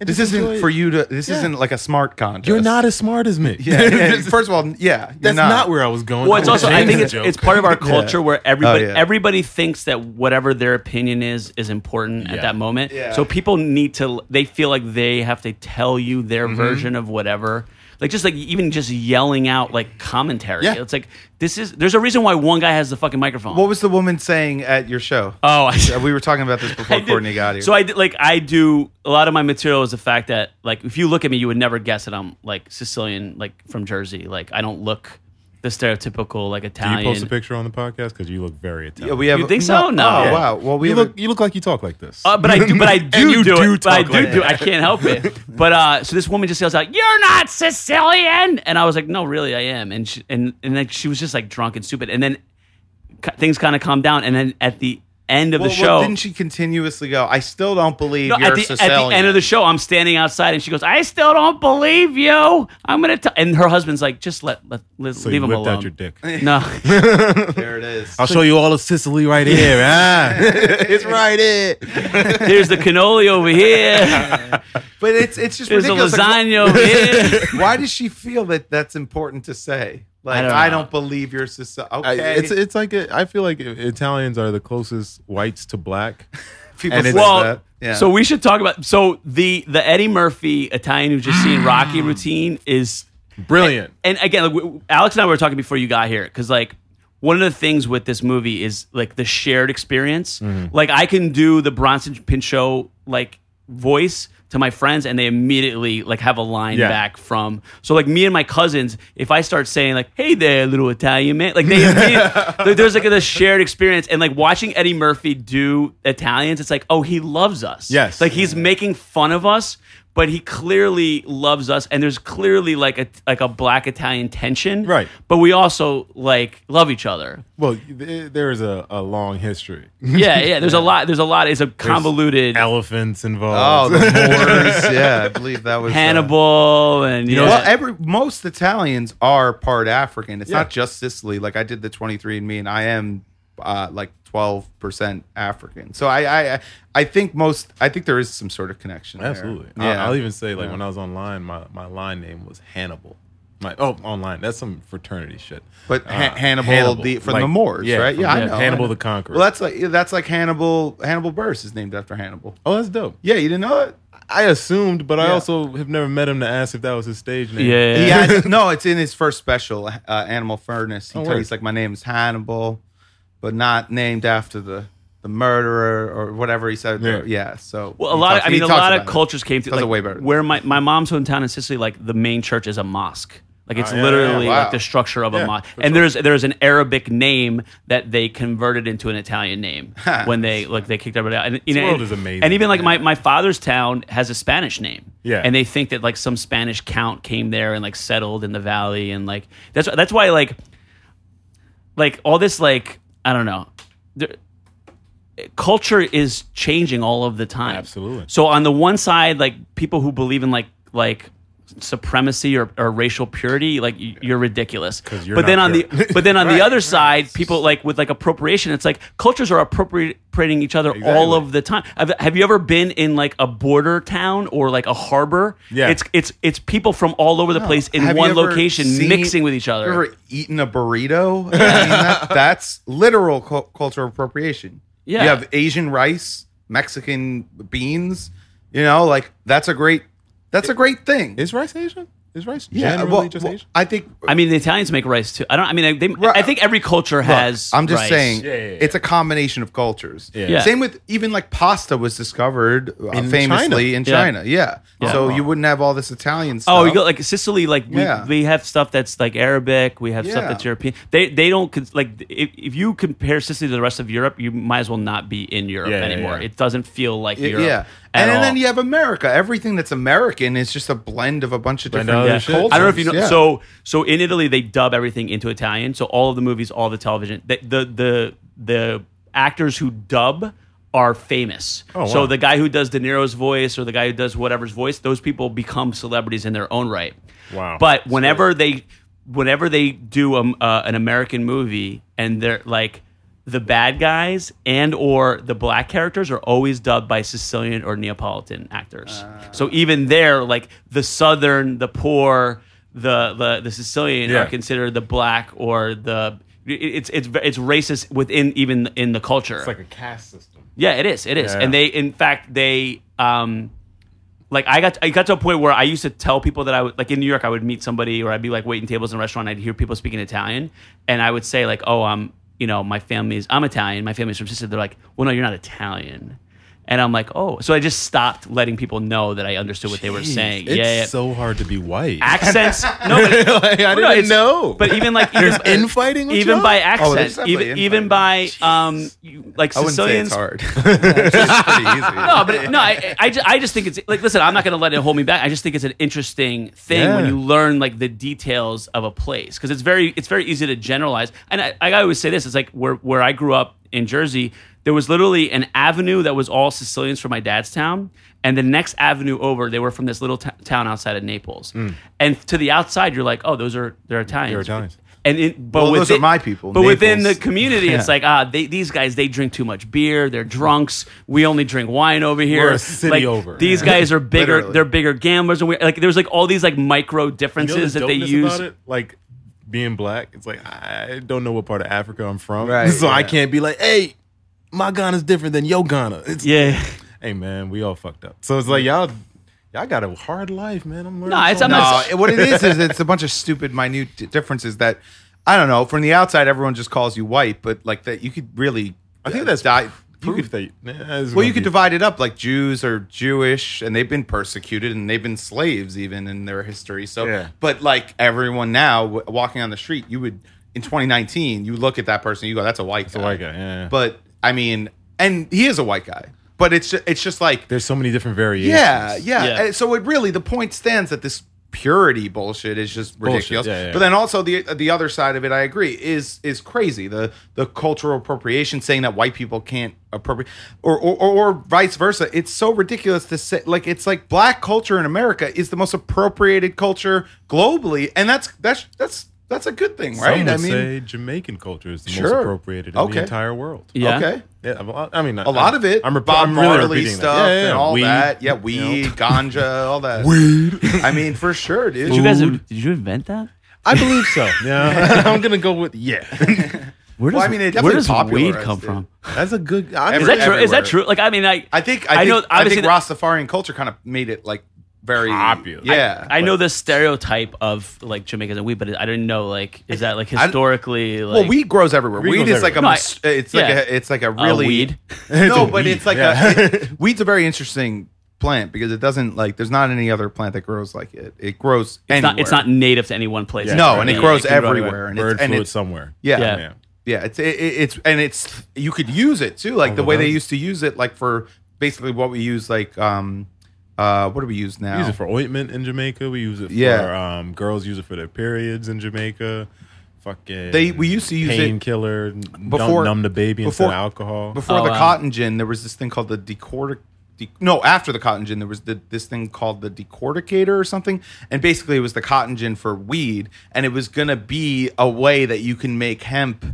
[SPEAKER 9] and
[SPEAKER 8] This
[SPEAKER 9] just enjoy
[SPEAKER 8] isn't
[SPEAKER 9] it.
[SPEAKER 8] for you to. This
[SPEAKER 9] Yeah.
[SPEAKER 8] isn't like a smart contest.
[SPEAKER 9] You're not as smart as me.
[SPEAKER 8] Yeah. and First of all, yeah, you're
[SPEAKER 9] That's not. where I was going.
[SPEAKER 7] Well, it's also I think it's,
[SPEAKER 9] Joke.
[SPEAKER 7] it's part of our culture where everybody
[SPEAKER 8] Oh, yeah.
[SPEAKER 7] everybody thinks that whatever their opinion is is important at
[SPEAKER 9] Yeah.
[SPEAKER 7] that moment.
[SPEAKER 8] Yeah.
[SPEAKER 7] So people need to they feel like they have to tell you their
[SPEAKER 8] Mm-hmm.
[SPEAKER 7] version of whatever. Like just like even just yelling out like commentary.
[SPEAKER 9] Yeah.
[SPEAKER 7] It's like this is there's a reason why one guy has the fucking microphone.
[SPEAKER 8] What was the woman saying at your show?
[SPEAKER 7] oh, I,
[SPEAKER 8] Uh, we were talking about this
[SPEAKER 7] I
[SPEAKER 8] before
[SPEAKER 7] did-
[SPEAKER 8] Courtney got here.
[SPEAKER 7] So I did like I do a lot of my material is the fact that like if you look at me, you would never guess that I'm like Sicilian, like from Jersey. Like I don't look the stereotypical like
[SPEAKER 9] Do
[SPEAKER 7] Italian.
[SPEAKER 9] you post a picture on the podcast because you look very
[SPEAKER 8] Yeah,
[SPEAKER 9] Italian.
[SPEAKER 8] we have,
[SPEAKER 7] You think so? No.
[SPEAKER 8] Oh,
[SPEAKER 7] Yeah.
[SPEAKER 8] wow. Well, we
[SPEAKER 9] you
[SPEAKER 8] have
[SPEAKER 9] look. you look like you talk like this.
[SPEAKER 7] Uh, but I do, but I do
[SPEAKER 9] you
[SPEAKER 7] do,
[SPEAKER 9] do
[SPEAKER 7] it. But I
[SPEAKER 9] talk
[SPEAKER 7] do
[SPEAKER 9] like
[SPEAKER 7] do.
[SPEAKER 9] that.
[SPEAKER 7] I can't help it. But uh, so this woman just yells out, "You're not Sicilian!" And I was like, "No, really, I am." And she, and and like she was just like drunk and stupid. And then ca- things kind of calmed down. And then at the end of
[SPEAKER 8] well,
[SPEAKER 7] the
[SPEAKER 8] well,
[SPEAKER 7] show,
[SPEAKER 8] didn't she continuously go? I still don't believe
[SPEAKER 7] no,
[SPEAKER 8] you're
[SPEAKER 7] at, the, at
[SPEAKER 8] Sicilian.
[SPEAKER 7] the end of the show, I'm standing outside, and she goes, "I still don't believe you. I'm gonna." T-. And her husband's like, "Just let let, let
[SPEAKER 9] so
[SPEAKER 7] leave
[SPEAKER 9] you
[SPEAKER 7] him
[SPEAKER 9] whipped
[SPEAKER 7] alone."
[SPEAKER 9] out your dick.
[SPEAKER 7] no,
[SPEAKER 8] there it is.
[SPEAKER 9] I'll show you all of Sicily right here. Ah. it's right here.
[SPEAKER 7] there's the cannoli over here.
[SPEAKER 8] But it's it's just
[SPEAKER 7] There's the
[SPEAKER 8] ridiculous. Like,
[SPEAKER 7] lasagna over here.
[SPEAKER 8] why does she feel that that's important to say? Like I
[SPEAKER 7] don't
[SPEAKER 8] don't,
[SPEAKER 7] know.
[SPEAKER 8] believe you're Sicilian.
[SPEAKER 9] I,
[SPEAKER 8] Okay,
[SPEAKER 9] it's it's like a, I feel like Italians are the closest whites to black.
[SPEAKER 8] people
[SPEAKER 9] and
[SPEAKER 8] say
[SPEAKER 9] it's-
[SPEAKER 7] well,
[SPEAKER 8] that. Yeah.
[SPEAKER 7] so we should talk about so the the Eddie Murphy Italian who just seen Rocky routine is
[SPEAKER 11] Brilliant.
[SPEAKER 7] and again, like, w- Alex and I were talking before you got here because like one of the things with this movie is like the shared experience.
[SPEAKER 11] Mm-hmm.
[SPEAKER 7] Like I can do the Bronson Pinchot like voice to my friends, and they immediately like have a line
[SPEAKER 11] Yeah.
[SPEAKER 7] back from. So like me and my cousins, if I start saying like "Hey there, little Italian man," like they immediately, there's like this shared experience, and like watching Eddie Murphy do Italians, it's like oh he loves us.
[SPEAKER 11] Yes.
[SPEAKER 7] like he's making fun of us but he clearly loves us and there's clearly like a like a black italian tension
[SPEAKER 11] Right.
[SPEAKER 7] but we also like love each other
[SPEAKER 11] Well, th- there is a, a long history.
[SPEAKER 7] yeah yeah there's a lot there's a lot it's a convoluted
[SPEAKER 11] Elephants
[SPEAKER 8] Oh,
[SPEAKER 11] involved.
[SPEAKER 8] the Moors. yeah, I believe that was uh,
[SPEAKER 7] hannibal and you know
[SPEAKER 8] Well, every most Italians are part African. It's
[SPEAKER 11] Yeah.
[SPEAKER 8] not just Sicily. Like I did the 23andMe, and I am uh, like 12 percent African. So I, I I- I think most I think there is some sort of connection. there.
[SPEAKER 11] Absolutely.
[SPEAKER 8] Yeah.
[SPEAKER 11] I, will even say, like, when I was online, my, my line name was Hannibal. My oh, online. That's some fraternity shit.
[SPEAKER 8] But Han-
[SPEAKER 11] Uh,
[SPEAKER 8] Hannibal, the from the
[SPEAKER 11] like-
[SPEAKER 8] Moors,
[SPEAKER 11] yeah,
[SPEAKER 8] right?
[SPEAKER 11] from-
[SPEAKER 8] Yeah, I know.
[SPEAKER 11] Hannibal the Conqueror.
[SPEAKER 8] Well, that's like yeah, that's like Hannibal. Hannibal Buress is named after Hannibal.
[SPEAKER 11] oh, that's dope.
[SPEAKER 8] Yeah, you didn't know it.
[SPEAKER 11] I assumed, but I
[SPEAKER 8] Yeah.
[SPEAKER 11] also have never met him to ask if that was his stage name.
[SPEAKER 7] yeah
[SPEAKER 8] He has, no, it's in his first special, uh, Animal Furnace. He
[SPEAKER 11] Oh,
[SPEAKER 8] tells
[SPEAKER 11] word.
[SPEAKER 8] he's like, my name is Hannibal, but not named after the the murderer or whatever he said.
[SPEAKER 11] Yeah.
[SPEAKER 8] Yeah, so
[SPEAKER 7] well, a
[SPEAKER 8] he
[SPEAKER 7] lot. Of,
[SPEAKER 8] talks-
[SPEAKER 7] I
[SPEAKER 8] he
[SPEAKER 7] mean, a
[SPEAKER 8] talks
[SPEAKER 7] lot of
[SPEAKER 8] about it.
[SPEAKER 7] cultures came through.
[SPEAKER 8] Tells it
[SPEAKER 7] Like,
[SPEAKER 8] way better.
[SPEAKER 7] Where my, my mom's hometown in Sicily, like the main church is a mosque. Like it's
[SPEAKER 11] Ah, yeah,
[SPEAKER 7] literally
[SPEAKER 8] yeah, wow.
[SPEAKER 7] like the structure of a
[SPEAKER 11] Yeah,
[SPEAKER 7] mosque.
[SPEAKER 11] for
[SPEAKER 7] And there's there's an Arabic name that they converted into an Italian name when they like they kicked everybody out. And, you
[SPEAKER 11] This
[SPEAKER 7] know,
[SPEAKER 11] world
[SPEAKER 7] and-
[SPEAKER 11] is amazing.
[SPEAKER 7] And even like my, my father's town has a Spanish name.
[SPEAKER 11] Yeah.
[SPEAKER 7] And they think that like some Spanish count came there and like settled in the valley and like that's that's why like like all this like I don't know. There, culture is changing all of the time.
[SPEAKER 11] Absolutely.
[SPEAKER 7] So on the one side, like people who believe in like like supremacy or, or racial purity, like y- you're ridiculous.
[SPEAKER 11] you're
[SPEAKER 7] but
[SPEAKER 11] not
[SPEAKER 7] then on
[SPEAKER 11] pure.
[SPEAKER 7] the but then on the other side, people like with like appropriation. It's like cultures are appropriating each other all
[SPEAKER 11] Exactly.
[SPEAKER 7] of the time. Have, have you ever been in like a border town or like a harbor?
[SPEAKER 11] Yeah.
[SPEAKER 7] It's it's it's people from all over the place in
[SPEAKER 8] Have you
[SPEAKER 7] one
[SPEAKER 8] ever
[SPEAKER 7] location
[SPEAKER 8] seen-
[SPEAKER 7] mixing with each other.
[SPEAKER 8] You ever eaten a burrito? I mean, that- that's literal cul- cultural appropriation.
[SPEAKER 7] Yeah.
[SPEAKER 8] You have Asian rice, Mexican beans. You know, like that's a great that's a great thing.
[SPEAKER 11] Is rice Asian? Is rice
[SPEAKER 8] yeah,
[SPEAKER 11] generally
[SPEAKER 8] well,
[SPEAKER 11] just
[SPEAKER 8] well,
[SPEAKER 11] Asian?
[SPEAKER 8] I think
[SPEAKER 7] I mean, the Italians make rice too. I don't. I mean, they,
[SPEAKER 8] Right.
[SPEAKER 7] I think every culture
[SPEAKER 8] Look,
[SPEAKER 7] has.
[SPEAKER 8] I'm just
[SPEAKER 7] rice.
[SPEAKER 8] saying
[SPEAKER 11] Yeah, yeah, yeah.
[SPEAKER 8] it's a combination of cultures.
[SPEAKER 7] Yeah.
[SPEAKER 8] Same with even like pasta was discovered uh,
[SPEAKER 11] In
[SPEAKER 8] famously in
[SPEAKER 7] Yeah.
[SPEAKER 8] China. Yeah. So you wouldn't have all this Italian stuff.
[SPEAKER 7] Oh, you go like Sicily. Like we,
[SPEAKER 8] Yeah.
[SPEAKER 7] we have stuff that's like Arabic. We have stuff
[SPEAKER 8] Yeah.
[SPEAKER 7] that's European. They they don't cons- like if, if you compare Sicily to the rest of Europe, you might as well not be in Europe
[SPEAKER 11] Yeah, yeah,
[SPEAKER 7] anymore.
[SPEAKER 11] yeah.
[SPEAKER 7] It doesn't feel like
[SPEAKER 8] Y-
[SPEAKER 7] Europe.
[SPEAKER 8] yeah.
[SPEAKER 7] at
[SPEAKER 8] And, and
[SPEAKER 7] all.
[SPEAKER 8] then you have America. Everything that's American is just a blend of a bunch of
[SPEAKER 11] Blend
[SPEAKER 8] different
[SPEAKER 11] of other
[SPEAKER 8] yeah.
[SPEAKER 11] shit.
[SPEAKER 8] cultures.
[SPEAKER 7] I don't know if you know.
[SPEAKER 8] Yeah.
[SPEAKER 7] So, so in Italy, they dub everything into Italian. So all of the movies, all the television, the the the, the actors who dub are famous.
[SPEAKER 11] Oh, wow.
[SPEAKER 7] So the guy who does De Niro's voice or the guy who does whatever's voice, those people become celebrities in their own right.
[SPEAKER 11] Wow.
[SPEAKER 7] But whenever they, whenever they do um, uh, an American movie and they're like. The bad guys and or the black characters are always dubbed by Sicilian or Neapolitan actors.
[SPEAKER 11] Ah.
[SPEAKER 7] so even there, like the southern, the poor, the the, the Sicilian
[SPEAKER 11] Yeah.
[SPEAKER 7] are considered the black or the it- it's it's it's racist within even in the culture.
[SPEAKER 11] It's like a caste system.
[SPEAKER 7] Yeah, it is. It is.
[SPEAKER 11] Yeah.
[SPEAKER 7] And they, in fact, they, um, like I got, I got to a point where I used to tell people that I would, like in New York, I would meet somebody or I'd be like waiting tables in a restaurant. I'd hear people speaking Italian, and I would say like, "Oh, I'm, you know, my family's, I'm Italian. My family's from Sicily." They're like, "Well, no, you're not Italian." And I'm like, "Oh," so I just stopped letting people know that I understood what they were saying.
[SPEAKER 11] It's
[SPEAKER 7] yeah, yeah.
[SPEAKER 11] so hard to be white.
[SPEAKER 7] accents. No, but
[SPEAKER 11] Like, I
[SPEAKER 7] no,
[SPEAKER 11] didn't
[SPEAKER 7] it's-
[SPEAKER 11] know.
[SPEAKER 7] But even like even, uh,
[SPEAKER 11] infighting with
[SPEAKER 7] even
[SPEAKER 11] y'all?
[SPEAKER 7] by
[SPEAKER 8] Oh,
[SPEAKER 7] accent,
[SPEAKER 8] there's definitely
[SPEAKER 7] even even by um, you, like
[SPEAKER 8] I wouldn't say it's
[SPEAKER 7] Sicilians.
[SPEAKER 8] hard. it's just pretty easy.
[SPEAKER 7] No, but it- no, I, I, ju- I just think it's like, listen, I'm not going to let it hold me back. I just think it's an interesting thing when
[SPEAKER 11] Yeah.
[SPEAKER 7] you learn like the details of a place because it's very, it's very easy to generalize. And I, I always say this: it's like where where I grew up in Jersey, there was literally an avenue that was all Sicilians from my dad's town, and the next avenue over, they were from this little t- town outside of Naples. And to the outside, you're like, oh, those are they're Italians.
[SPEAKER 11] They're Italians.
[SPEAKER 7] And it, but
[SPEAKER 8] Well,
[SPEAKER 7] within,
[SPEAKER 8] those are my people,
[SPEAKER 7] But within the
[SPEAKER 8] Naples.
[SPEAKER 7] community, it's like ah, they, these guys they drink too much beer. They're drunks. We only drink wine over here.
[SPEAKER 11] We're a city
[SPEAKER 7] Like,
[SPEAKER 11] over.
[SPEAKER 7] These
[SPEAKER 11] Yeah.
[SPEAKER 7] guys are bigger.
[SPEAKER 8] Literally.
[SPEAKER 7] They're bigger gamblers. And we, like there's like all these like micro
[SPEAKER 11] You know the
[SPEAKER 7] differences that they
[SPEAKER 11] dopeness
[SPEAKER 7] use.
[SPEAKER 11] about it? like being black it's like i don't know what part of africa i'm from
[SPEAKER 8] Right,
[SPEAKER 11] so i
[SPEAKER 8] yeah.
[SPEAKER 11] can't be like hey my ghana's different than your ghana it's
[SPEAKER 7] Yeah,
[SPEAKER 11] hey man we all fucked up so it's like y'all
[SPEAKER 9] I got a hard life, man. I'm learning.
[SPEAKER 7] No, it's-
[SPEAKER 9] so
[SPEAKER 7] I'm
[SPEAKER 9] much.
[SPEAKER 8] No,
[SPEAKER 7] not-
[SPEAKER 8] it- what it is is it's a bunch of stupid, minute d- differences that I don't know. From the outside, everyone just calls you white, but like that, you could really.
[SPEAKER 9] I think that's
[SPEAKER 8] di-
[SPEAKER 9] proof
[SPEAKER 8] you could,
[SPEAKER 9] that. Nah, this is
[SPEAKER 8] well, you
[SPEAKER 9] gonna
[SPEAKER 8] could
[SPEAKER 9] be-
[SPEAKER 8] divide it up like Jews or Jewish, and they've been persecuted and they've been slaves even in their history. So,
[SPEAKER 9] Yeah.
[SPEAKER 8] but like everyone now w- walking on the street, you would in 2019, you look at that person, you go, "That's a white
[SPEAKER 9] a
[SPEAKER 8] guy."
[SPEAKER 9] white guy, yeah, yeah.
[SPEAKER 8] But I mean, and he is a white guy. But it's ju- it's just like
[SPEAKER 9] There's so many different variations.
[SPEAKER 8] yeah, yeah.
[SPEAKER 7] Yeah.
[SPEAKER 8] And So it really the point stands that this purity bullshit is just ridiculous.
[SPEAKER 9] yeah, yeah.
[SPEAKER 8] But then also the uh, the other side of it, I agree, is is crazy. The the cultural appropriation saying that white people can't appropriate, or or, or or vice versa. It's so ridiculous to say. Like it's like black culture in America is the most appropriated culture globally, and that's that's that's that's a good thing, right?
[SPEAKER 9] Some would say Jamaican culture is the
[SPEAKER 8] Sure.
[SPEAKER 9] most appropriated in
[SPEAKER 8] Okay.
[SPEAKER 9] the entire world.
[SPEAKER 7] Yeah.
[SPEAKER 8] okay.
[SPEAKER 9] Yeah, a lot- I mean,
[SPEAKER 8] A lot of it,
[SPEAKER 9] I'm, rep-
[SPEAKER 8] Bob
[SPEAKER 9] I'm really
[SPEAKER 8] Marley
[SPEAKER 9] repeating that.
[SPEAKER 8] stuff
[SPEAKER 9] Yeah, yeah, yeah.
[SPEAKER 8] and all
[SPEAKER 9] Weed,
[SPEAKER 8] that. Yeah,
[SPEAKER 9] you know.
[SPEAKER 8] weed, ganja, all that. Weed. I mean, for sure, dude.
[SPEAKER 7] Did you guys? Did you invent that?
[SPEAKER 9] I believe so. Yeah, I'm gonna go with yeah.
[SPEAKER 7] Where does,
[SPEAKER 8] Well, I mean, it
[SPEAKER 7] where does
[SPEAKER 8] definitely
[SPEAKER 7] weed
[SPEAKER 8] popularized
[SPEAKER 7] come
[SPEAKER 8] it.
[SPEAKER 7] from?
[SPEAKER 9] That's a good. I
[SPEAKER 7] Is
[SPEAKER 8] Every-
[SPEAKER 7] that true? Is that
[SPEAKER 8] everywhere.
[SPEAKER 7] true? Like, I mean, I
[SPEAKER 8] I think I,
[SPEAKER 7] I know-
[SPEAKER 8] know. I
[SPEAKER 7] obviously
[SPEAKER 8] think
[SPEAKER 7] the-
[SPEAKER 8] Rastafarian culture kind of made it like very
[SPEAKER 9] Popular.
[SPEAKER 8] Yeah,
[SPEAKER 7] I know the stereotype of like Jamaicans and weed, but I didn't know like is that like
[SPEAKER 8] I-
[SPEAKER 7] historically like
[SPEAKER 8] well, weed grows everywhere.
[SPEAKER 9] Weed
[SPEAKER 8] Weed,
[SPEAKER 9] grows
[SPEAKER 8] is like a
[SPEAKER 7] everywhere.
[SPEAKER 8] mus- uh, it's like
[SPEAKER 7] Yeah.
[SPEAKER 8] a it's like a
[SPEAKER 7] uh,
[SPEAKER 8] really
[SPEAKER 7] weed?
[SPEAKER 8] no,
[SPEAKER 9] a weed,
[SPEAKER 8] but it's like
[SPEAKER 9] yeah.
[SPEAKER 8] a it- weed's a very interesting plant because it doesn't like there's not any other plant that grows like it. It grows
[SPEAKER 7] It's
[SPEAKER 8] anywhere.
[SPEAKER 7] not, it's not native to any one place.
[SPEAKER 9] Yeah.
[SPEAKER 8] no, and it
[SPEAKER 7] Yeah,
[SPEAKER 8] grows
[SPEAKER 7] can grow
[SPEAKER 8] everywhere, and
[SPEAKER 9] Bird
[SPEAKER 8] it's, and
[SPEAKER 9] fluid
[SPEAKER 8] it's
[SPEAKER 9] somewhere.
[SPEAKER 8] yeah.
[SPEAKER 7] Yeah.
[SPEAKER 8] yeah. it's it, it- it's and it's you could use it too, like the way they used to use it, like for basically what we use, like um, uh, what do we use now?
[SPEAKER 9] We use it for ointment in Jamaica. We use it for
[SPEAKER 8] Yeah.
[SPEAKER 9] um, girls use it for their periods in Jamaica. Fucking
[SPEAKER 8] They- we used to use it
[SPEAKER 9] painkiller before
[SPEAKER 8] before-
[SPEAKER 9] numb the baby instead
[SPEAKER 8] before-
[SPEAKER 9] of alcohol.
[SPEAKER 8] before
[SPEAKER 7] Oh,
[SPEAKER 8] the
[SPEAKER 7] wow.
[SPEAKER 8] cotton gin there was this thing called the decortic de- no after the cotton gin there was the, this thing called the decorticator or something and basically it was the cotton gin for weed and it was gonna be a way that you can make hemp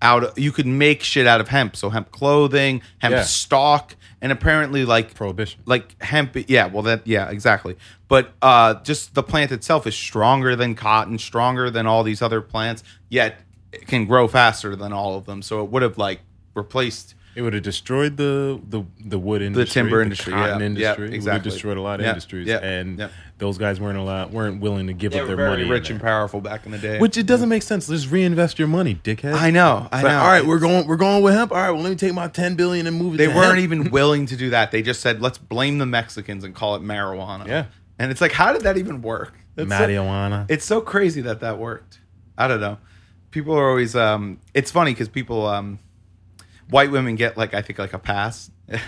[SPEAKER 8] out of, you could make shit out of hemp so hemp clothing hemp
[SPEAKER 9] Yeah.
[SPEAKER 8] stalk and apparently like
[SPEAKER 9] Prohibition.
[SPEAKER 8] like hemp yeah well that yeah exactly but uh just the plant itself is stronger than cotton stronger than all these other plants yet it can grow faster than all of them so it would have like replaced
[SPEAKER 9] It would have destroyed the the the wood industry,
[SPEAKER 8] timber industry,
[SPEAKER 9] cotton
[SPEAKER 8] yeah. Yeah,
[SPEAKER 9] industry. It would have
[SPEAKER 8] exactly.
[SPEAKER 9] destroyed a lot of
[SPEAKER 8] Yeah,
[SPEAKER 9] industries,
[SPEAKER 8] yeah,
[SPEAKER 9] and
[SPEAKER 8] yeah.
[SPEAKER 9] those guys weren't allowed, weren't willing to give
[SPEAKER 8] they
[SPEAKER 9] up
[SPEAKER 8] were
[SPEAKER 9] their
[SPEAKER 8] very
[SPEAKER 9] money.
[SPEAKER 8] rich
[SPEAKER 9] in
[SPEAKER 8] and
[SPEAKER 9] there.
[SPEAKER 8] powerful back in the day
[SPEAKER 9] Which it doesn't make sense. Just reinvest your money, dickhead.
[SPEAKER 8] i know i
[SPEAKER 9] It's like,
[SPEAKER 8] know
[SPEAKER 9] all right, we're going we're going with hemp. All right, well, let me take my ten billion and move it.
[SPEAKER 8] they
[SPEAKER 9] to
[SPEAKER 8] weren't
[SPEAKER 9] hemp.
[SPEAKER 8] even willing to do that they just said let's blame the mexicans and call it marijuana
[SPEAKER 9] Yeah.
[SPEAKER 8] and it's like how did that even work That's so-
[SPEAKER 9] marijuana.
[SPEAKER 8] It's so crazy that that worked. I don't know. People are always. Um, it's funny because people, um, white women get like I think like a pass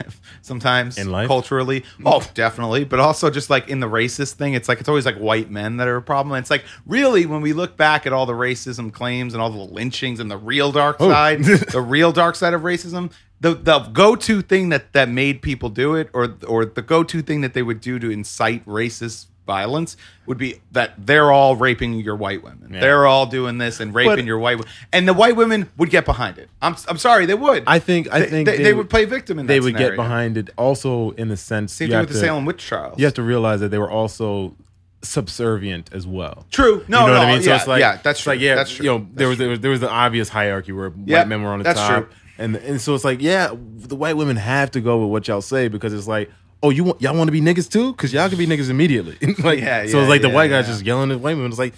[SPEAKER 8] sometimes
[SPEAKER 9] In life?
[SPEAKER 8] culturally.
[SPEAKER 9] Mm.
[SPEAKER 8] Oh, definitely, but also just like in the racist thing, it's like it's always like white men that are a problem. It's like really when we look back at all the racism claims and all the lynchings and the real dark
[SPEAKER 9] Oh.
[SPEAKER 8] side, the real dark side of racism. The, the go-to thing that, that made people do it or or the go-to thing that they would do to incite racist violence would be that they're all raping your white women. They're all doing this and raping
[SPEAKER 9] But-
[SPEAKER 8] your white wo- and the white women would get behind it. I'm I'm sorry, they would.
[SPEAKER 9] I think I
[SPEAKER 8] They-
[SPEAKER 9] think
[SPEAKER 8] they, they would play victim in that
[SPEAKER 9] They would
[SPEAKER 8] scenario.
[SPEAKER 9] get behind it. Also, in the sense,
[SPEAKER 8] Same
[SPEAKER 9] you
[SPEAKER 8] thing
[SPEAKER 9] have
[SPEAKER 8] with the
[SPEAKER 9] to-
[SPEAKER 8] Salem witch trials.
[SPEAKER 9] You have to realize that they were also subservient as well.
[SPEAKER 8] True. No,
[SPEAKER 9] you know what
[SPEAKER 8] no,
[SPEAKER 9] I mean.
[SPEAKER 8] yeah,
[SPEAKER 9] so it's like,
[SPEAKER 8] yeah, that's
[SPEAKER 9] it's
[SPEAKER 8] true.
[SPEAKER 9] Like, yeah,
[SPEAKER 8] That's true.
[SPEAKER 9] You know, there
[SPEAKER 8] That's
[SPEAKER 9] was, there was there was the obvious hierarchy where
[SPEAKER 8] Yeah,
[SPEAKER 9] white men were on the
[SPEAKER 8] that's
[SPEAKER 9] top,
[SPEAKER 8] true.
[SPEAKER 9] and and so it's like, yeah, the white women have to go with what y'all say because it's like. Oh, you want y'all want to be niggas too? Cause y'all can be niggas immediately. like, so
[SPEAKER 8] Yeah, yeah,
[SPEAKER 9] it's like the
[SPEAKER 8] yeah,
[SPEAKER 9] white guy's
[SPEAKER 8] yeah.
[SPEAKER 9] just yelling at the white women. It's like,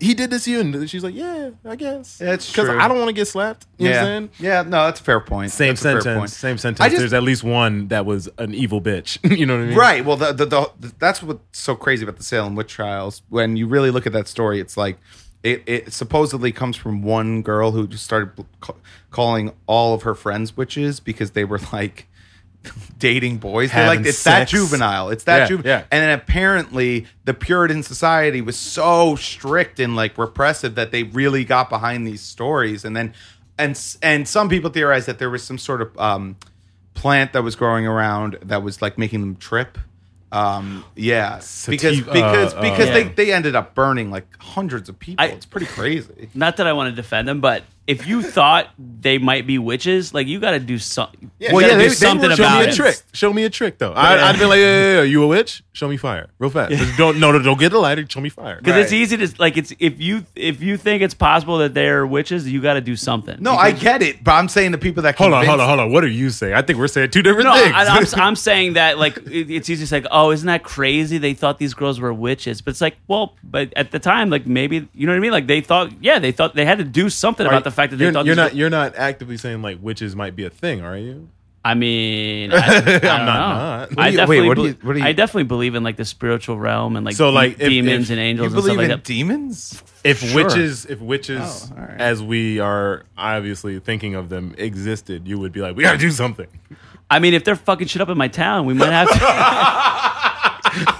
[SPEAKER 9] he did this to you, and she's like, yeah, I guess.
[SPEAKER 8] That's
[SPEAKER 9] because
[SPEAKER 8] true.
[SPEAKER 9] I don't want to get slapped. You know
[SPEAKER 8] yeah.
[SPEAKER 9] what I'm saying?
[SPEAKER 8] yeah, no, that's a fair point.
[SPEAKER 9] Same
[SPEAKER 8] That's a fair point.
[SPEAKER 9] sentence. Same
[SPEAKER 8] I
[SPEAKER 9] sentence.
[SPEAKER 8] just-
[SPEAKER 9] There's at least one that was an evil bitch. you know what I mean?
[SPEAKER 8] Right. Well, the, the, the, that's what's so crazy about the Salem witch trials. When you really look at that story, it's like it, it supposedly comes from one girl who just started bl- ca- calling all of her friends witches because they were like dating boys. They're like,
[SPEAKER 9] Having
[SPEAKER 8] it's that
[SPEAKER 9] sex.
[SPEAKER 8] juvenile. It's that
[SPEAKER 9] Yeah,
[SPEAKER 8] juvenile.
[SPEAKER 9] yeah.
[SPEAKER 8] And then apparently the Puritan society was so strict and like repressive that they really got behind these stories. And then, and, s- and some people theorize that there was some sort of, um, plant that was growing around that was like making them trip. Um, yeah, because
[SPEAKER 9] Sativa-
[SPEAKER 8] because
[SPEAKER 9] uh,
[SPEAKER 8] because
[SPEAKER 7] uh,
[SPEAKER 8] they
[SPEAKER 7] Yeah.
[SPEAKER 8] they ended up burning like hundreds of people.
[SPEAKER 7] I-
[SPEAKER 8] it's pretty crazy.
[SPEAKER 7] Not that I want to defend them, but if you thought they might be witches, like you got to do something.
[SPEAKER 8] Yeah,
[SPEAKER 7] well,
[SPEAKER 8] you
[SPEAKER 7] yeah,
[SPEAKER 8] gotta
[SPEAKER 7] do
[SPEAKER 8] do
[SPEAKER 7] something
[SPEAKER 9] were- show
[SPEAKER 7] about
[SPEAKER 9] me
[SPEAKER 7] it.
[SPEAKER 9] a trick. Show me a trick, though. I, I'd been like, yeah, yeah, yeah, you a witch? Show me fire, real fast. Just Don't no, no, don't get the lighter. Show me fire.
[SPEAKER 7] Because it's easy to like it's if you if you think it's possible that they're witches, you got to do something.
[SPEAKER 8] No, I get it, but I'm saying the people that
[SPEAKER 9] Hold on,
[SPEAKER 8] convince-
[SPEAKER 9] hold on, hold on. What are you saying? I think we're saying two different
[SPEAKER 7] No,
[SPEAKER 9] things.
[SPEAKER 7] I, I'm, I'm saying that like it- it's easy to say, like, oh, isn't that crazy? They thought these girls were witches, but it's like, well, but at the time, like maybe you know what I mean? Like they thought, yeah, they thought they had to do something about the fact that they
[SPEAKER 9] you're,
[SPEAKER 7] thought
[SPEAKER 9] you're
[SPEAKER 7] these
[SPEAKER 9] not
[SPEAKER 7] gir-
[SPEAKER 9] you're not actively saying like witches might be a thing, are you?
[SPEAKER 7] I mean, I, I don't
[SPEAKER 9] I'm not
[SPEAKER 7] know.
[SPEAKER 9] not. What
[SPEAKER 8] do
[SPEAKER 7] I
[SPEAKER 8] you- wait,
[SPEAKER 7] definitely,
[SPEAKER 8] what do you-
[SPEAKER 7] be-
[SPEAKER 8] what do you-
[SPEAKER 7] I definitely believe in like the spiritual realm and like
[SPEAKER 9] So,
[SPEAKER 7] de-
[SPEAKER 9] like, if-
[SPEAKER 7] demons
[SPEAKER 9] if
[SPEAKER 7] and
[SPEAKER 8] You
[SPEAKER 7] angels and
[SPEAKER 8] believe
[SPEAKER 7] stuff like
[SPEAKER 8] in
[SPEAKER 7] that.
[SPEAKER 8] demons?
[SPEAKER 9] If
[SPEAKER 7] Sure.
[SPEAKER 9] witches, if witches,
[SPEAKER 8] Oh, all right.
[SPEAKER 9] as we are obviously thinking of them, existed, you would be like, we got to do something.
[SPEAKER 7] I mean, if they're fucking shit up in my town, we might have to.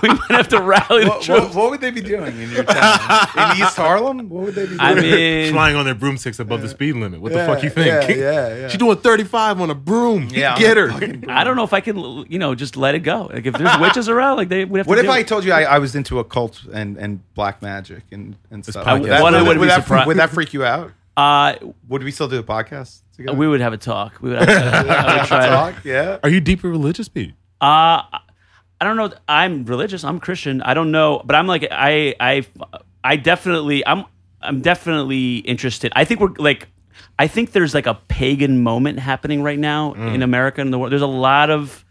[SPEAKER 7] we might have to rally the
[SPEAKER 8] What,
[SPEAKER 7] troops.
[SPEAKER 8] what, what would they be doing in your town? in East Harlem? What would they be doing?
[SPEAKER 7] I mean,
[SPEAKER 9] Flying on their broomsticks above the speed limit. What the fuck you think?
[SPEAKER 8] Yeah, yeah, yeah.
[SPEAKER 9] She doing 35 on a broom.
[SPEAKER 8] Yeah,
[SPEAKER 9] Get
[SPEAKER 8] I'm
[SPEAKER 9] her.
[SPEAKER 7] I don't know if I can, you know, just let it go. Like if there's witches around, like they would have.
[SPEAKER 8] What
[SPEAKER 7] to
[SPEAKER 8] if
[SPEAKER 7] deal
[SPEAKER 8] I
[SPEAKER 7] with it.
[SPEAKER 8] told you I, I was into occult and, and black magic and, and stuff?
[SPEAKER 7] podcast. I- one, I
[SPEAKER 8] would,
[SPEAKER 7] wouldn't be
[SPEAKER 8] that,
[SPEAKER 7] surprised.
[SPEAKER 8] would that freak you out?
[SPEAKER 7] Uh,
[SPEAKER 8] Would we still do a podcast together?
[SPEAKER 7] we would have a talk. We would have a, I would try to-
[SPEAKER 8] talk, yeah.
[SPEAKER 9] Are you deeper religious, Pete?
[SPEAKER 7] Uh, I don't know. I'm religious. I'm Christian. I don't know, but I'm like I I I definitely I'm I'm definitely interested. I think we're like I think there's like a pagan moment happening right now
[SPEAKER 9] Mm.
[SPEAKER 7] in America and the world. There's a lot of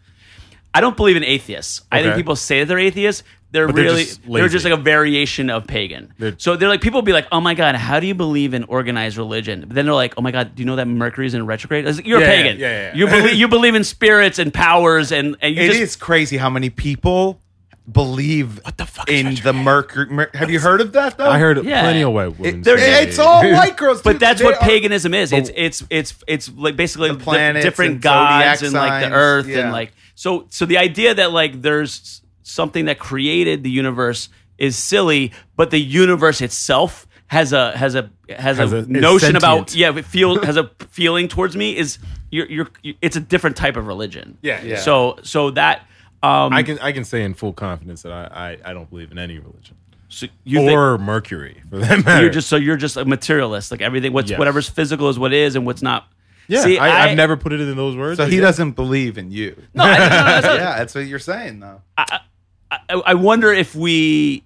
[SPEAKER 7] I don't believe in atheists. I think
[SPEAKER 9] Okay.
[SPEAKER 7] people say that they're atheists. They're
[SPEAKER 9] But they're
[SPEAKER 7] really
[SPEAKER 9] just
[SPEAKER 7] they're just
[SPEAKER 9] lazy.
[SPEAKER 7] like a variation of pagan.
[SPEAKER 9] They're-
[SPEAKER 7] so they're like people will be like, "Oh my god, how do you believe in organized religion?" But then they're like, "Oh my god, do you know that Mercury's in retrograde?" It's like, You're
[SPEAKER 9] Yeah,
[SPEAKER 7] a
[SPEAKER 9] yeah,
[SPEAKER 7] pagan.
[SPEAKER 9] yeah, yeah, yeah.
[SPEAKER 7] You believe you believe in spirits and powers and and you
[SPEAKER 8] It is
[SPEAKER 7] just
[SPEAKER 8] crazy how many people believe what the fuck in the Mercury. Mer- have you heard of that though?
[SPEAKER 9] I heard
[SPEAKER 7] Yeah.
[SPEAKER 9] plenty of white women.
[SPEAKER 7] there's-
[SPEAKER 9] say-
[SPEAKER 8] It's all white girls,
[SPEAKER 7] But
[SPEAKER 8] dude.
[SPEAKER 7] that's
[SPEAKER 8] They
[SPEAKER 7] what
[SPEAKER 8] are-
[SPEAKER 7] paganism is. It's it's it's it's like basically
[SPEAKER 8] The
[SPEAKER 7] the
[SPEAKER 8] planets
[SPEAKER 7] different
[SPEAKER 8] and
[SPEAKER 7] gods
[SPEAKER 8] zodiac
[SPEAKER 7] and like the
[SPEAKER 8] signs,
[SPEAKER 7] earth and
[SPEAKER 8] yeah.
[SPEAKER 7] like so so the idea that like there's something that created the universe is silly, but the universe itself has a has a has,
[SPEAKER 9] Has
[SPEAKER 7] a,
[SPEAKER 9] a- is
[SPEAKER 7] notion about
[SPEAKER 9] sentient.
[SPEAKER 7] yeah it feel has a feeling towards me is you're, you're it's a different type of religion
[SPEAKER 9] Yeah, yeah.
[SPEAKER 7] so so that um
[SPEAKER 9] I can I can say in full confidence that I I, I don't believe in any religion
[SPEAKER 7] so you think-
[SPEAKER 9] or Mercury for that matter.
[SPEAKER 7] you're just so you're just a materialist like everything what's
[SPEAKER 9] Yes.
[SPEAKER 7] whatever's physical is what is and what's not
[SPEAKER 9] yeah.
[SPEAKER 7] See,
[SPEAKER 9] I, I,
[SPEAKER 7] I-
[SPEAKER 9] have never put it in those words.
[SPEAKER 8] So
[SPEAKER 9] but
[SPEAKER 8] he
[SPEAKER 9] yeah.
[SPEAKER 8] doesn't believe in you.
[SPEAKER 7] no, I, no, no, that's not-
[SPEAKER 8] Yeah, that's what you're saying though.
[SPEAKER 7] I, I wonder if we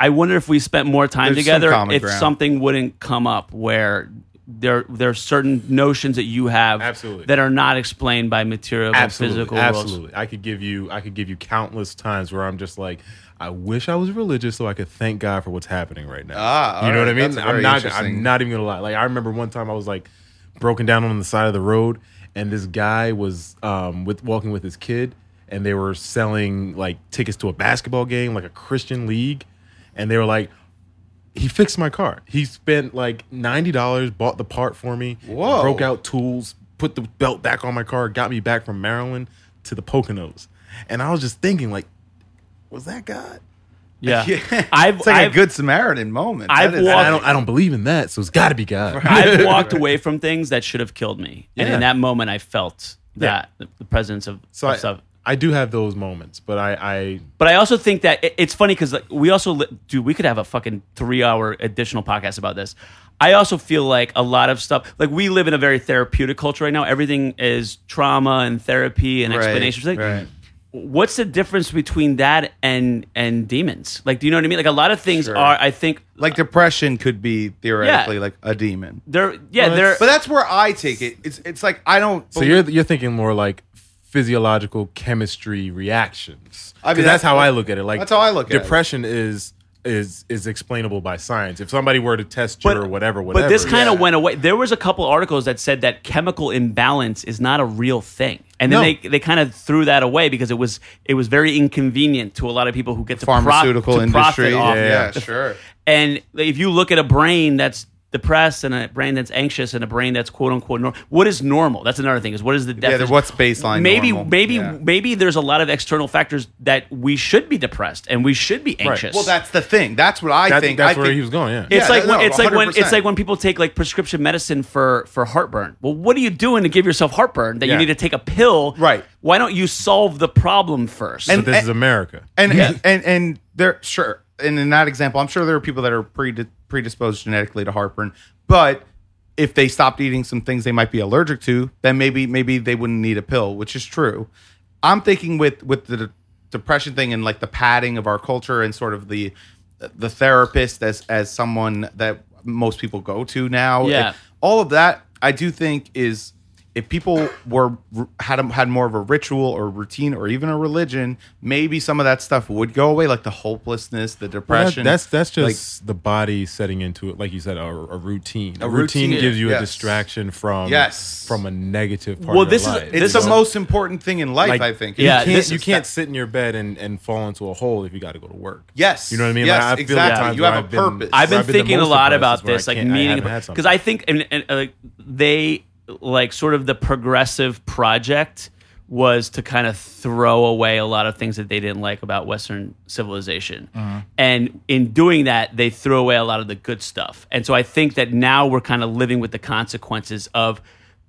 [SPEAKER 7] I wonder if we spent more time
[SPEAKER 8] There's some
[SPEAKER 7] together
[SPEAKER 8] common
[SPEAKER 7] if
[SPEAKER 8] ground.
[SPEAKER 7] something wouldn't come up where there there are certain notions that you have
[SPEAKER 9] Absolutely.
[SPEAKER 7] that are not explained by material and
[SPEAKER 9] absolutely,
[SPEAKER 7] physical
[SPEAKER 9] absolutely.
[SPEAKER 7] rules.
[SPEAKER 9] I could give you I could give you countless times where I'm just like, I wish I was religious so I could thank God for what's happening right now.
[SPEAKER 8] Ah,
[SPEAKER 9] you know
[SPEAKER 8] all
[SPEAKER 9] what I
[SPEAKER 8] right.
[SPEAKER 9] mean?
[SPEAKER 8] That's a
[SPEAKER 9] I'm
[SPEAKER 8] very
[SPEAKER 9] not I'm
[SPEAKER 8] interesting-
[SPEAKER 9] not even gonna lie. Like I remember one time I was like broken down on the side of the road, and this guy was um with walking with his kid, and they were selling like tickets to a basketball game, like a Christian league, and they were like. He fixed my car. He spent like ninety dollars, bought the part for me,
[SPEAKER 8] Whoa.
[SPEAKER 9] broke out tools, put the belt back on my car, got me back from Maryland to the Poconos. And I was just thinking, like, was that God?
[SPEAKER 7] Yeah.
[SPEAKER 8] Yeah.
[SPEAKER 7] I've
[SPEAKER 8] It's like
[SPEAKER 7] I've,
[SPEAKER 8] a good Samaritan moment.
[SPEAKER 7] I've
[SPEAKER 8] That is-
[SPEAKER 7] walked-
[SPEAKER 9] I don't I don't believe in that, so it's gotta be God.
[SPEAKER 7] I've walked away from things that should have killed me. And
[SPEAKER 9] Yeah.
[SPEAKER 7] in that moment I felt that the- the presence of,
[SPEAKER 9] so
[SPEAKER 7] of
[SPEAKER 9] I,
[SPEAKER 7] stuff.
[SPEAKER 9] I do have those moments, but I, I
[SPEAKER 7] But I also think that it- it's funny because like, we also, li- dude, we could have a fucking three hour additional podcast about this. I also feel like a lot of stuff, like we live in a very therapeutic culture right now. Everything is trauma and therapy and
[SPEAKER 8] Right,
[SPEAKER 7] explanations. Like, "Mm."
[SPEAKER 8] right.
[SPEAKER 7] What's the difference between that and and demons? Like, do you know what I mean? Like, a lot of things
[SPEAKER 8] Sure.
[SPEAKER 7] are, I think,
[SPEAKER 8] like depression could be theoretically like a demon.
[SPEAKER 7] they're, yeah,
[SPEAKER 9] Well,
[SPEAKER 7] they're,
[SPEAKER 8] But that's where I take it. It's it's like I don't.
[SPEAKER 9] so you're you're thinking more like physiological chemistry reactions.
[SPEAKER 8] I
[SPEAKER 9] 'Cause
[SPEAKER 8] mean,
[SPEAKER 9] that's
[SPEAKER 8] that's-
[SPEAKER 9] how I look at it. Like
[SPEAKER 8] that's how I look at it.
[SPEAKER 9] depression is is is explainable by science. If somebody were to test you
[SPEAKER 7] But-
[SPEAKER 9] or whatever, whatever.
[SPEAKER 7] but this kind
[SPEAKER 9] yeah.
[SPEAKER 7] of went away. There was a couple articles that said that chemical imbalance is not a real thing, and then
[SPEAKER 9] No.
[SPEAKER 7] they they kind of threw that away because it was it was very inconvenient to a lot of people who get to prof-
[SPEAKER 8] pharmaceutical
[SPEAKER 7] to profit
[SPEAKER 8] industry.
[SPEAKER 7] off
[SPEAKER 8] yeah,
[SPEAKER 7] of it.
[SPEAKER 8] sure.
[SPEAKER 7] And if you look at a brain that's depressed and a brain that's anxious and a brain that's quote unquote normal, what is normal? That's another thing. Is what is the definition?
[SPEAKER 8] what's baseline
[SPEAKER 7] Maybe
[SPEAKER 8] normal?
[SPEAKER 7] maybe
[SPEAKER 8] Yeah.
[SPEAKER 7] maybe there's a lot of external factors that we should be depressed and we should be anxious.
[SPEAKER 8] Well, that's the thing. That's what I
[SPEAKER 9] I
[SPEAKER 8] think.
[SPEAKER 9] think that's
[SPEAKER 8] I
[SPEAKER 9] where
[SPEAKER 8] think-
[SPEAKER 9] he was going, yeah.
[SPEAKER 7] It's
[SPEAKER 8] Yeah,
[SPEAKER 7] like
[SPEAKER 8] no,
[SPEAKER 7] when, it's like when it's
[SPEAKER 8] 100%.
[SPEAKER 7] like when people take like prescription medicine for for heartburn. Well, what are you doing to give yourself heartburn that you
[SPEAKER 9] Yeah.
[SPEAKER 7] need to take a pill?
[SPEAKER 8] Right.
[SPEAKER 7] Why don't you solve the problem first?
[SPEAKER 9] but
[SPEAKER 8] And-
[SPEAKER 9] this is America.
[SPEAKER 8] and and and there sure and in that example i'm sure there are people that are predi- predisposed genetically to heartburn but if they stopped eating some things they might be allergic to, then maybe maybe they wouldn't need a pill, which is true. I'm thinking with with the de- depression thing and like the padding of our culture and sort of the the therapist as as someone that most people go to now.
[SPEAKER 7] Yeah.
[SPEAKER 8] And all of that I do think is if people were had a- had more of a ritual or routine or even a religion, maybe some of that stuff would go away, like the hopelessness, the
[SPEAKER 9] Well, that-
[SPEAKER 8] depression.
[SPEAKER 9] that's that's
[SPEAKER 8] like-
[SPEAKER 9] just the body setting into it, like you said, a, a routine. A,
[SPEAKER 8] routine,
[SPEAKER 9] routine,
[SPEAKER 8] yeah,
[SPEAKER 9] gives you
[SPEAKER 8] yes.
[SPEAKER 9] a distraction from
[SPEAKER 8] Yes.
[SPEAKER 9] from a negative part.
[SPEAKER 7] Well,
[SPEAKER 9] of
[SPEAKER 7] this
[SPEAKER 9] your
[SPEAKER 7] is-
[SPEAKER 9] life.
[SPEAKER 8] it's
[SPEAKER 7] this
[SPEAKER 8] the most important thing in life,
[SPEAKER 9] Like,
[SPEAKER 8] I think.
[SPEAKER 7] Yeah,
[SPEAKER 9] you can't,
[SPEAKER 7] this
[SPEAKER 9] you
[SPEAKER 7] is
[SPEAKER 9] can't sit in your bed and, and fall into a hole if you got to go to work.
[SPEAKER 8] Yes,
[SPEAKER 9] you know what I mean.
[SPEAKER 8] yes,
[SPEAKER 9] Like, I feel
[SPEAKER 8] exactly.
[SPEAKER 9] the times
[SPEAKER 8] You
[SPEAKER 9] where
[SPEAKER 8] have a
[SPEAKER 9] I've
[SPEAKER 8] purpose.
[SPEAKER 9] Been,
[SPEAKER 7] I've
[SPEAKER 9] where
[SPEAKER 7] been
[SPEAKER 9] the
[SPEAKER 7] thinking a
[SPEAKER 9] most
[SPEAKER 7] lot
[SPEAKER 9] depressed
[SPEAKER 7] about
[SPEAKER 9] is when
[SPEAKER 7] this,
[SPEAKER 9] I
[SPEAKER 7] like
[SPEAKER 9] can't- I
[SPEAKER 7] meeting,
[SPEAKER 9] haven't had
[SPEAKER 7] because
[SPEAKER 9] something.
[SPEAKER 7] I think, and, and uh, like they like sort of the progressive project was to kind of throw away a lot of things that they didn't like about Western civilization,
[SPEAKER 9] Mm-hmm.
[SPEAKER 7] and in doing that, they threw away a lot of the good stuff. And so I think that now we're kind of living with the consequences of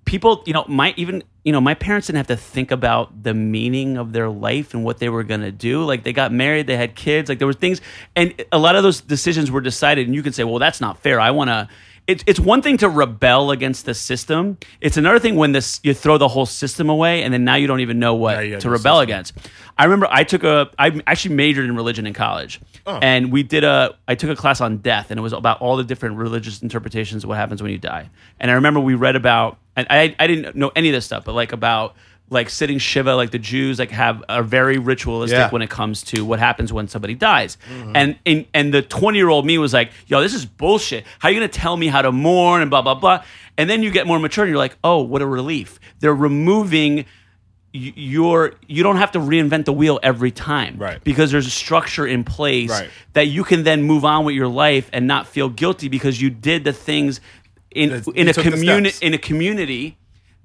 [SPEAKER 7] people. You know, my even you know my parents didn't have to think about the meaning of their life and what they were going to do. Like they got married, they had kids, like there were things, and a lot of those decisions were decided. And you can say, well, that's not fair. I want to. It's it's one thing to rebel against the system. It's another thing when this you throw the whole system away, and then now you don't even know what
[SPEAKER 9] Now you have
[SPEAKER 7] to
[SPEAKER 9] no
[SPEAKER 7] rebel
[SPEAKER 9] system.
[SPEAKER 7] against. I remember I took a I actually majored in religion in college, and we did a I took a class on death, and it was about all the different religious interpretations of what happens when you die. And I remember we read about and I I didn't know any of this stuff, but like about like sitting shiva like the jews like have are very ritualistic
[SPEAKER 8] Yeah.
[SPEAKER 7] when it comes to what happens when somebody dies and, and and the 20 year old me was like yo this is bullshit how are you gonna tell me how to mourn and blah blah blah and then you get more mature and you're like oh what a relief they're removing y- you're you don't have to reinvent the wheel every time
[SPEAKER 9] Right.
[SPEAKER 7] because there's a structure in place
[SPEAKER 9] Right.
[SPEAKER 7] that you can then move on with your life and not feel guilty because you did the things in
[SPEAKER 9] That's-
[SPEAKER 7] in
[SPEAKER 9] you
[SPEAKER 7] a
[SPEAKER 9] took the
[SPEAKER 7] community
[SPEAKER 9] steps.
[SPEAKER 7] in a community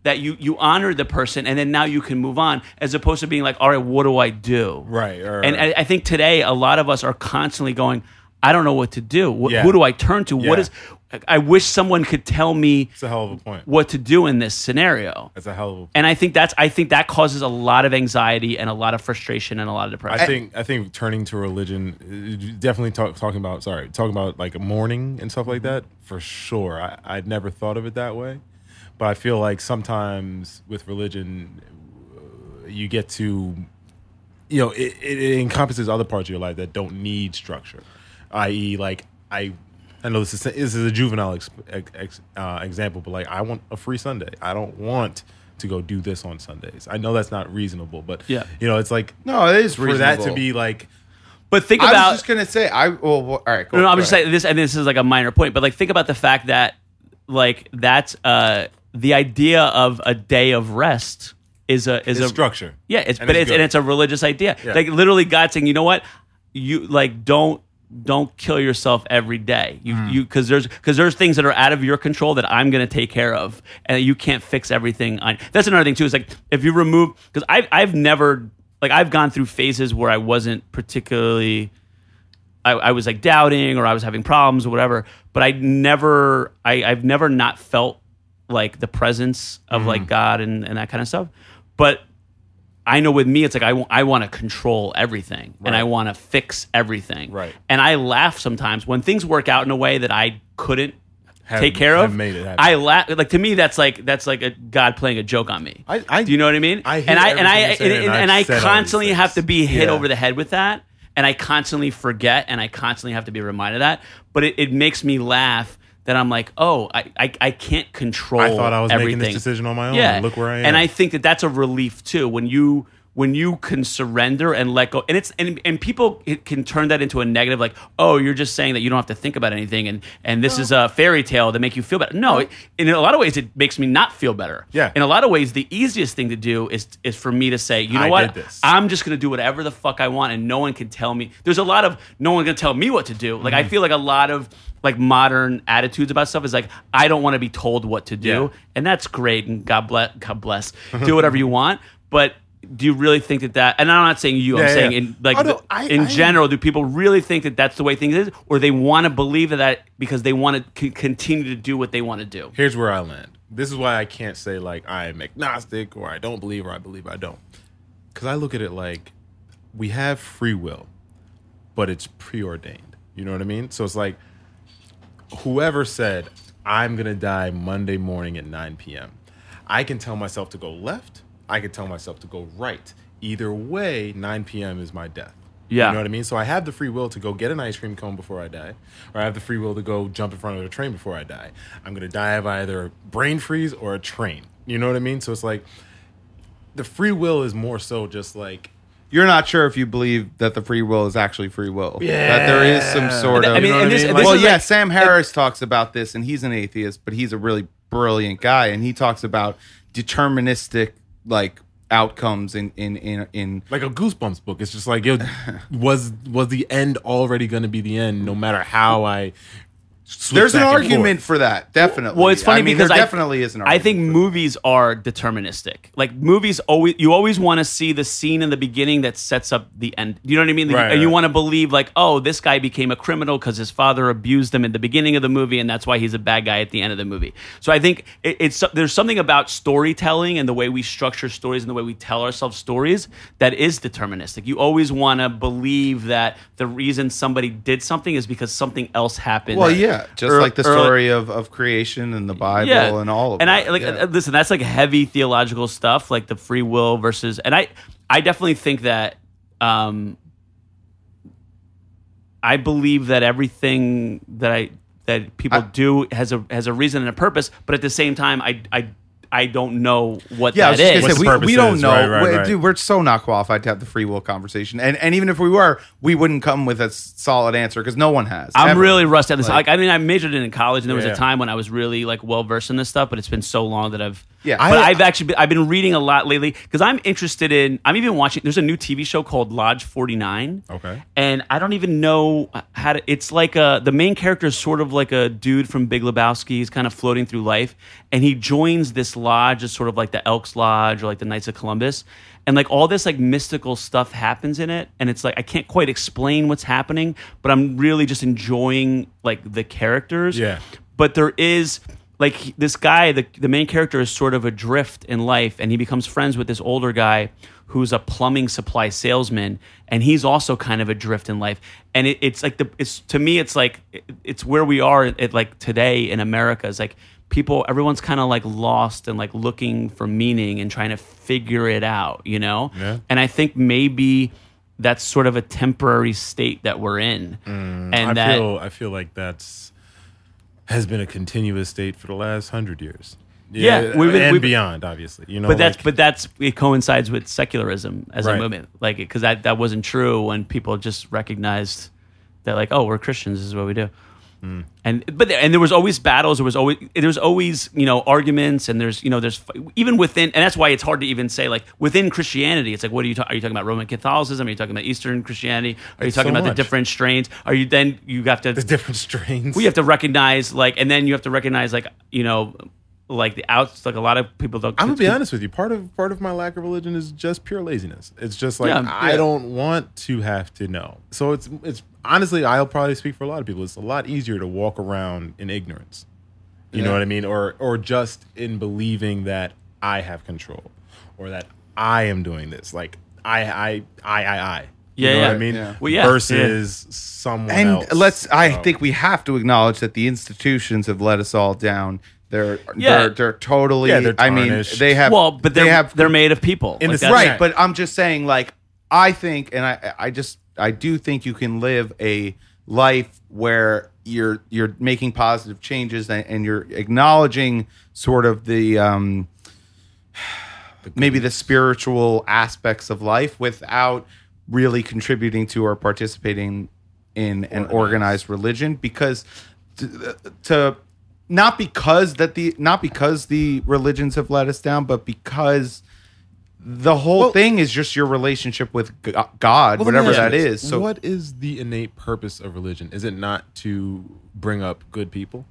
[SPEAKER 7] that you you honor the person and then now you can move on as opposed to being like all right what do i do
[SPEAKER 9] Right, right,
[SPEAKER 7] and
[SPEAKER 9] right.
[SPEAKER 7] I, I think today a lot of us are constantly going i don't know what to do Wh-
[SPEAKER 9] Yeah.
[SPEAKER 7] who do i turn to what
[SPEAKER 9] Yeah.
[SPEAKER 7] is i wish someone could tell me
[SPEAKER 9] it's a hell of a point.
[SPEAKER 7] what to do in this scenario
[SPEAKER 9] That's a hell of a point.
[SPEAKER 7] and I think that's I think that causes a lot of anxiety and a lot of frustration and a lot of depression.
[SPEAKER 9] I think I think turning to religion, uh, definitely talk, talking about sorry, talking about like mourning and stuff like that for sure. I, I'd never thought of it that way, but I feel like sometimes with religion, uh, you get to, you know, it, it, it encompasses other parts of your life that don't need structure, i.e., like I. I know this is this is a juvenile ex, ex, uh, example, but like I want a free Sunday. I don't want to go do this on Sundays. I know that's not reasonable, but
[SPEAKER 7] Yeah.
[SPEAKER 9] you know, it's like
[SPEAKER 8] No, it is
[SPEAKER 9] for that to
[SPEAKER 8] reasonable.
[SPEAKER 9] be like
[SPEAKER 7] but think
[SPEAKER 8] I
[SPEAKER 7] about
[SPEAKER 8] was just gonna say I. Well, well, all right. Cool,
[SPEAKER 7] no, no, I'm
[SPEAKER 8] go
[SPEAKER 7] just
[SPEAKER 8] ahead.
[SPEAKER 7] saying this, and this is like a minor point, but like think about the fact that like that's uh the idea of a day of rest is a is
[SPEAKER 9] It's
[SPEAKER 7] a
[SPEAKER 9] structure.
[SPEAKER 7] Yeah, it's
[SPEAKER 9] And
[SPEAKER 7] but
[SPEAKER 9] it's
[SPEAKER 7] it's, and
[SPEAKER 9] good.
[SPEAKER 7] it's a religious idea.
[SPEAKER 9] Yeah.
[SPEAKER 7] Like literally, God saying, you know what, you like don't don't kill yourself every day. You
[SPEAKER 9] Mm.
[SPEAKER 7] you because there's because there's things that are out of your control that I'm gonna take care of, and you can't fix everything. On that's another thing too. Is like if you remove because I've I've never like I've gone through phases where I wasn't particularly. I, I was like doubting or I was having problems or whatever. But I never, I, I've never not felt like the presence of like God and, and that kind of stuff. But I know with me, it's like I want to control everything and I want to fix everything.
[SPEAKER 9] Right.
[SPEAKER 7] And I laugh sometimes when things work out in a way that I couldn't take care
[SPEAKER 9] have
[SPEAKER 7] of.
[SPEAKER 9] made it happen.
[SPEAKER 7] I laugh. Like to me, that's like that's like a God playing a joke on me.
[SPEAKER 9] I- I-
[SPEAKER 7] Do you know what I mean?
[SPEAKER 9] I hear
[SPEAKER 7] and I and I and,
[SPEAKER 9] everything you're saying,
[SPEAKER 7] and,
[SPEAKER 9] and
[SPEAKER 7] and I
[SPEAKER 9] I've said all these
[SPEAKER 7] constantly have to
[SPEAKER 9] things.
[SPEAKER 7] be hit
[SPEAKER 9] Yeah.
[SPEAKER 7] over the head with that, and I constantly forget, and I constantly have to be reminded of that. But it, it makes me laugh that I'm like, oh, I I, I can't control.
[SPEAKER 9] I thought I was making
[SPEAKER 7] everything.
[SPEAKER 9] this decision on my own, and look where I am.
[SPEAKER 7] And I think that that's a relief too when you when you can surrender and let go. And it's and and people it can turn that into a negative, like oh, you're just saying that you don't have to think about anything, and and this is a fairy tale to make you feel better. No, it, in a lot of ways, it makes me not feel better.
[SPEAKER 9] Yeah.
[SPEAKER 7] In a lot of ways, the easiest thing to do is is for me to say, you know
[SPEAKER 9] I
[SPEAKER 7] what,
[SPEAKER 9] did this.
[SPEAKER 7] I'm just gonna do whatever the fuck I want, and no one can tell me. There's a lot of no one gonna tell me what to do. Like
[SPEAKER 9] Mm-hmm.
[SPEAKER 7] I feel like a lot of like modern attitudes about stuff is like I don't want to be told what to do,
[SPEAKER 9] Yeah.
[SPEAKER 7] and that's great. And God bless, God bless, do whatever you want. But do you really think that that? And I'm not saying you. I'm
[SPEAKER 9] Yeah, yeah,
[SPEAKER 7] saying
[SPEAKER 9] yeah.
[SPEAKER 7] in like
[SPEAKER 9] Oh, no,
[SPEAKER 7] the-
[SPEAKER 9] I-
[SPEAKER 7] in
[SPEAKER 9] I-
[SPEAKER 7] general, do people really think that that's the way things is, or they want to believe that because they want to c- continue to do what they want to do?
[SPEAKER 9] here's where I land. This is why I can't say like I'm agnostic or I don't believe or I believe I don't. Cuz I look at it like we have free will, but it's preordained. You know what I mean? So it's like whoever said I'm gonna die Monday morning at 9 p.m. I can tell myself to go left. I can tell myself to go right. Either way, 9 p.m. is my death.
[SPEAKER 7] Yeah.
[SPEAKER 9] You know what I mean? So I have the free will to go get an ice cream cone before I die, or I have the free will to go jump in front of a train before I die. I'm gonna die of either brain freeze or a train. You know what I mean? So it's like the free will is more so just like
[SPEAKER 8] You're not sure if you believe that the free will is actually free will. Yeah. That there is some sort
[SPEAKER 7] But,
[SPEAKER 8] of.
[SPEAKER 7] I mean, and this- this
[SPEAKER 8] well,
[SPEAKER 7] is
[SPEAKER 8] yeah,
[SPEAKER 7] like-
[SPEAKER 8] Sam Harris talks about this, and he's an atheist, but he's a really brilliant guy, and he talks about deterministic like outcomes in in in, in
[SPEAKER 9] like a goosebumps book it's just like yo was was the end already going to be the end no matter how i switch
[SPEAKER 8] There's an
[SPEAKER 9] back and
[SPEAKER 8] argument
[SPEAKER 9] forth?
[SPEAKER 8] for that, definitely.
[SPEAKER 7] Well, it's funny
[SPEAKER 8] I mean,
[SPEAKER 7] because
[SPEAKER 8] there
[SPEAKER 7] I-
[SPEAKER 8] definitely is an
[SPEAKER 7] I
[SPEAKER 8] argument.
[SPEAKER 7] think
[SPEAKER 8] for that.
[SPEAKER 7] movies are deterministic. Like movies always, you always want to see the scene in the beginning that sets up the end. You know what I mean?
[SPEAKER 9] Right,
[SPEAKER 7] and you
[SPEAKER 9] right.
[SPEAKER 7] want to believe like, oh, this guy became a criminal because his father abused him in the beginning of the movie, and that's why he's a bad guy at the end of the movie. So I think it, it's there's something about storytelling and the way we structure stories and the way we tell ourselves stories that is deterministic. You always want to believe that the reason somebody did something is because something else happened.
[SPEAKER 8] Well, yeah, just
[SPEAKER 7] Ear-
[SPEAKER 8] like the
[SPEAKER 7] early-
[SPEAKER 8] story of, of creation and the Bible and all of
[SPEAKER 7] er, and
[SPEAKER 8] that.
[SPEAKER 7] I like
[SPEAKER 8] yeah.
[SPEAKER 7] uh, listen. That's like heavy theological stuff, like the free will versus. And I, I definitely think that. um I believe that everything that I that people do has a has a reason and a purpose, but at the same time, I I I don't know what
[SPEAKER 8] yeah, I
[SPEAKER 7] that
[SPEAKER 8] was just
[SPEAKER 7] is.
[SPEAKER 8] gonna
[SPEAKER 9] What's
[SPEAKER 8] say,
[SPEAKER 9] the
[SPEAKER 8] we,
[SPEAKER 9] purpose
[SPEAKER 8] we don't
[SPEAKER 9] is,
[SPEAKER 8] know,
[SPEAKER 9] right, right,
[SPEAKER 8] We-
[SPEAKER 9] right.
[SPEAKER 8] dude. We're so not qualified to have the free will conversation, and and even if we were, we wouldn't come with a s- solid answer because no one has.
[SPEAKER 7] I'm
[SPEAKER 8] ever.
[SPEAKER 7] really rusty at this. Like,
[SPEAKER 8] Like-
[SPEAKER 7] I mean, I majored in it in college, and there was
[SPEAKER 9] Yeah.
[SPEAKER 7] a time when I was really like well versed in this stuff, but it's been so long that I've
[SPEAKER 8] Yeah.
[SPEAKER 7] But I,
[SPEAKER 8] I-
[SPEAKER 7] have actually been, I've been reading a lot lately because I'm interested in. I'm even watching. There's a new TV show called Lodge 49.
[SPEAKER 9] Okay.
[SPEAKER 7] And I don't even know how to. It's like a the main character is sort of like a dude from Big Lebowski. He's kind of floating through life, and he joins this lodge, it's sort of like the Elks Lodge or like the Knights of Columbus, and like all this like mystical stuff happens in it, and it's like I can't quite explain what's happening, but I'm really just enjoying like the characters
[SPEAKER 9] Yeah.
[SPEAKER 7] but there is like he- this guy the, the main character is sort of adrift in life and he becomes friends with this older guy who's a plumbing supply salesman and he's also kind of adrift in life and it, it's like the it's to me it's like it- it's where we are at like today in america is like people everyone's kind of like lost and like looking for meaning and trying to figure it out you know
[SPEAKER 9] Yeah.
[SPEAKER 7] and i think maybe that's sort of a temporary state that we're in and
[SPEAKER 9] Mm. i
[SPEAKER 7] that
[SPEAKER 9] feel i feel like that's has been a continuous state for the last 100 years
[SPEAKER 7] Yeah, we've been-
[SPEAKER 9] and
[SPEAKER 7] we've been-
[SPEAKER 9] beyond obviously you know
[SPEAKER 7] but that's
[SPEAKER 9] like-
[SPEAKER 7] but that's it coincides with secularism as a
[SPEAKER 9] Right.
[SPEAKER 7] movement like because that that wasn't true when people just recognized that like oh we're christians this is what we do
[SPEAKER 9] Hmm.
[SPEAKER 7] and but there, and there was always battles there was always there's always you know arguments and there's you know there's even within and that's why it's hard to even say like within christianity it's like what are you ta- are you talking about roman catholicism are you talking about eastern christianity are you
[SPEAKER 9] It's
[SPEAKER 7] talking
[SPEAKER 9] so
[SPEAKER 7] about
[SPEAKER 9] much.
[SPEAKER 7] the different strains are you then you have to
[SPEAKER 9] the different strains
[SPEAKER 7] we have to recognize like and then you have to recognize like you know like the outs like a lot of people don't
[SPEAKER 9] I'm gonna be honest with you. Part of part of my lack of religion is just pure laziness. It's just like
[SPEAKER 7] Yeah.
[SPEAKER 9] I
[SPEAKER 7] Yeah.
[SPEAKER 9] don't want to have to know. So it's it's honestly, I'll probably speak for a lot of people. It's a lot easier to walk around in ignorance. You know what I mean? Or or just in believing that I have control or that I am doing this. Like I I I I
[SPEAKER 7] Yeah,
[SPEAKER 9] I. you know
[SPEAKER 7] yeah.
[SPEAKER 9] what I mean?
[SPEAKER 8] Yeah.
[SPEAKER 7] Well, yeah.
[SPEAKER 9] Versus someone
[SPEAKER 8] and
[SPEAKER 9] else.
[SPEAKER 8] let's. I
[SPEAKER 9] So-
[SPEAKER 8] think we have to acknowledge that the institutions have let us all down. They're
[SPEAKER 7] Yeah.
[SPEAKER 8] they're, they're totally.
[SPEAKER 9] Yeah, they're
[SPEAKER 8] I mean,
[SPEAKER 9] tarnished.
[SPEAKER 8] they have.
[SPEAKER 7] well but they're,
[SPEAKER 8] they have
[SPEAKER 7] they're made of people
[SPEAKER 9] In
[SPEAKER 7] Like,
[SPEAKER 9] the
[SPEAKER 7] that's-
[SPEAKER 8] right,
[SPEAKER 9] right.
[SPEAKER 8] but I'm just saying, like, I think, and I, I just, I do think you can live a life where you're, you're making positive changes and, and you're acknowledging sort of the, um, maybe the spiritual aspects of life without really contributing to or participating in an organized religion because to, to not because that the not because the religions have let us down but because the whole thing is just your relationship with G- uh, God,
[SPEAKER 9] Well, let me
[SPEAKER 8] whatever
[SPEAKER 9] ask
[SPEAKER 8] that
[SPEAKER 9] you
[SPEAKER 8] is.
[SPEAKER 9] this.
[SPEAKER 8] So
[SPEAKER 9] what is the innate purpose of religion? Is it not to bring up good people?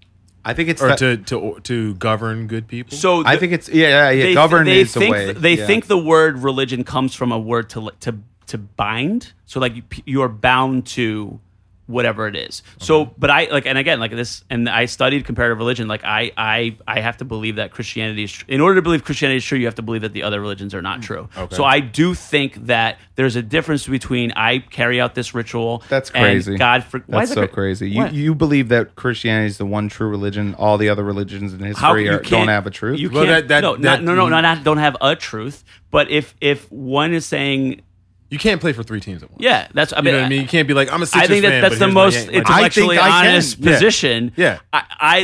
[SPEAKER 8] I think it's
[SPEAKER 9] or
[SPEAKER 8] that-
[SPEAKER 9] to to or- to govern good people.
[SPEAKER 7] so
[SPEAKER 8] I
[SPEAKER 7] the-
[SPEAKER 8] think it's yeah, yeah, yeah.
[SPEAKER 7] they,
[SPEAKER 8] govern
[SPEAKER 7] they
[SPEAKER 8] is the
[SPEAKER 7] think
[SPEAKER 8] way.
[SPEAKER 7] they
[SPEAKER 8] yeah.
[SPEAKER 7] think the word religion comes from a word to li- to to bind so like you, you're bound to whatever it is. So, but I like, and again, like this, and I studied comparative religion. Like, I, I, I have to believe that Christianity is. Tr- in order to believe Christianity is true, you have to believe that the other religions are not
[SPEAKER 8] Mm.
[SPEAKER 7] true. So, I do think that there's a difference between I carry out this ritual.
[SPEAKER 8] That's
[SPEAKER 7] and
[SPEAKER 8] crazy.
[SPEAKER 7] God, for, why
[SPEAKER 8] That's
[SPEAKER 7] is that
[SPEAKER 8] so
[SPEAKER 7] cra-
[SPEAKER 8] crazy. You
[SPEAKER 7] What?
[SPEAKER 8] you believe that Christianity is the one true religion? All the other religions in history
[SPEAKER 7] you
[SPEAKER 8] are, don't
[SPEAKER 7] can't-
[SPEAKER 8] have a truth.
[SPEAKER 7] You
[SPEAKER 9] Well,
[SPEAKER 7] can't.
[SPEAKER 9] that- that-
[SPEAKER 7] no,
[SPEAKER 9] that-
[SPEAKER 7] not, no, no, no, not don't have a truth. But if if one is saying,
[SPEAKER 9] You can't play for three teams at once.
[SPEAKER 7] yeah, that's I
[SPEAKER 9] You
[SPEAKER 7] mean,
[SPEAKER 9] know what I mean? You can't be like, I'm a Sixers
[SPEAKER 7] I think
[SPEAKER 9] fan,
[SPEAKER 7] that that's
[SPEAKER 9] but
[SPEAKER 7] the
[SPEAKER 9] here's my
[SPEAKER 7] most
[SPEAKER 9] Yan- my-
[SPEAKER 8] I think
[SPEAKER 7] intellectually
[SPEAKER 8] I can.
[SPEAKER 7] honest
[SPEAKER 9] Yeah.
[SPEAKER 7] position.
[SPEAKER 9] Yeah.
[SPEAKER 7] I,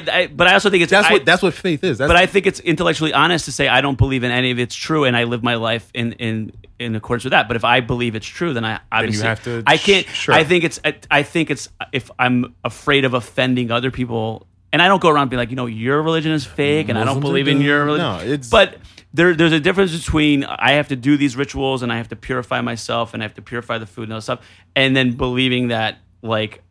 [SPEAKER 7] I, I, but I also think it's
[SPEAKER 9] that's
[SPEAKER 7] I-
[SPEAKER 9] what that's what faith is. That's
[SPEAKER 7] but I think it's intellectually honest to say I don't believe in any of it's true, and I live my life in in in accordance with that. But if I believe it's true, then I obviously
[SPEAKER 9] have to-
[SPEAKER 7] I can't.
[SPEAKER 9] sure.
[SPEAKER 7] I think it's. I, I think it's if I'm afraid of offending other people, and I don't go around being like, you know, your religion is fake, and I don't
[SPEAKER 9] Muslims are
[SPEAKER 7] believe in
[SPEAKER 9] doing-
[SPEAKER 7] your religion.
[SPEAKER 9] No, it's-
[SPEAKER 7] but there, there's a difference between I have to do these rituals and I have to purify myself and I have to purify the food and all that stuff, and then believing that like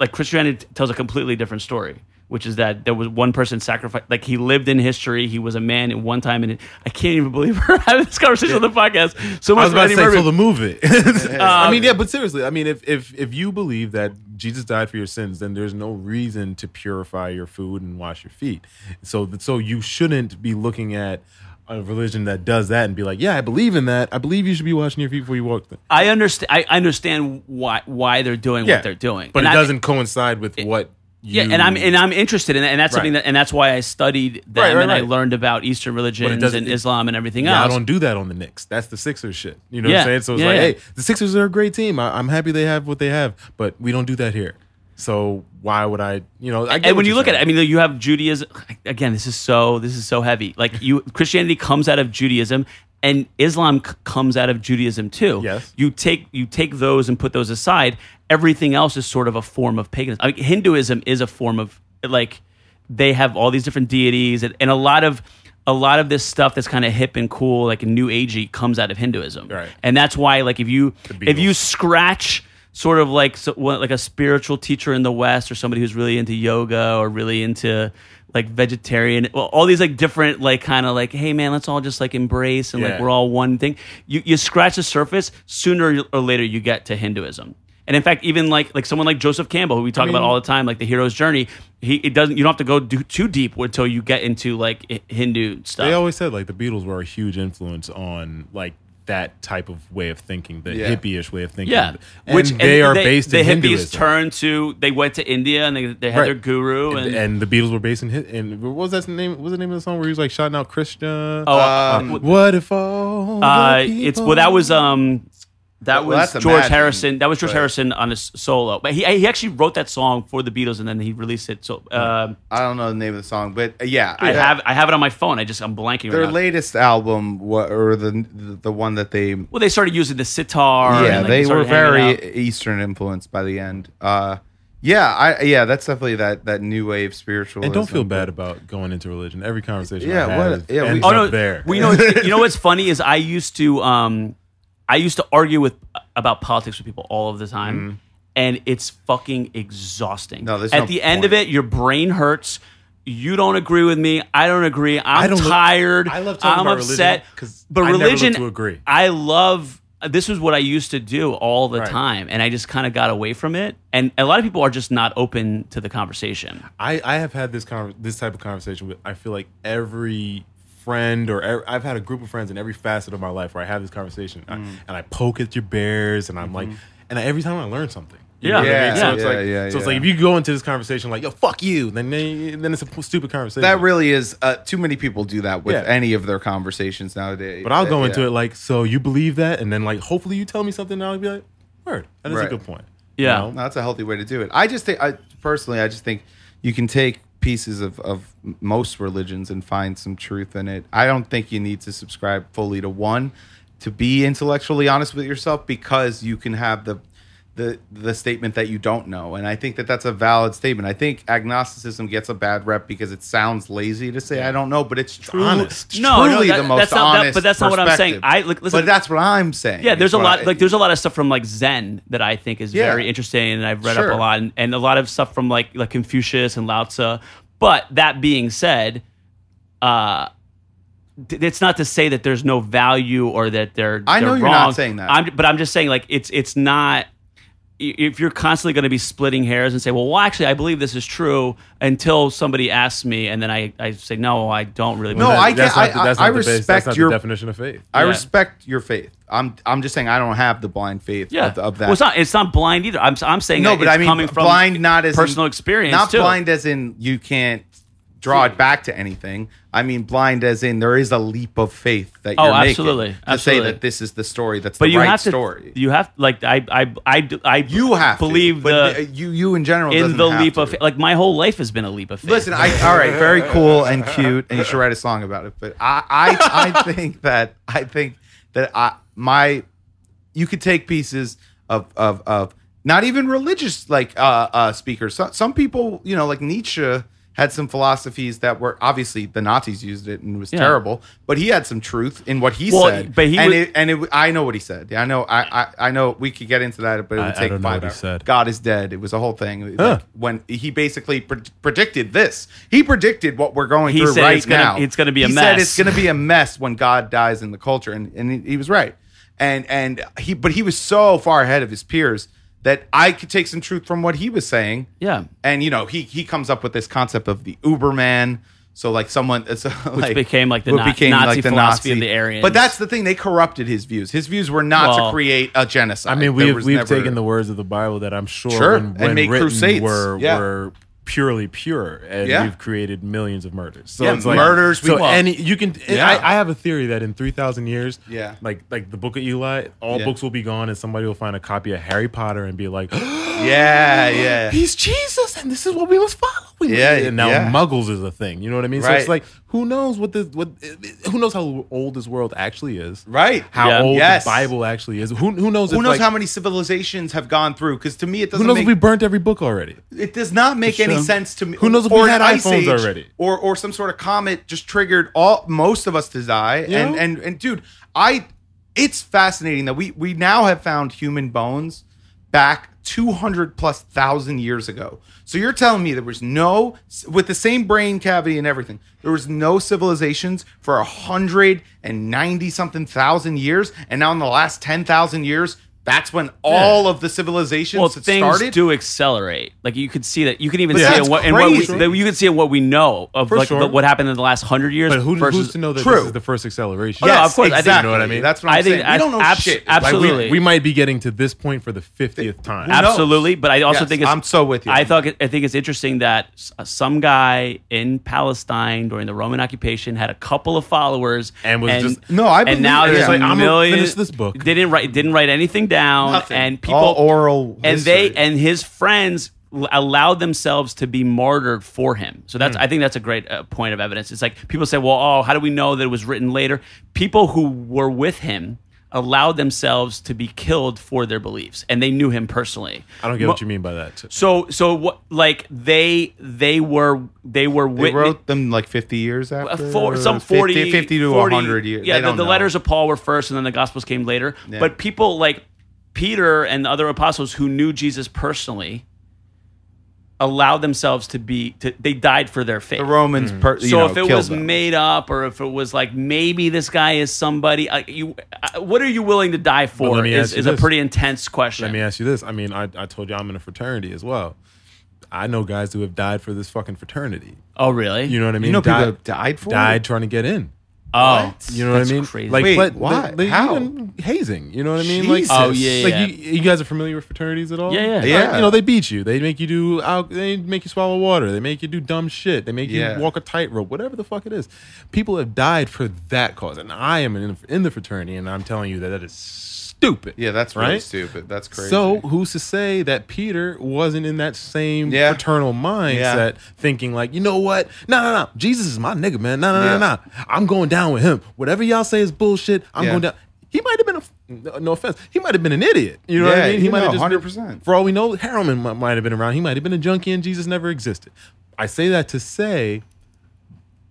[SPEAKER 7] like Christianity t- tells a completely different story, which is that there was one person sacrificed. Like he lived in history. He was a man at one time, and I can't even believe we're having this conversation on the podcast. So much
[SPEAKER 9] I was
[SPEAKER 7] for
[SPEAKER 9] about
[SPEAKER 7] Eddie
[SPEAKER 9] to say,
[SPEAKER 7] Murphy.
[SPEAKER 9] so the movie. I mean, yeah, but seriously, I mean, if if if you believe that Jesus died for your sins, then there's no reason to purify your food and wash your feet. So th- so you shouldn't be looking at a religion that does that and be like, yeah, I believe in that. I believe you should be washing your feet before you walk. Then.
[SPEAKER 7] I understand. I understand why why they're doing
[SPEAKER 9] Yeah,
[SPEAKER 7] what they're doing,
[SPEAKER 9] but
[SPEAKER 7] And
[SPEAKER 9] it
[SPEAKER 7] I-
[SPEAKER 9] doesn't coincide with what. You,
[SPEAKER 7] Yeah, and I'm and I'm interested in that, and that's something
[SPEAKER 9] Right.
[SPEAKER 7] that, and that's why I studied them,
[SPEAKER 9] Right, right,
[SPEAKER 7] and I
[SPEAKER 9] right.
[SPEAKER 7] learned about Eastern religions
[SPEAKER 9] doesn't-
[SPEAKER 7] and
[SPEAKER 9] it-
[SPEAKER 7] Islam and everything
[SPEAKER 9] Yeah, I
[SPEAKER 7] else.
[SPEAKER 9] don't do that on the Knicks. That's the Sixers shit. You know what
[SPEAKER 7] Yeah.
[SPEAKER 9] I'm saying? So it's
[SPEAKER 7] Yeah,
[SPEAKER 9] like,
[SPEAKER 7] yeah.
[SPEAKER 9] hey, the Sixers are a great team. I, I'm happy they have what they have, but we don't do that here. So why would I? You know, I get
[SPEAKER 7] and
[SPEAKER 9] what
[SPEAKER 7] when you
[SPEAKER 9] you're
[SPEAKER 7] look at
[SPEAKER 9] saying.
[SPEAKER 7] it, I mean, you have Judaism. Again, this is so this is so heavy. Like you, Christianity comes out of Judaism, and Islam c- comes out of Judaism too.
[SPEAKER 9] Yes.
[SPEAKER 7] you take you take those and put those aside. Everything else is sort of a form of paganism. I mean, Hinduism is a form of like they have all these different deities, and, and a lot of a lot of this stuff that's kind of hip and cool, like new agey, comes out of Hinduism.
[SPEAKER 9] Right.
[SPEAKER 7] and that's why like if you if you
[SPEAKER 9] Beatles.
[SPEAKER 7] scratch sort of like so, what- like a spiritual teacher in the West or somebody who's really into yoga or really into like vegetarian, well, all these like different like kind of like, hey man, let's all just like embrace and like
[SPEAKER 9] Yeah.
[SPEAKER 7] we're all one thing. You you scratch the surface, sooner or later you get to Hinduism. And in fact, even like like someone like Joseph Campbell, who we talk about all the time, like the hero's journey, he it doesn't you don't have to go do, too deep until you get into like I- Hindu stuff.
[SPEAKER 9] They always said like the Beatles were a huge influence on like that type of way of thinking, the
[SPEAKER 8] Yeah.
[SPEAKER 9] hippie-ish way of thinking.
[SPEAKER 7] Yeah,
[SPEAKER 9] and they
[SPEAKER 7] and
[SPEAKER 9] are based
[SPEAKER 7] the
[SPEAKER 9] in
[SPEAKER 7] hippies
[SPEAKER 9] Hinduism.
[SPEAKER 7] turned to they went to India and they, they had
[SPEAKER 9] Right.
[SPEAKER 7] their guru and,
[SPEAKER 9] and, and the Beatles were based in hit. And what was that name? What was the name of the song where he was like shouting out Krishna?
[SPEAKER 7] oh,
[SPEAKER 8] Um,
[SPEAKER 7] uh,
[SPEAKER 9] what if all? the
[SPEAKER 7] uh, it's well that was um that
[SPEAKER 8] Well,
[SPEAKER 7] was
[SPEAKER 8] that's
[SPEAKER 7] George
[SPEAKER 8] imagined,
[SPEAKER 7] Harrison. That was George
[SPEAKER 8] but-
[SPEAKER 7] Harrison on his solo, but he he actually wrote that song for the Beatles and then he released it. So um
[SPEAKER 8] I don't know the name of the song, but uh, yeah,
[SPEAKER 7] I have I have it on my phone. I just I'm blanking
[SPEAKER 8] their
[SPEAKER 7] right now.
[SPEAKER 8] latest album, wa- or the the one that they
[SPEAKER 7] Well, they started using the sitar.
[SPEAKER 8] yeah,
[SPEAKER 7] and, like,
[SPEAKER 8] they
[SPEAKER 7] started
[SPEAKER 8] were
[SPEAKER 7] hanging out.
[SPEAKER 8] very Eastern influenced by the end. Uh, yeah, I yeah, that's definitely that that new wave spiritual.
[SPEAKER 9] And don't feel bad about going into religion. Every conversation,
[SPEAKER 8] Yeah,
[SPEAKER 9] I have
[SPEAKER 8] what- yeah, we-
[SPEAKER 9] ends
[SPEAKER 7] Oh
[SPEAKER 9] up
[SPEAKER 7] no,
[SPEAKER 9] there.
[SPEAKER 7] We know. You know what's funny is I used to, um, I used to argue with about politics with people all of the time,
[SPEAKER 9] Mm-hmm.
[SPEAKER 7] and it's fucking exhausting.
[SPEAKER 8] No, there's
[SPEAKER 7] at
[SPEAKER 8] no
[SPEAKER 7] the end of it,
[SPEAKER 8] point.
[SPEAKER 7] your brain hurts. You don't agree with me. I don't agree. I'm
[SPEAKER 9] don't lo-
[SPEAKER 7] tired.
[SPEAKER 9] I love talking
[SPEAKER 7] I'm
[SPEAKER 9] about
[SPEAKER 7] upset.
[SPEAKER 9] religion 'cause
[SPEAKER 7] but
[SPEAKER 9] I never look
[SPEAKER 7] religion,
[SPEAKER 9] to agree.
[SPEAKER 7] I love. This was what I used to do all the
[SPEAKER 9] Right.
[SPEAKER 7] time, and I just kind of got away from it. And a lot of people are just not open to the conversation.
[SPEAKER 9] I, I have had this conver- this type of conversation with I feel like every friend or ev- I've had a group of friends in every facet of my life where I have this conversation and
[SPEAKER 8] Mm.
[SPEAKER 9] I- and I poke at your bears and I'm like and I, every time I learn something. You know
[SPEAKER 7] Yeah.
[SPEAKER 9] what I mean?
[SPEAKER 7] Yeah,
[SPEAKER 9] so it's
[SPEAKER 8] Mm-hmm. yeah,
[SPEAKER 9] like
[SPEAKER 8] yeah,
[SPEAKER 9] so it's
[SPEAKER 8] yeah.
[SPEAKER 9] like if you go into this conversation like yo fuck you then they, then it's a p- stupid conversation.
[SPEAKER 8] That really is uh, too many people do that with
[SPEAKER 9] Yeah.
[SPEAKER 8] any of their conversations nowadays.
[SPEAKER 9] but I'll go
[SPEAKER 8] Uh,
[SPEAKER 9] into
[SPEAKER 8] yeah.
[SPEAKER 9] it like so you believe that and then like hopefully you tell me something and I'll be like word that is
[SPEAKER 8] Right.
[SPEAKER 9] a good point.
[SPEAKER 7] Yeah.
[SPEAKER 9] You know?
[SPEAKER 8] No, that's a healthy way to do it. I just think, I personally, I just think you can take pieces of, of most religions and find some truth in it. I don't think you need to subscribe fully to one to be intellectually honest with yourself because you can have the the the statement that you don't know and i think that that's a valid statement i think agnosticism gets a bad rep because it sounds lazy to say i don't know but it's true,
[SPEAKER 9] honest.
[SPEAKER 7] No, no,
[SPEAKER 8] truly
[SPEAKER 7] that-
[SPEAKER 8] the most
[SPEAKER 7] that's not- that-
[SPEAKER 8] honest
[SPEAKER 7] but that's not what I'm saying.
[SPEAKER 8] perspective.
[SPEAKER 7] I- look, listen-
[SPEAKER 8] but that's what i'm saying
[SPEAKER 7] Yeah, there's
[SPEAKER 8] It's
[SPEAKER 7] a
[SPEAKER 8] what
[SPEAKER 7] lot
[SPEAKER 8] I-
[SPEAKER 7] like there's a lot of stuff from like Zen that I think is
[SPEAKER 8] Yeah.
[SPEAKER 7] very interesting, and I've read
[SPEAKER 8] Sure.
[SPEAKER 7] up a lot, and, and a lot of stuff from like like Confucius and Lao Tzu. But that being said, uh, th- it's not to say that there's no value or that they're
[SPEAKER 8] I know
[SPEAKER 7] they're
[SPEAKER 8] you're not
[SPEAKER 7] wrong.
[SPEAKER 8] saying that.
[SPEAKER 7] I'm, but I'm just saying like it's it's not. i- if you're constantly going to be splitting hairs and say, well, well, actually, I believe this is true until somebody asks me, and then I, I say, no, I don't really.
[SPEAKER 8] No,
[SPEAKER 9] Oh,
[SPEAKER 7] believe
[SPEAKER 8] I
[SPEAKER 7] it."
[SPEAKER 8] can't. I, I, I
[SPEAKER 9] the base-
[SPEAKER 8] respect
[SPEAKER 9] that's not
[SPEAKER 8] your.
[SPEAKER 9] the definition of faith.
[SPEAKER 8] I
[SPEAKER 7] Yeah.
[SPEAKER 8] respect your faith. I'm. I'm just saying I don't have the blind faith.
[SPEAKER 7] Yeah,
[SPEAKER 8] Of, of that.
[SPEAKER 7] Well, it's not. It's not blind either. I'm. I'm saying
[SPEAKER 8] no,
[SPEAKER 7] that
[SPEAKER 8] but
[SPEAKER 7] it's
[SPEAKER 8] I mean,
[SPEAKER 7] coming from
[SPEAKER 8] blind not as in-
[SPEAKER 7] personal experience.
[SPEAKER 8] Not
[SPEAKER 7] too. Hmm.
[SPEAKER 8] blind as in you can't draw it back to anything. I mean, blind as in there is a leap of faith that
[SPEAKER 7] Oh,
[SPEAKER 8] you're making
[SPEAKER 7] absolutely,
[SPEAKER 8] to
[SPEAKER 7] absolutely.
[SPEAKER 8] say that this is the story that's
[SPEAKER 7] But
[SPEAKER 8] the
[SPEAKER 7] you
[SPEAKER 8] right
[SPEAKER 7] have to.
[SPEAKER 8] story.
[SPEAKER 7] You have like I. I. I. do- I
[SPEAKER 8] you have to,
[SPEAKER 7] believe
[SPEAKER 8] but uh,
[SPEAKER 7] the
[SPEAKER 8] you you in general
[SPEAKER 7] in
[SPEAKER 8] doesn't
[SPEAKER 7] the
[SPEAKER 8] have
[SPEAKER 7] leap
[SPEAKER 8] to.
[SPEAKER 7] of faith. Like my whole life has been a leap of faith.
[SPEAKER 8] Listen, I all right, very cool and cute, and you should write a song about it. But I, I, I think that I think that I my you could take pieces of of of not even religious like uh uh speakers. Some some people, you know, like Nietzsche had some philosophies that were obviously the Nazis used it and it was
[SPEAKER 7] Yeah.
[SPEAKER 8] terrible, but he had some truth in what he
[SPEAKER 7] Well,
[SPEAKER 8] said.
[SPEAKER 7] but he
[SPEAKER 8] and
[SPEAKER 7] was-
[SPEAKER 8] it, and it, I know what he said. Yeah, I know. I, I I know we could get into that, but it
[SPEAKER 9] I-
[SPEAKER 8] would
[SPEAKER 9] I
[SPEAKER 8] take
[SPEAKER 9] don't know
[SPEAKER 8] five
[SPEAKER 9] what he
[SPEAKER 8] hours.
[SPEAKER 9] said.
[SPEAKER 8] God is dead. It was a whole thing. Like, when he basically pre- predicted this, he predicted what we're going
[SPEAKER 7] He
[SPEAKER 8] through
[SPEAKER 7] said
[SPEAKER 8] right
[SPEAKER 7] it's gonna-
[SPEAKER 8] now.
[SPEAKER 7] it's gonna be a
[SPEAKER 8] he Said
[SPEAKER 7] mess.
[SPEAKER 8] it's going to be a mess when God dies in the culture, and and he, he was right. And and he, but he was so far ahead of his peers that I could take some truth from what he was saying.
[SPEAKER 7] Yeah.
[SPEAKER 8] And you know, he he comes up with this concept of the Uberman. So like someone, so which
[SPEAKER 7] became, like, the Na- Nazi philosophy of the Aryans.
[SPEAKER 8] But that's the thing; they corrupted his views. His views were not
[SPEAKER 7] Well-
[SPEAKER 8] to create a genocide.
[SPEAKER 9] I mean,
[SPEAKER 8] There
[SPEAKER 9] we've
[SPEAKER 8] was
[SPEAKER 9] we've
[SPEAKER 8] never-
[SPEAKER 9] taken the words of the Bible that I'm sure,
[SPEAKER 8] Sure,
[SPEAKER 9] when,
[SPEAKER 8] and
[SPEAKER 9] when
[SPEAKER 8] made
[SPEAKER 9] written
[SPEAKER 8] crusades.
[SPEAKER 9] were
[SPEAKER 8] Yeah.
[SPEAKER 9] were purely pure, and
[SPEAKER 8] Yeah.
[SPEAKER 9] we've created millions of murders. So
[SPEAKER 8] Yeah,
[SPEAKER 9] it's like,
[SPEAKER 8] murders we
[SPEAKER 9] So
[SPEAKER 8] love.
[SPEAKER 9] any you can. and
[SPEAKER 8] Yeah.
[SPEAKER 9] I, I have a theory that in three thousand years,
[SPEAKER 8] Yeah.
[SPEAKER 9] like like the Book of Eli, all
[SPEAKER 8] Yeah.
[SPEAKER 9] books will be gone, and somebody will find a copy of Harry Potter and be like,
[SPEAKER 8] Yeah, yeah.
[SPEAKER 9] he's Jesus, and this is what we must follow. We-
[SPEAKER 8] Yeah,
[SPEAKER 9] and now
[SPEAKER 8] yeah.
[SPEAKER 9] Muggles is a thing. You know what I mean? So
[SPEAKER 8] Right.
[SPEAKER 9] it's like, who knows what this what who knows how old this world actually is?
[SPEAKER 8] Right.
[SPEAKER 9] How
[SPEAKER 7] Yeah.
[SPEAKER 9] old
[SPEAKER 8] Yes.
[SPEAKER 9] the Bible actually is? Who who knows?
[SPEAKER 8] Who
[SPEAKER 9] if,
[SPEAKER 8] knows
[SPEAKER 9] like,
[SPEAKER 8] how many civilizations have gone through? Because to me, it
[SPEAKER 9] Who
[SPEAKER 8] doesn't.
[SPEAKER 9] knows
[SPEAKER 8] make,
[SPEAKER 9] if we burnt every book already?
[SPEAKER 8] it does not make any
[SPEAKER 9] Sure.
[SPEAKER 8] sense to me.
[SPEAKER 9] Who knows if
[SPEAKER 8] Or
[SPEAKER 9] we
[SPEAKER 8] an
[SPEAKER 9] had
[SPEAKER 8] ice
[SPEAKER 9] iPhones
[SPEAKER 8] age,
[SPEAKER 9] already?
[SPEAKER 8] or or some sort of comet just triggered all most of us to die.
[SPEAKER 9] Yeah.
[SPEAKER 8] And and and dude, I it's fascinating that we we now have found human bones back. 200 plus thousand years ago. So you're telling me there was no, with the same brain cavity and everything, there was no civilizations for 190 something thousand years. And now in the last 10,000 years, that's when all of the civilizations
[SPEAKER 7] well,
[SPEAKER 8] that
[SPEAKER 7] things
[SPEAKER 8] started
[SPEAKER 7] do accelerate. Like you could see that. You can even
[SPEAKER 8] But
[SPEAKER 7] see
[SPEAKER 8] that's
[SPEAKER 7] it what, in what we,
[SPEAKER 8] crazy.
[SPEAKER 7] that you can see in what we know of
[SPEAKER 9] For
[SPEAKER 7] like
[SPEAKER 9] sure.
[SPEAKER 7] the- what happened in the last hundred years.
[SPEAKER 9] But who,
[SPEAKER 7] versus,
[SPEAKER 9] who's to know that
[SPEAKER 8] True.
[SPEAKER 9] this is the first acceleration?
[SPEAKER 7] Oh, no,
[SPEAKER 8] Yes,
[SPEAKER 7] of course, I think-
[SPEAKER 8] exactly.
[SPEAKER 7] You know
[SPEAKER 9] what I mean?
[SPEAKER 8] That's what I'm
[SPEAKER 7] I think
[SPEAKER 8] saying. We
[SPEAKER 7] abs-
[SPEAKER 8] don't know
[SPEAKER 7] abs-
[SPEAKER 8] shit.
[SPEAKER 7] absolutely.
[SPEAKER 8] Like, we-
[SPEAKER 9] We might be getting to this point for the fiftieth time.
[SPEAKER 8] Who knows?
[SPEAKER 7] Absolutely, but I also
[SPEAKER 8] Yes,
[SPEAKER 7] think it's,
[SPEAKER 8] I'm so with you.
[SPEAKER 7] I thought I think it's interesting that s- uh, some guy in Palestine during the Roman occupation had a couple of followers
[SPEAKER 9] And was just-
[SPEAKER 8] No, I believe
[SPEAKER 7] and now
[SPEAKER 8] it.
[SPEAKER 7] there's
[SPEAKER 8] It's like,
[SPEAKER 7] a
[SPEAKER 9] "I'ma
[SPEAKER 7] million-
[SPEAKER 9] finish this book."
[SPEAKER 7] They didn't write didn't write anything down,
[SPEAKER 8] Nothing.
[SPEAKER 7] and people
[SPEAKER 8] All oral
[SPEAKER 7] and they
[SPEAKER 8] history.
[SPEAKER 7] and his friends l- allowed themselves to be martyred for him. So that's I think that's a great uh, point of evidence. It's like people say, "Well, oh, how do we know that it was written later?" People who were with him allowed themselves to be killed for their beliefs, and they knew him personally.
[SPEAKER 9] I don't get
[SPEAKER 7] Mo-
[SPEAKER 9] what you mean by that.
[SPEAKER 7] So so what? Like they they were they were
[SPEAKER 8] They
[SPEAKER 7] witness-
[SPEAKER 8] wrote them like 50 years after.
[SPEAKER 7] for, Uh, some 40
[SPEAKER 8] 50, 50 to
[SPEAKER 7] 40
[SPEAKER 8] 100 years.
[SPEAKER 7] Yeah,
[SPEAKER 8] They
[SPEAKER 7] the,
[SPEAKER 8] don't
[SPEAKER 7] the
[SPEAKER 8] know.
[SPEAKER 7] letters of Paul were first, and then the Gospels came later. But people like Peter and the other apostles who knew Jesus personally allowed themselves to be to, they died for their faith.
[SPEAKER 8] The Romans, per, you
[SPEAKER 7] so
[SPEAKER 8] know,
[SPEAKER 7] if it
[SPEAKER 8] killed
[SPEAKER 7] was
[SPEAKER 8] them.
[SPEAKER 7] made up, or if it was like maybe this guy is somebody, uh, you, uh, what are you willing to die for?
[SPEAKER 9] let me
[SPEAKER 7] Is,
[SPEAKER 9] ask you
[SPEAKER 7] is a
[SPEAKER 9] this.
[SPEAKER 7] pretty intense question.
[SPEAKER 9] Let me ask you this. I mean, I, I told you I'm in a fraternity as well. I know guys who have died for this fucking fraternity.
[SPEAKER 7] oh, really?
[SPEAKER 9] You know what I mean?
[SPEAKER 8] know people
[SPEAKER 9] Died-
[SPEAKER 8] have died for
[SPEAKER 9] died
[SPEAKER 8] it?
[SPEAKER 9] trying to get in.
[SPEAKER 7] oh,
[SPEAKER 9] You know
[SPEAKER 7] that's
[SPEAKER 9] what I mean?
[SPEAKER 7] Crazy.
[SPEAKER 9] Like,
[SPEAKER 8] Wait,
[SPEAKER 9] but-
[SPEAKER 8] why?
[SPEAKER 9] like,
[SPEAKER 8] How?
[SPEAKER 9] even hazing. You know what I mean?
[SPEAKER 8] Jesus.
[SPEAKER 9] Like,
[SPEAKER 7] oh yeah, yeah.
[SPEAKER 9] like You, you guys are familiar with fraternities at all?
[SPEAKER 7] Yeah, yeah.
[SPEAKER 9] Like,
[SPEAKER 8] Yeah.
[SPEAKER 9] you know they beat you. They make you do. Al- they make you swallow water. They make you do dumb shit. They make
[SPEAKER 8] Yeah.
[SPEAKER 9] you walk a tightrope. Whatever the fuck it is, people have died for that cause, and I am in, in the fraternity, and I'm telling you that that is stupid.
[SPEAKER 8] Yeah, that's really
[SPEAKER 9] right?
[SPEAKER 8] stupid. That's crazy.
[SPEAKER 9] So who's to say that Peter wasn't in that same
[SPEAKER 8] Yeah.
[SPEAKER 9] fraternal mindset, thinking like, you know what? No, no, no. Jesus is my nigga, man. No, no,
[SPEAKER 8] Yeah.
[SPEAKER 9] no, no. I'm going down with him. Whatever y'all say is bullshit. I'm
[SPEAKER 8] Yeah.
[SPEAKER 9] going down. He might have been a no offense. He might have been an idiot. You know what
[SPEAKER 8] Yeah,
[SPEAKER 9] I mean?
[SPEAKER 8] you
[SPEAKER 9] He might
[SPEAKER 8] know,
[SPEAKER 9] have just been-
[SPEAKER 8] 100%.
[SPEAKER 9] For all we know, Harriman mi- might have been around. He might have been a junkie, and Jesus never existed. I say that to say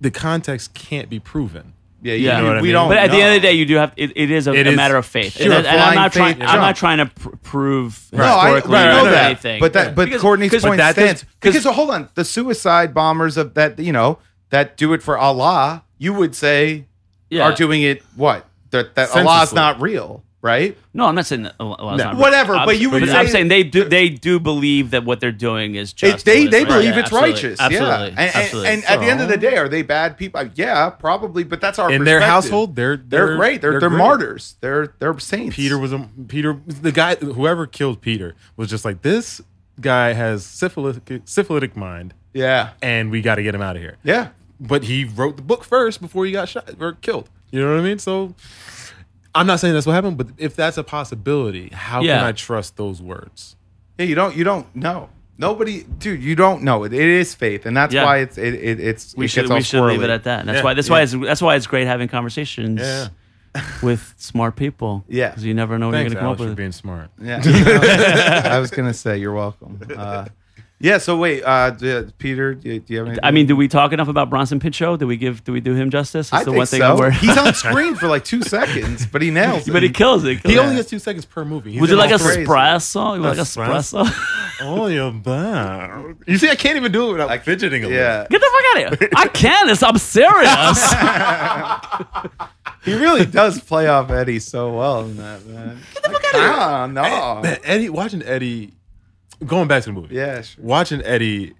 [SPEAKER 9] the context can't be proven.
[SPEAKER 8] yeah, you,
[SPEAKER 7] Yeah.
[SPEAKER 8] yeah.
[SPEAKER 7] You know
[SPEAKER 8] we
[SPEAKER 9] what I mean?
[SPEAKER 8] don't
[SPEAKER 7] But at the
[SPEAKER 8] know.
[SPEAKER 7] end of the day, you do have. It, it is a,
[SPEAKER 9] It
[SPEAKER 7] a
[SPEAKER 9] is
[SPEAKER 7] matter of faith, and,
[SPEAKER 9] pure
[SPEAKER 7] and I'm
[SPEAKER 8] blind
[SPEAKER 7] not trying.
[SPEAKER 8] faith,
[SPEAKER 7] I'm
[SPEAKER 8] John.
[SPEAKER 7] not trying to pr- prove
[SPEAKER 8] No, I,
[SPEAKER 7] historically
[SPEAKER 8] right, I
[SPEAKER 7] or
[SPEAKER 8] know that.
[SPEAKER 7] anything.
[SPEAKER 8] But that, but
[SPEAKER 7] Because-
[SPEAKER 8] Courtney's
[SPEAKER 7] because-
[SPEAKER 8] point
[SPEAKER 7] because-
[SPEAKER 8] stands
[SPEAKER 7] because-
[SPEAKER 8] because hold on, the suicide bombers of that you know that do it for Allah, you would say
[SPEAKER 7] Yeah.
[SPEAKER 8] are doing it what that that
[SPEAKER 9] Senselessly.
[SPEAKER 8] Allah's not real. right?
[SPEAKER 7] No, I'm not saying that. Well, it's
[SPEAKER 8] No.
[SPEAKER 7] not
[SPEAKER 8] Whatever,
[SPEAKER 7] I'm-
[SPEAKER 8] but you would
[SPEAKER 7] I'm
[SPEAKER 8] say-
[SPEAKER 7] saying they do. They do believe that what they're doing is
[SPEAKER 8] It-
[SPEAKER 7] just.
[SPEAKER 8] they
[SPEAKER 7] what is
[SPEAKER 8] they
[SPEAKER 7] right.
[SPEAKER 8] believe
[SPEAKER 7] Yeah,
[SPEAKER 8] it's
[SPEAKER 7] absolutely.
[SPEAKER 8] righteous.
[SPEAKER 7] Absolutely.
[SPEAKER 8] Yeah. And,
[SPEAKER 7] absolutely.
[SPEAKER 8] and, and at the end of the day, are they bad people? Yeah, probably. But that's our
[SPEAKER 9] in their
[SPEAKER 8] perspective.
[SPEAKER 9] household, they're
[SPEAKER 8] They're, great. They're they're,
[SPEAKER 9] great.
[SPEAKER 8] martyrs. They're they're saints.
[SPEAKER 9] Peter was a Peter. The guy, whoever killed Peter, was just like this guy has syphilitic syphilitic mind,
[SPEAKER 8] Yeah.
[SPEAKER 9] and we got to get him out of here.
[SPEAKER 8] Yeah.
[SPEAKER 9] but he wrote the book first before he got shot or killed. You know what I mean? So I'm not saying that's what happened, but if that's a possibility, how can
[SPEAKER 7] Yeah.
[SPEAKER 9] I trust those words?
[SPEAKER 8] Yeah. You don't you don't know. Nobody, dude. You don't know. It, it is faith, and that's
[SPEAKER 7] Yeah.
[SPEAKER 8] why it's it, it it's
[SPEAKER 7] we
[SPEAKER 8] it
[SPEAKER 7] should
[SPEAKER 8] gets all
[SPEAKER 7] we should leave
[SPEAKER 8] squirrely.
[SPEAKER 7] it at that. And that's
[SPEAKER 9] Yeah,
[SPEAKER 7] why that's why it's that's why it's great having conversations
[SPEAKER 9] Yeah.
[SPEAKER 7] with smart people.
[SPEAKER 8] Yeah.
[SPEAKER 7] because you never know what
[SPEAKER 9] Thanks,
[SPEAKER 7] you're going
[SPEAKER 9] Alex,
[SPEAKER 7] to come
[SPEAKER 9] for
[SPEAKER 7] up with.
[SPEAKER 9] being smart.
[SPEAKER 8] Yeah. I was gonna say you're welcome. Uh, yeah. So wait, uh, do- Peter, do you, do you have any?
[SPEAKER 7] I mean, do we talk enough about Bronson Pinchot? Do we give do we do him justice? It's
[SPEAKER 8] I
[SPEAKER 7] the
[SPEAKER 8] think
[SPEAKER 7] one thing
[SPEAKER 8] so.
[SPEAKER 7] I'm worried.
[SPEAKER 8] He's on screen for like two seconds, but he nails it.
[SPEAKER 7] but he kills it.
[SPEAKER 9] He
[SPEAKER 7] kills
[SPEAKER 9] only
[SPEAKER 7] it.
[SPEAKER 9] has two seconds per movie. He's
[SPEAKER 7] Would you
[SPEAKER 9] in
[SPEAKER 7] like a
[SPEAKER 9] all
[SPEAKER 8] crazy.
[SPEAKER 7] espresso? You like a
[SPEAKER 9] Espresso?
[SPEAKER 7] espresso?
[SPEAKER 9] Oh, you're bad. You see, I can't even do it without fidgeting a little.
[SPEAKER 8] yeah.
[SPEAKER 7] Get the fuck out of here! I can't. It's, I'm serious.
[SPEAKER 8] He really does play off Eddie so well in that, man. Ah, no.
[SPEAKER 9] Man, Eddie, watching Eddie, going back to the movie.
[SPEAKER 8] Yeah, sure.
[SPEAKER 9] Watching Eddie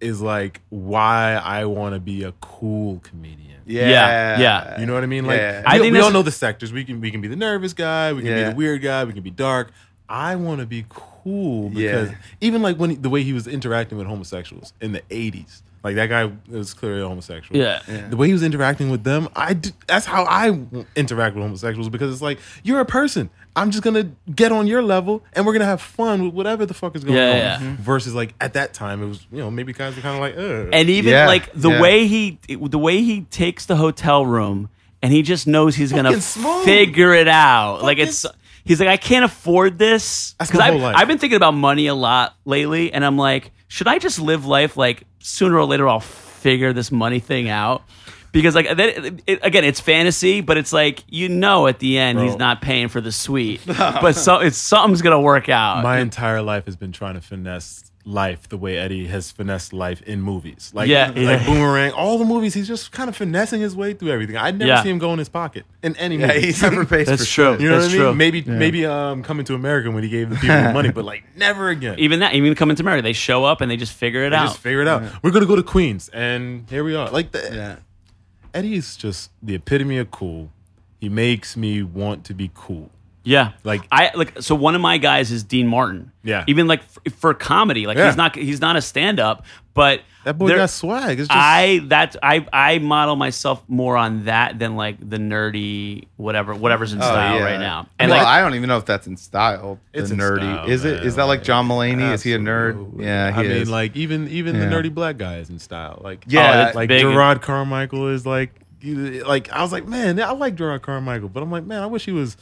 [SPEAKER 9] is like why I want to be a cool comedian.
[SPEAKER 7] Yeah, yeah.
[SPEAKER 9] You know what I mean? Like
[SPEAKER 8] Yeah.
[SPEAKER 9] we,
[SPEAKER 7] I think
[SPEAKER 9] we all
[SPEAKER 7] that's-
[SPEAKER 9] know the sectors. We can we can be the nervous guy, we can
[SPEAKER 8] Yeah.
[SPEAKER 9] be the weird guy, we can be dark. I want to be cool because
[SPEAKER 8] Yeah.
[SPEAKER 9] even like when the way he was interacting with homosexuals in the eighties, like that guy was clearly a homosexual.
[SPEAKER 7] Yeah. Yeah.
[SPEAKER 9] the way he was interacting with them, I d- that's how I w- interact with homosexuals because it's like you're a person. I'm just gonna get on your level and we're gonna have fun with whatever the fuck is going
[SPEAKER 7] Yeah,
[SPEAKER 9] on.
[SPEAKER 7] yeah.
[SPEAKER 8] Mm-hmm.
[SPEAKER 9] Versus like at that time, it was you know maybe guys were kind of like Ugh.
[SPEAKER 7] and even
[SPEAKER 8] Yeah,
[SPEAKER 7] like the
[SPEAKER 8] yeah.
[SPEAKER 7] way he the way he takes the hotel room and he just knows he's gonna
[SPEAKER 9] Fucking smooth.
[SPEAKER 7] figure it out like
[SPEAKER 9] Fucking
[SPEAKER 7] it's he's like i can't afford this
[SPEAKER 9] That's
[SPEAKER 7] 'Cause
[SPEAKER 9] my
[SPEAKER 7] I've,
[SPEAKER 9] whole life.
[SPEAKER 7] I've been thinking about money a lot lately and i'm like should i just live life like sooner or later i'll figure this money thing out because like that, it, again it's fantasy but it's like you know at the end he's not paying for the suite but so it's something's gonna work out
[SPEAKER 9] my entire life has been trying to finesse life the way Eddie has finessed life in movies. Like,
[SPEAKER 7] Yeah,
[SPEAKER 9] like
[SPEAKER 7] yeah.
[SPEAKER 9] Boomerang, all the movies, he's just kind of finessing his way through everything. I never
[SPEAKER 7] Yeah.
[SPEAKER 9] see him go in his pocket in any
[SPEAKER 8] Yeah,
[SPEAKER 9] movie.
[SPEAKER 8] he's never pays for
[SPEAKER 7] that's
[SPEAKER 8] shit.
[SPEAKER 7] true
[SPEAKER 9] you know
[SPEAKER 7] that's
[SPEAKER 9] what I mean?
[SPEAKER 7] true
[SPEAKER 9] Maybe maybe um coming to America when he gave the people money, but like never again.
[SPEAKER 7] even that even coming to marry they show up and they just figure it
[SPEAKER 9] They
[SPEAKER 7] out
[SPEAKER 9] just figure it out. We're gonna go to Queens and here we are. Like the, Eddie is just the epitome of cool. He makes me want to be cool.
[SPEAKER 7] Yeah,
[SPEAKER 9] Like-
[SPEAKER 7] I like so one of my guys is Dean Martin.
[SPEAKER 9] Yeah.
[SPEAKER 7] even like for, for comedy, like
[SPEAKER 9] Yeah.
[SPEAKER 7] he's not he's not a stand up, but
[SPEAKER 9] That boy
[SPEAKER 7] there-
[SPEAKER 9] got swag. It's just
[SPEAKER 7] I that I I model myself more on that than like the nerdy whatever whatever's
[SPEAKER 9] Oh,
[SPEAKER 7] in style
[SPEAKER 8] Oh, yeah.
[SPEAKER 7] right now. And
[SPEAKER 8] And well,
[SPEAKER 7] like
[SPEAKER 8] I don't even know if that's in style.
[SPEAKER 9] It's
[SPEAKER 8] It's
[SPEAKER 9] in
[SPEAKER 8] nerdy.
[SPEAKER 9] style,
[SPEAKER 8] is it?
[SPEAKER 9] man.
[SPEAKER 8] Is that like John Mulaney? Is he a nerd?
[SPEAKER 9] Absolutely.
[SPEAKER 8] Yeah, he
[SPEAKER 9] I mean,
[SPEAKER 8] is.
[SPEAKER 9] like even even the
[SPEAKER 8] Yeah.
[SPEAKER 9] nerdy black guy is in style. Like
[SPEAKER 8] Yeah,
[SPEAKER 7] oh, it's
[SPEAKER 9] like
[SPEAKER 7] big.
[SPEAKER 9] Gerard Carmichael is like you- like I was like, man, I like Gerard Carmichael, but I'm like, man, I wish he was.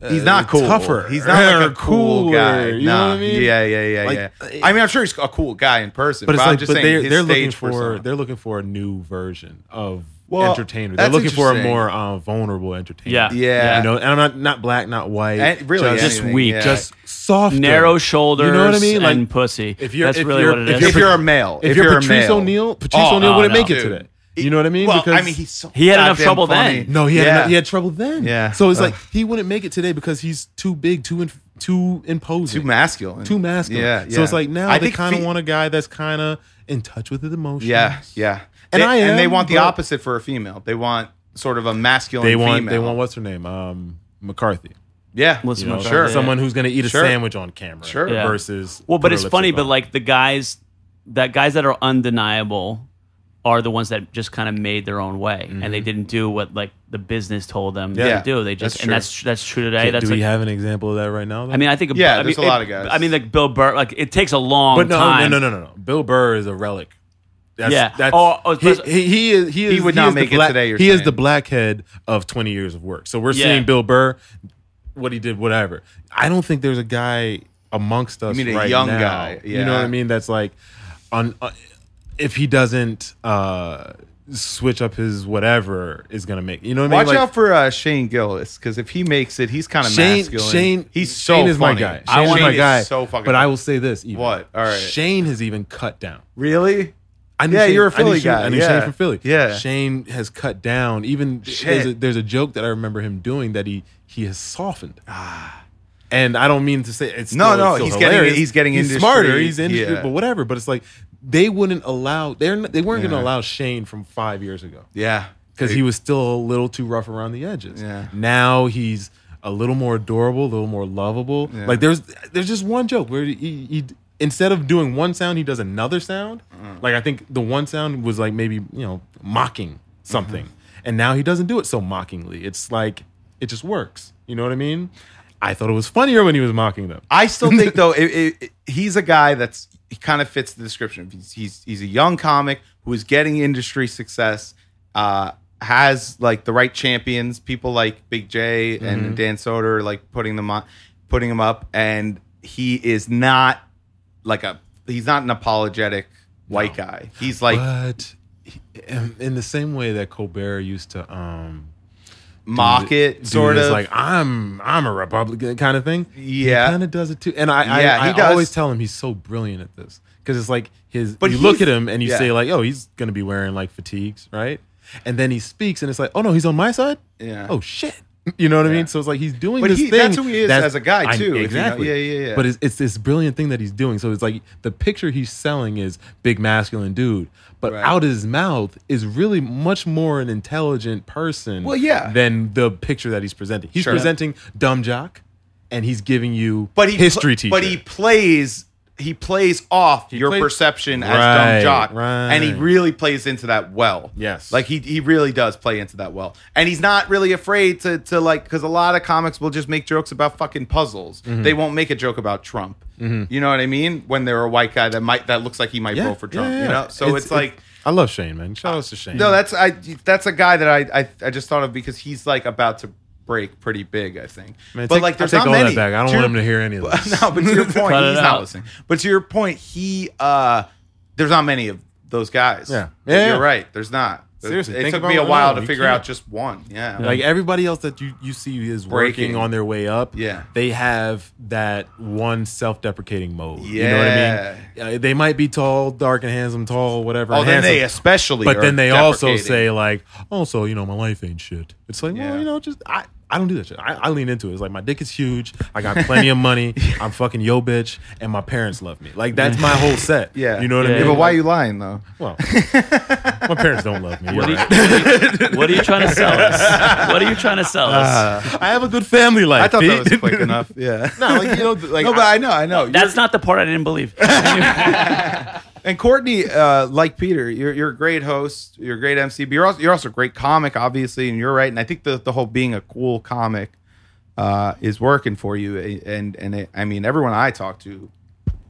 [SPEAKER 9] uh,
[SPEAKER 8] He's not cool.
[SPEAKER 9] Tougher.
[SPEAKER 8] He's not like
[SPEAKER 9] or
[SPEAKER 8] a cool
[SPEAKER 9] cooler,
[SPEAKER 8] guy.
[SPEAKER 9] You
[SPEAKER 8] nah.
[SPEAKER 9] know what I mean?
[SPEAKER 8] Yeah, yeah, yeah,
[SPEAKER 9] Like,
[SPEAKER 8] yeah.
[SPEAKER 9] uh,
[SPEAKER 8] I mean, I'm sure he's a cool guy in person, but,
[SPEAKER 9] But it's
[SPEAKER 8] I'm
[SPEAKER 9] like,
[SPEAKER 8] just
[SPEAKER 9] but
[SPEAKER 8] saying
[SPEAKER 9] they're
[SPEAKER 8] his
[SPEAKER 9] they're looking
[SPEAKER 8] stage
[SPEAKER 9] for
[SPEAKER 8] persona.
[SPEAKER 9] they're looking for a new version of
[SPEAKER 8] Well,
[SPEAKER 9] entertainer. They're
[SPEAKER 8] that's
[SPEAKER 9] looking for a
[SPEAKER 8] interesting.
[SPEAKER 9] more uh, vulnerable entertainer.
[SPEAKER 7] Yeah.
[SPEAKER 8] Yeah.
[SPEAKER 9] You know, and I'm not not black, not white.
[SPEAKER 8] And really
[SPEAKER 9] just,
[SPEAKER 8] anything,
[SPEAKER 7] weak,
[SPEAKER 8] yeah.
[SPEAKER 9] just soft,
[SPEAKER 7] narrow shoulders,
[SPEAKER 9] You know what I mean? Like
[SPEAKER 7] and pussy.
[SPEAKER 9] if you're-
[SPEAKER 7] that's
[SPEAKER 9] if
[SPEAKER 7] really
[SPEAKER 9] you're-
[SPEAKER 7] what it
[SPEAKER 9] if
[SPEAKER 7] is.
[SPEAKER 8] if you're a male,
[SPEAKER 9] if, you're,
[SPEAKER 8] a
[SPEAKER 9] Patrice
[SPEAKER 8] male.
[SPEAKER 9] O'Neill, Patrice
[SPEAKER 8] Oh,
[SPEAKER 9] O'Neill
[SPEAKER 7] no,
[SPEAKER 9] wouldn't
[SPEAKER 7] no.
[SPEAKER 9] make it
[SPEAKER 8] Dude.
[SPEAKER 9] today. You know what I mean?
[SPEAKER 8] Well, I mean, he's so
[SPEAKER 7] He had enough
[SPEAKER 8] goddamn
[SPEAKER 7] trouble
[SPEAKER 8] funny.
[SPEAKER 7] then.
[SPEAKER 9] No, he had
[SPEAKER 8] Yeah.
[SPEAKER 9] enough- he had trouble then.
[SPEAKER 8] Yeah.
[SPEAKER 9] So it's like
[SPEAKER 8] Ugh.
[SPEAKER 9] he wouldn't make it today because he's too big, too in, too imposing,
[SPEAKER 8] too masculine.
[SPEAKER 9] too masculine.
[SPEAKER 8] Yeah,
[SPEAKER 9] So
[SPEAKER 8] yeah.
[SPEAKER 9] it's like now
[SPEAKER 8] I
[SPEAKER 9] they
[SPEAKER 8] think
[SPEAKER 9] kind of
[SPEAKER 8] fe-
[SPEAKER 9] want a guy that's kind of in touch with his emotions.
[SPEAKER 8] Yeah, yeah.
[SPEAKER 9] And
[SPEAKER 8] They-
[SPEAKER 9] I am,
[SPEAKER 8] and they want the
[SPEAKER 9] but-
[SPEAKER 8] opposite for a female. They want sort of a masculine.
[SPEAKER 9] They want.
[SPEAKER 8] female.
[SPEAKER 9] They want what's her name? Um, McCarthy.
[SPEAKER 8] Yeah,
[SPEAKER 7] What's
[SPEAKER 9] You know,
[SPEAKER 7] McCarthy,
[SPEAKER 8] sure.
[SPEAKER 9] Someone who's going to eat a
[SPEAKER 8] Sure.
[SPEAKER 9] sandwich on camera.
[SPEAKER 8] Sure.
[SPEAKER 7] Yeah.
[SPEAKER 9] Versus.
[SPEAKER 7] Well,
[SPEAKER 9] put
[SPEAKER 7] but
[SPEAKER 9] her
[SPEAKER 7] it's
[SPEAKER 9] lipstick
[SPEAKER 7] funny, but
[SPEAKER 9] on.
[SPEAKER 7] like the guys that guys that are undeniable are the ones that just kind of made their own way and they
[SPEAKER 9] Mm-hmm.
[SPEAKER 7] didn't do what like the business told them
[SPEAKER 8] Yeah.
[SPEAKER 7] to do. They just
[SPEAKER 8] That's
[SPEAKER 7] and
[SPEAKER 8] true.
[SPEAKER 7] that's that's true today.
[SPEAKER 9] Do
[SPEAKER 7] that's
[SPEAKER 9] we
[SPEAKER 7] like,
[SPEAKER 9] have an example of that right now? Though?
[SPEAKER 7] I mean, I think
[SPEAKER 8] Yeah,
[SPEAKER 7] I
[SPEAKER 8] there's
[SPEAKER 7] mean,
[SPEAKER 8] a lot
[SPEAKER 7] it-
[SPEAKER 8] of guys.
[SPEAKER 7] I mean, like Bill Burr, like it takes a long
[SPEAKER 9] but no,
[SPEAKER 7] time.
[SPEAKER 9] no, no, no, no. Bill Burr is irrelevant. That's,
[SPEAKER 7] Yeah.
[SPEAKER 9] That's,
[SPEAKER 7] Oh, oh,
[SPEAKER 9] he,
[SPEAKER 7] but-
[SPEAKER 9] he, he is. He, is,
[SPEAKER 8] would
[SPEAKER 9] he
[SPEAKER 8] not
[SPEAKER 9] is the
[SPEAKER 8] make it
[SPEAKER 9] black-
[SPEAKER 8] today, you're
[SPEAKER 9] he is
[SPEAKER 8] saying.
[SPEAKER 9] the blackhead of twenty years of work. So we're
[SPEAKER 7] Yeah.
[SPEAKER 9] seeing Bill Burr, what he did, whatever. I don't think there's a guy amongst us.
[SPEAKER 8] mean a
[SPEAKER 9] right
[SPEAKER 8] young
[SPEAKER 9] now,
[SPEAKER 8] guy,
[SPEAKER 9] You know what
[SPEAKER 8] yeah.
[SPEAKER 9] I mean? That's like, on uh, if he doesn't uh, switch up his whatever is gonna make. You know what I
[SPEAKER 8] Watch
[SPEAKER 9] mean? Like,
[SPEAKER 8] out for uh, Shane Gillis because if he makes it, he's kind of
[SPEAKER 9] Shane,
[SPEAKER 8] masculine.
[SPEAKER 9] Shane,
[SPEAKER 8] he's so
[SPEAKER 9] Shane is
[SPEAKER 8] funny.
[SPEAKER 9] my guy. Shane
[SPEAKER 8] I
[SPEAKER 9] is
[SPEAKER 8] want
[SPEAKER 9] my guy.
[SPEAKER 8] So fucking.
[SPEAKER 9] but I will say this: even.
[SPEAKER 8] What? All right.
[SPEAKER 9] Shane has even cut down.
[SPEAKER 8] really.
[SPEAKER 9] I knew
[SPEAKER 8] Yeah,
[SPEAKER 9] Shane-
[SPEAKER 8] you're a
[SPEAKER 9] I knew
[SPEAKER 8] Philly
[SPEAKER 9] Shane-
[SPEAKER 8] guy,
[SPEAKER 9] I knew
[SPEAKER 8] yeah.
[SPEAKER 9] Shane from Philly.
[SPEAKER 8] Yeah.
[SPEAKER 9] Shane has cut down. Even there's a, there's a joke that I remember him doing that he he has softened. And I don't mean to say it's
[SPEAKER 8] Ah. No,
[SPEAKER 9] still-
[SPEAKER 8] no,
[SPEAKER 9] it's still
[SPEAKER 8] he's getting-
[SPEAKER 9] hilarious.
[SPEAKER 8] he's getting
[SPEAKER 9] he's
[SPEAKER 8] industry,
[SPEAKER 9] smarter. He's industry,
[SPEAKER 8] yeah.
[SPEAKER 9] but whatever. But it's like they wouldn't allow. They're n- they weren't going
[SPEAKER 8] Yeah.
[SPEAKER 9] to allow Shane from five years ago
[SPEAKER 8] Yeah.
[SPEAKER 9] because he was still a little too rough around the edges.
[SPEAKER 8] Yeah.
[SPEAKER 9] Now he's a little more adorable, a little more lovable.
[SPEAKER 8] Yeah.
[SPEAKER 9] Like there's there's just one joke where he, he instead of doing one sound, he does another sound.
[SPEAKER 8] Mm.
[SPEAKER 9] Like I think the one sound was like maybe you know mocking something,
[SPEAKER 8] Mm-hmm.
[SPEAKER 9] and now he doesn't do it so mockingly. It's like it just works. You know what I mean? I thought it was funnier when he was mocking them.
[SPEAKER 8] I still think though it, it, it- he's a guy that's he kind of fits the description. He's he's, he's a young comic who is getting industry success, uh, has like the right champions, people like Big J and
[SPEAKER 9] Mm-hmm.
[SPEAKER 8] Dan Soder, are, like putting them on, putting him up, and he is not like a he's not an apologetic white guy. He's like
[SPEAKER 9] But he- in in the same way that Colbert used to um,
[SPEAKER 8] mock it
[SPEAKER 9] dude
[SPEAKER 8] sort
[SPEAKER 9] is
[SPEAKER 8] of
[SPEAKER 9] like I'm I'm a Republican kind of thing.
[SPEAKER 8] Yeah.
[SPEAKER 9] he kind of does it too. And I
[SPEAKER 8] Yeah,
[SPEAKER 9] I,
[SPEAKER 8] he
[SPEAKER 9] I
[SPEAKER 8] does.
[SPEAKER 9] always tell him he's so brilliant at this because it's like his.
[SPEAKER 8] But
[SPEAKER 9] But you look
[SPEAKER 8] he's-
[SPEAKER 9] at him and you
[SPEAKER 8] yeah.
[SPEAKER 9] say like, oh, he's gonna be wearing like fatigues, right? And then he speaks and it's like, oh no, he's on my side.
[SPEAKER 8] Yeah.
[SPEAKER 9] Oh shit. You know what I mean? So it's like he's doing
[SPEAKER 8] But
[SPEAKER 9] this
[SPEAKER 8] he-
[SPEAKER 9] thing.
[SPEAKER 8] that's who he is as a guy, too, if you know-
[SPEAKER 9] exactly.
[SPEAKER 8] yeah, yeah, yeah.
[SPEAKER 9] But it's, it's this brilliant thing that he's doing. So it's like the picture he's selling is big masculine dude, but
[SPEAKER 8] Right.
[SPEAKER 9] out of his mouth is really much more an intelligent person
[SPEAKER 8] Well, yeah.
[SPEAKER 9] than the picture that he's presenting. He's
[SPEAKER 8] Sure.
[SPEAKER 9] presenting dumb jock, and he's giving you
[SPEAKER 8] but he
[SPEAKER 9] history
[SPEAKER 8] pl-
[SPEAKER 9] teacher.
[SPEAKER 8] But he plays he plays off your
[SPEAKER 9] plays-
[SPEAKER 8] perception as
[SPEAKER 9] Right,
[SPEAKER 8] dumb jock,
[SPEAKER 9] right.
[SPEAKER 8] and he really plays into that well.
[SPEAKER 9] Yes.
[SPEAKER 8] like he he really does play into that well, and he's not really afraid to to like because a lot of comics will just make jokes about fucking puzzles.
[SPEAKER 9] Mm-hmm.
[SPEAKER 8] They won't make a joke about Trump. You know what I mean? When they're a white guy that might that looks like he might vote for Trump.
[SPEAKER 9] yeah,
[SPEAKER 8] You
[SPEAKER 9] yeah.
[SPEAKER 8] know, so it's, like.
[SPEAKER 9] I love Shane, man. Shout out to Shane.
[SPEAKER 8] No, that's I. That's a guy that I, I I just thought of because he's like about to break pretty big. I think.
[SPEAKER 9] Man,
[SPEAKER 8] but
[SPEAKER 9] take-
[SPEAKER 8] like, there's
[SPEAKER 9] I take
[SPEAKER 8] not
[SPEAKER 9] all
[SPEAKER 8] many.
[SPEAKER 9] that back. I don't
[SPEAKER 8] To your-
[SPEAKER 9] want him to hear any of
[SPEAKER 8] but-
[SPEAKER 9] this.
[SPEAKER 8] no, but to your point,
[SPEAKER 7] Cut it
[SPEAKER 8] he's not
[SPEAKER 7] out.
[SPEAKER 8] listening. But to your point, he uh there's not many of those guys.
[SPEAKER 9] Yeah.
[SPEAKER 8] But
[SPEAKER 9] Yeah,
[SPEAKER 8] you're
[SPEAKER 9] yeah.
[SPEAKER 8] right. There's not.
[SPEAKER 9] Seriously,
[SPEAKER 8] it
[SPEAKER 9] think
[SPEAKER 8] took
[SPEAKER 9] about
[SPEAKER 8] me a
[SPEAKER 9] it.
[SPEAKER 8] while
[SPEAKER 9] No,
[SPEAKER 8] to
[SPEAKER 9] you
[SPEAKER 8] figure
[SPEAKER 9] can't.
[SPEAKER 8] out just one. Yeah,
[SPEAKER 9] Like everybody else that you, you see is
[SPEAKER 8] Breaking.
[SPEAKER 9] working on their way up,
[SPEAKER 8] Yeah.
[SPEAKER 9] they have that one self deprecating mode.
[SPEAKER 8] Yeah.
[SPEAKER 9] You know what I mean? Uh, they might be tall, dark, and handsome, tall, whatever.
[SPEAKER 8] oh,
[SPEAKER 9] and
[SPEAKER 8] then
[SPEAKER 9] handsome,
[SPEAKER 8] they especially,
[SPEAKER 9] but
[SPEAKER 8] are
[SPEAKER 9] then they also
[SPEAKER 8] deprecating.
[SPEAKER 9] say like, also, you know, my life ain't shit. It's like,
[SPEAKER 8] Yeah.
[SPEAKER 9] well, you know, just I, I don't do that shit. I, I lean into it. It's like my dick is huge. I got plenty of money. I'm fucking yo bitch, and my parents love me. Like that's my whole set.
[SPEAKER 8] Yeah.
[SPEAKER 9] you know what
[SPEAKER 7] Yeah.
[SPEAKER 9] I
[SPEAKER 8] Yeah,
[SPEAKER 9] mean.
[SPEAKER 8] but why are you lying though?
[SPEAKER 9] Well, my parents don't love me.
[SPEAKER 7] What
[SPEAKER 9] You're
[SPEAKER 7] are, you,
[SPEAKER 9] right.
[SPEAKER 7] what, are you, what are you trying to sell us? What are you trying to sell us?
[SPEAKER 9] I have a good family life.
[SPEAKER 8] uh, I thought that
[SPEAKER 9] Pete.
[SPEAKER 8] was quick enough. Yeah.
[SPEAKER 9] no, like you know, like
[SPEAKER 8] no, but I know, I know.
[SPEAKER 7] That's not the part I didn't believe.
[SPEAKER 8] And Courtney, uh, like Peter, you're, you're a great host, you're a great MC, but you're also, you're also a great comic, obviously, and you're right. And I think the, the whole being a cool comic uh, is working for you. And and it, I mean, everyone I talk to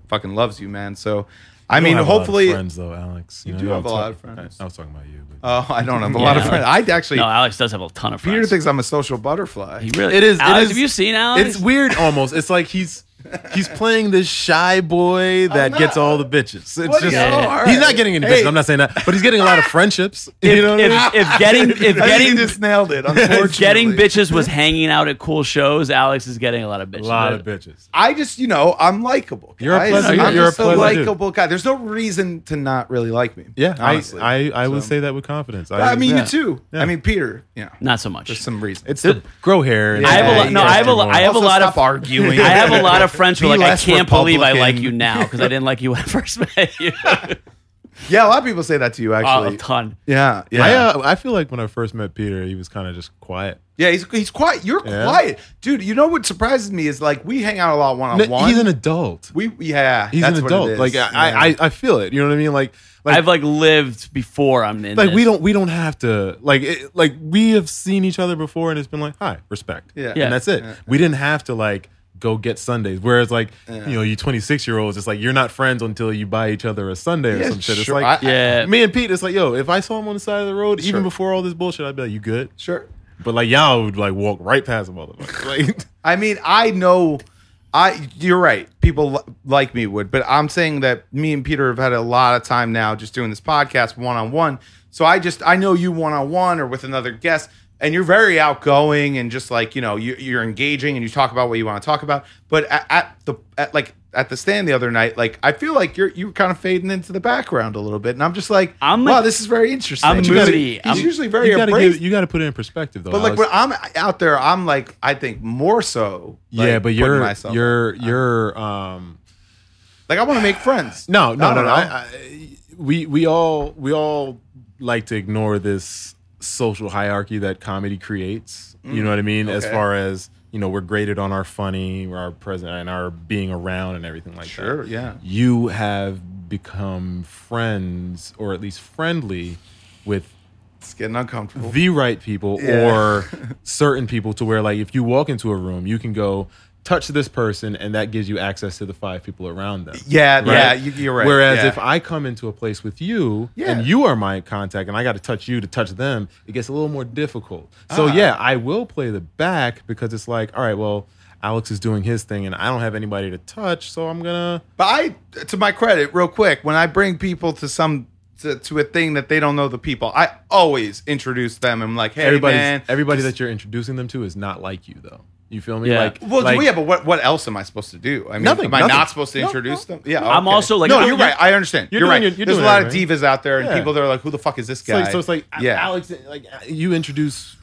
[SPEAKER 8] fucking loves you, man. So, I
[SPEAKER 9] You
[SPEAKER 8] mean,
[SPEAKER 9] don't have a lot of
[SPEAKER 8] hopefully,
[SPEAKER 9] friends though, Alex. You,
[SPEAKER 8] do
[SPEAKER 9] I'm
[SPEAKER 8] have a lot of
[SPEAKER 9] talking-
[SPEAKER 8] friends.
[SPEAKER 9] I, I was talking about you. But.
[SPEAKER 8] oh, I don't have a lot of
[SPEAKER 7] Yeah.
[SPEAKER 8] friends. I actually,
[SPEAKER 7] No, Alex does have a ton of friends.
[SPEAKER 8] Peter thinks I'm a social butterfly.
[SPEAKER 7] He really
[SPEAKER 9] It is- it
[SPEAKER 7] Alex,
[SPEAKER 9] is-
[SPEAKER 7] have you seen Alex?
[SPEAKER 9] it's weird almost. It's like he's he's playing this shy boy that gets all the bitches. It's
[SPEAKER 8] What do
[SPEAKER 9] just
[SPEAKER 8] you- oh, all
[SPEAKER 9] he's
[SPEAKER 8] right.
[SPEAKER 9] not getting any
[SPEAKER 8] Hey.
[SPEAKER 9] bitches. I'm not saying that, but he's getting a lot of friendships.
[SPEAKER 7] If,
[SPEAKER 9] you know what I mean?
[SPEAKER 7] if, if getting if
[SPEAKER 8] I think he
[SPEAKER 7] getting
[SPEAKER 8] just nailed it.
[SPEAKER 7] if getting
[SPEAKER 8] unfortunately.
[SPEAKER 7] bitches was hanging out at cool shows, Alex is getting a lot of bitches.
[SPEAKER 9] A lot of bitches.
[SPEAKER 8] I just, you know, I'm likable.
[SPEAKER 9] You're a
[SPEAKER 8] guys.
[SPEAKER 9] pleasant-
[SPEAKER 8] I'm
[SPEAKER 9] you're a
[SPEAKER 8] just a,
[SPEAKER 9] pleasant dude.
[SPEAKER 8] likable guy. There's no reason to not really like me.
[SPEAKER 9] Yeah, I
[SPEAKER 8] honestly.
[SPEAKER 9] I, I would
[SPEAKER 8] So-
[SPEAKER 9] say that with confidence.
[SPEAKER 8] I mean,
[SPEAKER 9] yeah.
[SPEAKER 8] you too. I mean, Peter. Yeah,
[SPEAKER 7] Not so much.
[SPEAKER 8] there's some reason.
[SPEAKER 9] It's the grow hair. and
[SPEAKER 7] I have a
[SPEAKER 9] the
[SPEAKER 7] lot- no, I have a lot- I have-
[SPEAKER 8] Also,
[SPEAKER 7] lot of-
[SPEAKER 8] stop arguing.
[SPEAKER 7] I have a lot of friends who are
[SPEAKER 8] Be
[SPEAKER 7] like, I
[SPEAKER 8] less
[SPEAKER 7] can't believe I like
[SPEAKER 8] Republican.
[SPEAKER 7] you now because I didn't like you when I first met you.
[SPEAKER 8] yeah, a lot of people say that to you
[SPEAKER 7] Oh,
[SPEAKER 8] actually.
[SPEAKER 7] a ton.
[SPEAKER 8] yeah, yeah,
[SPEAKER 9] I, uh, I feel like when I first met Peter, he was kind of just quiet.
[SPEAKER 8] yeah. He's he's quiet. You're
[SPEAKER 9] Yeah.
[SPEAKER 8] quiet, dude. You know what surprises me is like we hang out a lot one on one.
[SPEAKER 9] He's an adult.
[SPEAKER 8] we yeah.
[SPEAKER 9] He's
[SPEAKER 8] that's
[SPEAKER 9] an
[SPEAKER 8] what it
[SPEAKER 9] adult.
[SPEAKER 8] is.
[SPEAKER 9] Like I, I
[SPEAKER 8] Yeah.
[SPEAKER 9] I, I feel it. You know what I mean? Like like
[SPEAKER 7] I've like lived before I'm in.
[SPEAKER 9] like we
[SPEAKER 7] this.
[SPEAKER 9] don't we don't have to like it, like we have seen each other before and it's been like hi respect
[SPEAKER 8] Yeah.
[SPEAKER 7] Yeah.
[SPEAKER 9] and that's it we didn't have to like go get sundays whereas like you know you 26 year olds it's like you're not friends until you buy each other a sunday
[SPEAKER 8] Yeah,
[SPEAKER 9] or some shit it's
[SPEAKER 8] sure.
[SPEAKER 9] like
[SPEAKER 8] I-
[SPEAKER 7] Yeah.
[SPEAKER 9] me and pete it's like yo if i saw him on the side of the road
[SPEAKER 8] Sure.
[SPEAKER 9] even before all this bullshit i'd be like you good
[SPEAKER 8] sure.
[SPEAKER 9] but like y'all would like walk right past him all the like
[SPEAKER 8] I mean, I know. I you're right. People li- like me would, but I'm saying that me and Peter have had a lot of time now just doing this podcast one on one. So I just I know you one on one or with another guest, and you're very outgoing and just like you know you, you're engaging and you talk about what you want to talk about but at, at the at like at the stand the other night like i feel like you're you're kind of fading into the background a little bit and i'm just like
[SPEAKER 7] I'm
[SPEAKER 8] wow
[SPEAKER 7] like-
[SPEAKER 8] this is very interesting
[SPEAKER 7] I'm
[SPEAKER 8] But you gotta-
[SPEAKER 7] moody.
[SPEAKER 8] he's
[SPEAKER 7] I'm-
[SPEAKER 8] usually very
[SPEAKER 9] You gotta,
[SPEAKER 8] abrasive.
[SPEAKER 9] give- you gotta put it in perspective, though.
[SPEAKER 8] but like
[SPEAKER 9] Alex.
[SPEAKER 8] when i'm out there i'm like i think more so like,
[SPEAKER 9] yeah, but
[SPEAKER 8] putting
[SPEAKER 9] you're
[SPEAKER 8] myself-
[SPEAKER 9] you're you're um
[SPEAKER 8] like i want to make friends
[SPEAKER 9] no no no
[SPEAKER 8] I don't
[SPEAKER 9] no.
[SPEAKER 8] know.
[SPEAKER 9] I, I, we we all we all like to ignore this social hierarchy that comedy creates. you know what I mean? As
[SPEAKER 8] okay.
[SPEAKER 9] far as you know, we're graded on our funny, our present, and our being around and everything like that.
[SPEAKER 8] sure yeah
[SPEAKER 9] you have become friends or at least friendly with
[SPEAKER 8] it's getting uncomfortable
[SPEAKER 9] the right people
[SPEAKER 8] Yeah.
[SPEAKER 9] or certain people to where like if you walk into a room you can go touch this person and that gives you access to the five people around them
[SPEAKER 8] yeah
[SPEAKER 9] Right?
[SPEAKER 8] yeah you, you're right
[SPEAKER 9] whereas
[SPEAKER 8] yeah.
[SPEAKER 9] if i come into a place with you
[SPEAKER 8] Yeah.
[SPEAKER 9] and you are my contact and i got to touch you to touch them it gets a little more difficult so
[SPEAKER 8] Ah.
[SPEAKER 9] yeah i will play the back because it's like all right well alex is doing his thing and i don't have anybody to touch so i'm gonna
[SPEAKER 8] But I, to my credit, real quick, when I bring people to some to, to a thing that they don't know the people, I always introduce them. I'm like, hey,
[SPEAKER 9] everybody's,
[SPEAKER 8] man.
[SPEAKER 9] everybody that you're introducing them to is not like you though. You feel me?
[SPEAKER 7] Yeah.
[SPEAKER 9] Like,
[SPEAKER 8] well,
[SPEAKER 9] like-
[SPEAKER 8] yeah, but what, what else am I supposed to do? I mean,
[SPEAKER 9] Nothing,
[SPEAKER 8] Am I
[SPEAKER 9] nothing.
[SPEAKER 8] not supposed to
[SPEAKER 9] No,
[SPEAKER 8] introduce
[SPEAKER 9] no,
[SPEAKER 8] them? Yeah,
[SPEAKER 7] I'm
[SPEAKER 8] okay.
[SPEAKER 7] also, like-
[SPEAKER 8] no,
[SPEAKER 7] No,
[SPEAKER 8] you're,
[SPEAKER 7] you're-
[SPEAKER 8] right. I understand. You're,
[SPEAKER 9] you're doing
[SPEAKER 8] right.
[SPEAKER 9] your- you're
[SPEAKER 8] There's
[SPEAKER 9] doing
[SPEAKER 8] a lot
[SPEAKER 9] it,
[SPEAKER 8] of
[SPEAKER 9] right?
[SPEAKER 8] divas out there and
[SPEAKER 9] Yeah.
[SPEAKER 8] people that are like, who the fuck is this
[SPEAKER 9] it's
[SPEAKER 8] guy?
[SPEAKER 9] like, so it's like
[SPEAKER 8] yeah,
[SPEAKER 9] Alex, like you introduce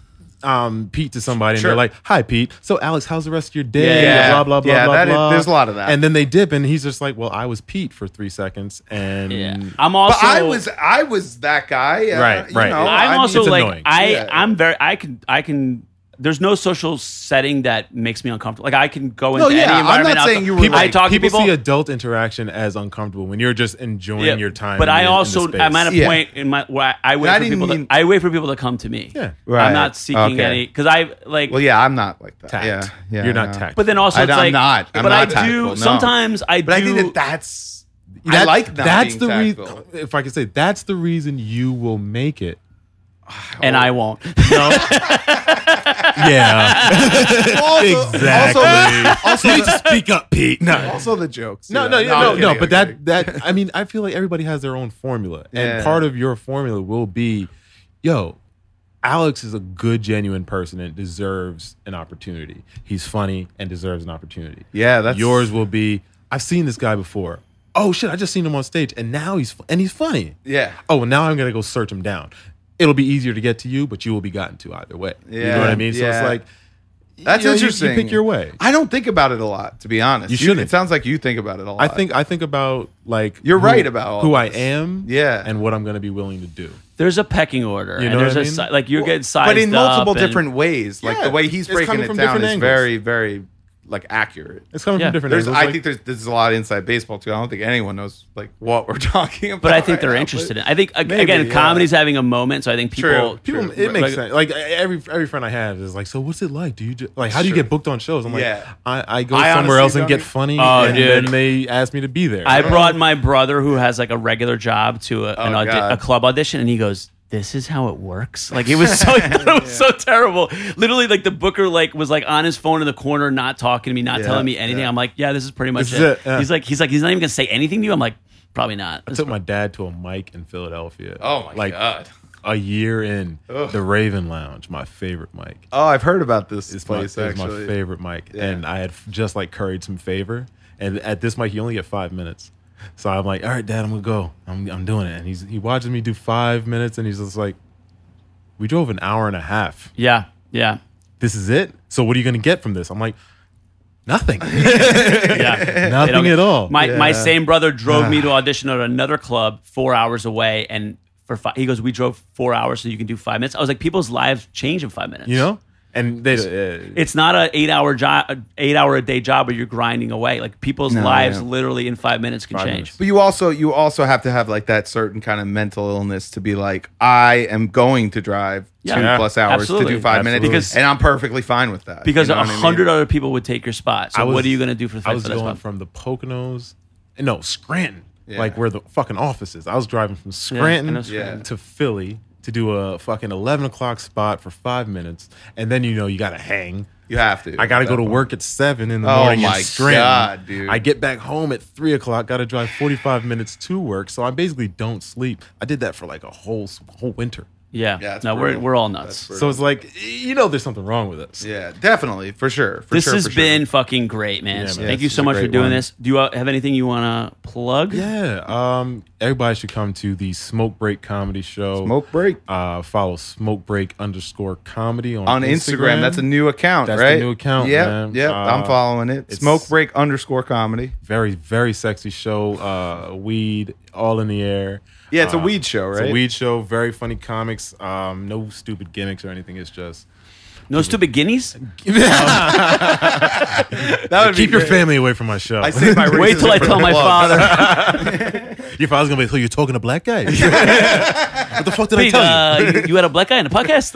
[SPEAKER 9] um Pete to somebody
[SPEAKER 8] Sure.
[SPEAKER 9] and they're like, "Hi, Pete. So Alex, how's the rest of your day?"
[SPEAKER 8] Yeah.
[SPEAKER 9] Blah blah blah
[SPEAKER 8] Yeah,
[SPEAKER 9] blah
[SPEAKER 8] that is-
[SPEAKER 9] blah.
[SPEAKER 8] there's a lot of that.
[SPEAKER 9] And then they dip, and he's just like, "Well, I was Pete for three seconds, and
[SPEAKER 7] Yeah. I'm
[SPEAKER 8] But
[SPEAKER 7] also.
[SPEAKER 8] I was, I was that guy. uh,
[SPEAKER 9] Right,
[SPEAKER 8] you
[SPEAKER 9] right.
[SPEAKER 8] know, I
[SPEAKER 7] I'm
[SPEAKER 8] mean-
[SPEAKER 7] also
[SPEAKER 9] it's
[SPEAKER 7] like
[SPEAKER 9] annoying.
[SPEAKER 7] I
[SPEAKER 8] Yeah.
[SPEAKER 7] I'm very I can I can there's no social setting that makes me uncomfortable. Like I can go into
[SPEAKER 8] No, yeah,
[SPEAKER 7] any
[SPEAKER 8] I'm not
[SPEAKER 7] environment. I'll-
[SPEAKER 8] saying you were
[SPEAKER 7] people, I
[SPEAKER 8] like-
[SPEAKER 7] talk
[SPEAKER 9] people,
[SPEAKER 7] to people.
[SPEAKER 9] see adult interaction as uncomfortable when you're just enjoying
[SPEAKER 7] yeah,
[SPEAKER 9] your time.
[SPEAKER 7] but
[SPEAKER 9] in
[SPEAKER 7] I
[SPEAKER 9] the- in the
[SPEAKER 7] also
[SPEAKER 9] space.
[SPEAKER 7] I'm at a
[SPEAKER 8] Yeah.
[SPEAKER 7] point in my where I, I wait
[SPEAKER 8] I
[SPEAKER 7] for
[SPEAKER 8] didn't
[SPEAKER 7] people.
[SPEAKER 8] mean-
[SPEAKER 7] to, I wait for people to come to me.
[SPEAKER 9] Yeah.
[SPEAKER 8] Right.
[SPEAKER 7] I'm not seeking
[SPEAKER 8] Okay.
[SPEAKER 7] any because I like.
[SPEAKER 8] Well, yeah, I'm not like that.
[SPEAKER 9] tact.
[SPEAKER 8] Yeah, yeah,
[SPEAKER 9] you're not
[SPEAKER 8] no.
[SPEAKER 9] tact.
[SPEAKER 7] But then also,
[SPEAKER 8] I-
[SPEAKER 7] it's
[SPEAKER 8] I'm
[SPEAKER 7] like,
[SPEAKER 8] not. I'm
[SPEAKER 7] but
[SPEAKER 8] not
[SPEAKER 7] I
[SPEAKER 8] tactful,
[SPEAKER 7] do
[SPEAKER 8] no.
[SPEAKER 7] sometimes. I
[SPEAKER 8] But I
[SPEAKER 7] do.
[SPEAKER 8] think that that's. I
[SPEAKER 9] That-
[SPEAKER 8] like that.
[SPEAKER 9] That's the
[SPEAKER 8] reason.
[SPEAKER 9] reason. If I could say, that's the reason you will make it.
[SPEAKER 7] and I won't.
[SPEAKER 9] Yeah,
[SPEAKER 8] Also,
[SPEAKER 9] exactly.
[SPEAKER 8] Also, also, the,
[SPEAKER 9] speak up, Pete. No,
[SPEAKER 8] also the jokes.
[SPEAKER 9] No,
[SPEAKER 8] yeah.
[SPEAKER 9] no, yeah,
[SPEAKER 8] I'm
[SPEAKER 9] no,
[SPEAKER 8] kidding,
[SPEAKER 9] no.
[SPEAKER 8] I'm
[SPEAKER 9] But that,
[SPEAKER 8] kidding.
[SPEAKER 9] that, I mean, I feel like everybody has their own formula,
[SPEAKER 8] Yeah.
[SPEAKER 9] and part of your formula will be, yo, Alex is a good, genuine person and deserves an opportunity. He's funny and deserves an opportunity.
[SPEAKER 8] Yeah, that's-
[SPEAKER 9] yours. Will be. I've seen this guy before. Oh shit! I just seen him on stage, and now he's fu- and he's funny.
[SPEAKER 8] Yeah.
[SPEAKER 9] Oh, well, now I'm gonna go search him down. It'll be easier to get to you, but you will be gotten to either way. you
[SPEAKER 8] Yeah,
[SPEAKER 9] know what I mean. So
[SPEAKER 8] yeah.
[SPEAKER 9] it's like
[SPEAKER 8] That's
[SPEAKER 9] you know, you- you
[SPEAKER 8] interesting.
[SPEAKER 9] pick your way.
[SPEAKER 8] I don't think about it a lot, to be honest.
[SPEAKER 9] You shouldn't.
[SPEAKER 8] it sounds like you think about it a lot.
[SPEAKER 9] I think I think about like
[SPEAKER 8] You're right about all
[SPEAKER 9] who I
[SPEAKER 8] this.
[SPEAKER 9] am,
[SPEAKER 8] Yeah.
[SPEAKER 9] and what I'm going to be willing to do.
[SPEAKER 7] there's a pecking order.
[SPEAKER 9] You
[SPEAKER 7] and
[SPEAKER 9] know what
[SPEAKER 7] there's
[SPEAKER 9] I
[SPEAKER 7] a
[SPEAKER 9] mean?
[SPEAKER 7] si- like you're getting sized
[SPEAKER 8] but in multiple
[SPEAKER 7] up and-
[SPEAKER 8] different ways. Like
[SPEAKER 9] Yeah,
[SPEAKER 8] the way he's
[SPEAKER 9] it's
[SPEAKER 8] breaking
[SPEAKER 9] coming
[SPEAKER 8] it
[SPEAKER 9] from
[SPEAKER 8] down
[SPEAKER 9] different
[SPEAKER 8] is
[SPEAKER 9] angles.
[SPEAKER 8] very, very like accurate.
[SPEAKER 9] It's coming
[SPEAKER 7] Yeah.
[SPEAKER 9] from different
[SPEAKER 8] There's,
[SPEAKER 9] angles.
[SPEAKER 8] I
[SPEAKER 9] like-
[SPEAKER 8] think there's there's a lot of inside baseball too. I don't think anyone knows like what we're talking about.
[SPEAKER 7] But I think
[SPEAKER 8] right
[SPEAKER 7] they're
[SPEAKER 8] now,
[SPEAKER 7] interested
[SPEAKER 8] but-
[SPEAKER 7] in. I think ag-
[SPEAKER 8] Maybe,
[SPEAKER 7] again,
[SPEAKER 8] yeah.
[SPEAKER 7] comedy's having a moment, so I think people.
[SPEAKER 8] True.
[SPEAKER 9] people.
[SPEAKER 8] True.
[SPEAKER 9] It makes
[SPEAKER 8] Like-
[SPEAKER 9] sense. Like e-, every every friend I have is like, so what's it like? Do you just, like how do you
[SPEAKER 8] Sure.
[SPEAKER 9] get booked on shows? I'm like,
[SPEAKER 8] Yeah.
[SPEAKER 9] I, I go
[SPEAKER 8] I honestly
[SPEAKER 9] somewhere else and
[SPEAKER 8] don't
[SPEAKER 9] get
[SPEAKER 8] e-
[SPEAKER 9] funny,
[SPEAKER 7] Oh,
[SPEAKER 9] and
[SPEAKER 7] dude.
[SPEAKER 9] then they ask me to be there.
[SPEAKER 7] I brought my brother who has like a regular job to a, an
[SPEAKER 8] Oh,
[SPEAKER 7] audi-
[SPEAKER 8] God.
[SPEAKER 7] a club audition, and he goes, "This is how it works." Like it was so he thought it was so terrible. Literally, like the booker like was like on his phone in the corner, not talking to me, not
[SPEAKER 8] Yeah,
[SPEAKER 7] telling me anything.
[SPEAKER 8] yeah.
[SPEAKER 7] I'm like, "Yeah, this is pretty much
[SPEAKER 9] This
[SPEAKER 7] it."
[SPEAKER 9] is it, yeah.
[SPEAKER 7] He's like, he's like, he's not even gonna say anything to you. I'm like, probably not.
[SPEAKER 9] I took my dad to a mic in Philadelphia.
[SPEAKER 8] Oh my
[SPEAKER 9] like,
[SPEAKER 8] god.
[SPEAKER 9] A year in
[SPEAKER 8] Ugh.
[SPEAKER 9] the Raven Lounge, my favorite mic.
[SPEAKER 8] Oh, I've heard about this
[SPEAKER 9] It's
[SPEAKER 8] place
[SPEAKER 9] my, it's my
[SPEAKER 8] actually.
[SPEAKER 9] favorite mic,
[SPEAKER 8] Yeah.
[SPEAKER 9] and I had f- just like curried some favor. And at this mic, you only get five minutes, so I'm like, "All right, Dad, I'm gonna go. I'm I'm doing it." And he's he watches me do five minutes, and he's just like, "We drove an hour and a half.
[SPEAKER 7] yeah, yeah,
[SPEAKER 9] This is it. So what are you gonna get from this?" I'm like, "Nothing,
[SPEAKER 7] yeah. They don't
[SPEAKER 9] nothing
[SPEAKER 7] get-
[SPEAKER 9] at all."
[SPEAKER 7] My my same brother drove me to audition at another club four hours away, and for five, he goes, "We drove four hours, so you can do five minutes." I was like, "People's lives change in five minutes."
[SPEAKER 9] you know, and they uh,
[SPEAKER 7] it's not an eight hour job, eight hour a day job where you're grinding away. Like people's lives
[SPEAKER 8] yeah.
[SPEAKER 7] literally in five minutes can
[SPEAKER 9] Five
[SPEAKER 7] change.
[SPEAKER 9] minutes.
[SPEAKER 8] But you also you also have to have like that certain kind of mental illness to be like, I am going to drive two
[SPEAKER 7] Yeah.
[SPEAKER 8] plus hours to
[SPEAKER 7] Absolutely.
[SPEAKER 8] do five
[SPEAKER 9] Absolutely.
[SPEAKER 8] minutes,
[SPEAKER 7] Because-
[SPEAKER 8] and I'm perfectly fine with that.
[SPEAKER 7] Because
[SPEAKER 8] you
[SPEAKER 7] a
[SPEAKER 8] know what I mean?
[SPEAKER 7] hundred other people would take your spot. So
[SPEAKER 9] I was-
[SPEAKER 7] what are you going to do for the
[SPEAKER 9] I
[SPEAKER 7] fact
[SPEAKER 9] was
[SPEAKER 7] that that's
[SPEAKER 9] going
[SPEAKER 7] fun?
[SPEAKER 9] from the Poconos, no Scranton,
[SPEAKER 8] Yeah.
[SPEAKER 9] like where the fucking office is. I was driving from Scranton
[SPEAKER 7] know Scranton.
[SPEAKER 8] Yeah.
[SPEAKER 9] to Philly to do a fucking eleven o'clock spot for five minutes, and then you know you gotta hang.
[SPEAKER 8] you have to.
[SPEAKER 9] I gotta
[SPEAKER 8] at
[SPEAKER 9] go to
[SPEAKER 8] that point.
[SPEAKER 9] work at seven in the
[SPEAKER 8] Oh
[SPEAKER 9] morning
[SPEAKER 8] my
[SPEAKER 9] in Scranton.
[SPEAKER 8] God, dude.
[SPEAKER 9] I get back home at three o'clock. Got to drive forty five minutes to work, so I basically don't sleep. I did that for like a whole whole winter.
[SPEAKER 7] Yeah.
[SPEAKER 8] Yeah, it's
[SPEAKER 7] no, we're
[SPEAKER 8] brutal.
[SPEAKER 7] we're all nuts.
[SPEAKER 8] That's
[SPEAKER 9] So it's like you know, there's something wrong with us.
[SPEAKER 8] Yeah, definitely, for sure. For
[SPEAKER 7] this
[SPEAKER 8] sure,
[SPEAKER 7] has
[SPEAKER 8] for sure.
[SPEAKER 7] been fucking great, man.
[SPEAKER 9] Yeah,
[SPEAKER 7] So
[SPEAKER 9] man.
[SPEAKER 7] Thank
[SPEAKER 8] Yes,
[SPEAKER 7] you
[SPEAKER 8] this
[SPEAKER 7] so
[SPEAKER 8] is a
[SPEAKER 7] much for
[SPEAKER 8] great
[SPEAKER 7] doing
[SPEAKER 8] one.
[SPEAKER 7] this. Do you uh, have anything you want to plug?
[SPEAKER 9] Yeah. Um. Everybody should come to the Smoke Break Comedy Show.
[SPEAKER 8] smoke break
[SPEAKER 9] Uh. Follow Smoke Break underscore comedy on
[SPEAKER 8] on Instagram. That's a new account,
[SPEAKER 9] That's the
[SPEAKER 8] right?
[SPEAKER 9] new account,
[SPEAKER 8] Yeah,
[SPEAKER 9] man.
[SPEAKER 8] yeah. I'm
[SPEAKER 9] Uh,
[SPEAKER 8] following it.
[SPEAKER 9] it's-
[SPEAKER 8] Smoke break underscore comedy.
[SPEAKER 9] very very sexy show. Uh. Weed all in the air.
[SPEAKER 8] Yeah, it's a
[SPEAKER 9] Uh,
[SPEAKER 8] weed show, right?
[SPEAKER 9] It's a weed show. Very funny comics. Um. No stupid gimmicks or anything. It's just um,
[SPEAKER 7] No stupid guineas.
[SPEAKER 8] That would
[SPEAKER 9] keep
[SPEAKER 8] be
[SPEAKER 9] your
[SPEAKER 8] great.
[SPEAKER 9] family away from my show.
[SPEAKER 8] I say my
[SPEAKER 7] Wait till I
[SPEAKER 8] racism for
[SPEAKER 7] tell
[SPEAKER 8] the
[SPEAKER 7] my
[SPEAKER 8] plug.
[SPEAKER 7] father.
[SPEAKER 9] your father's gonna be like, "So you're talking to black guys? what the fuck did I
[SPEAKER 7] Pete,
[SPEAKER 9] tell you?"
[SPEAKER 7] uh, you- you had a black guy in the podcast.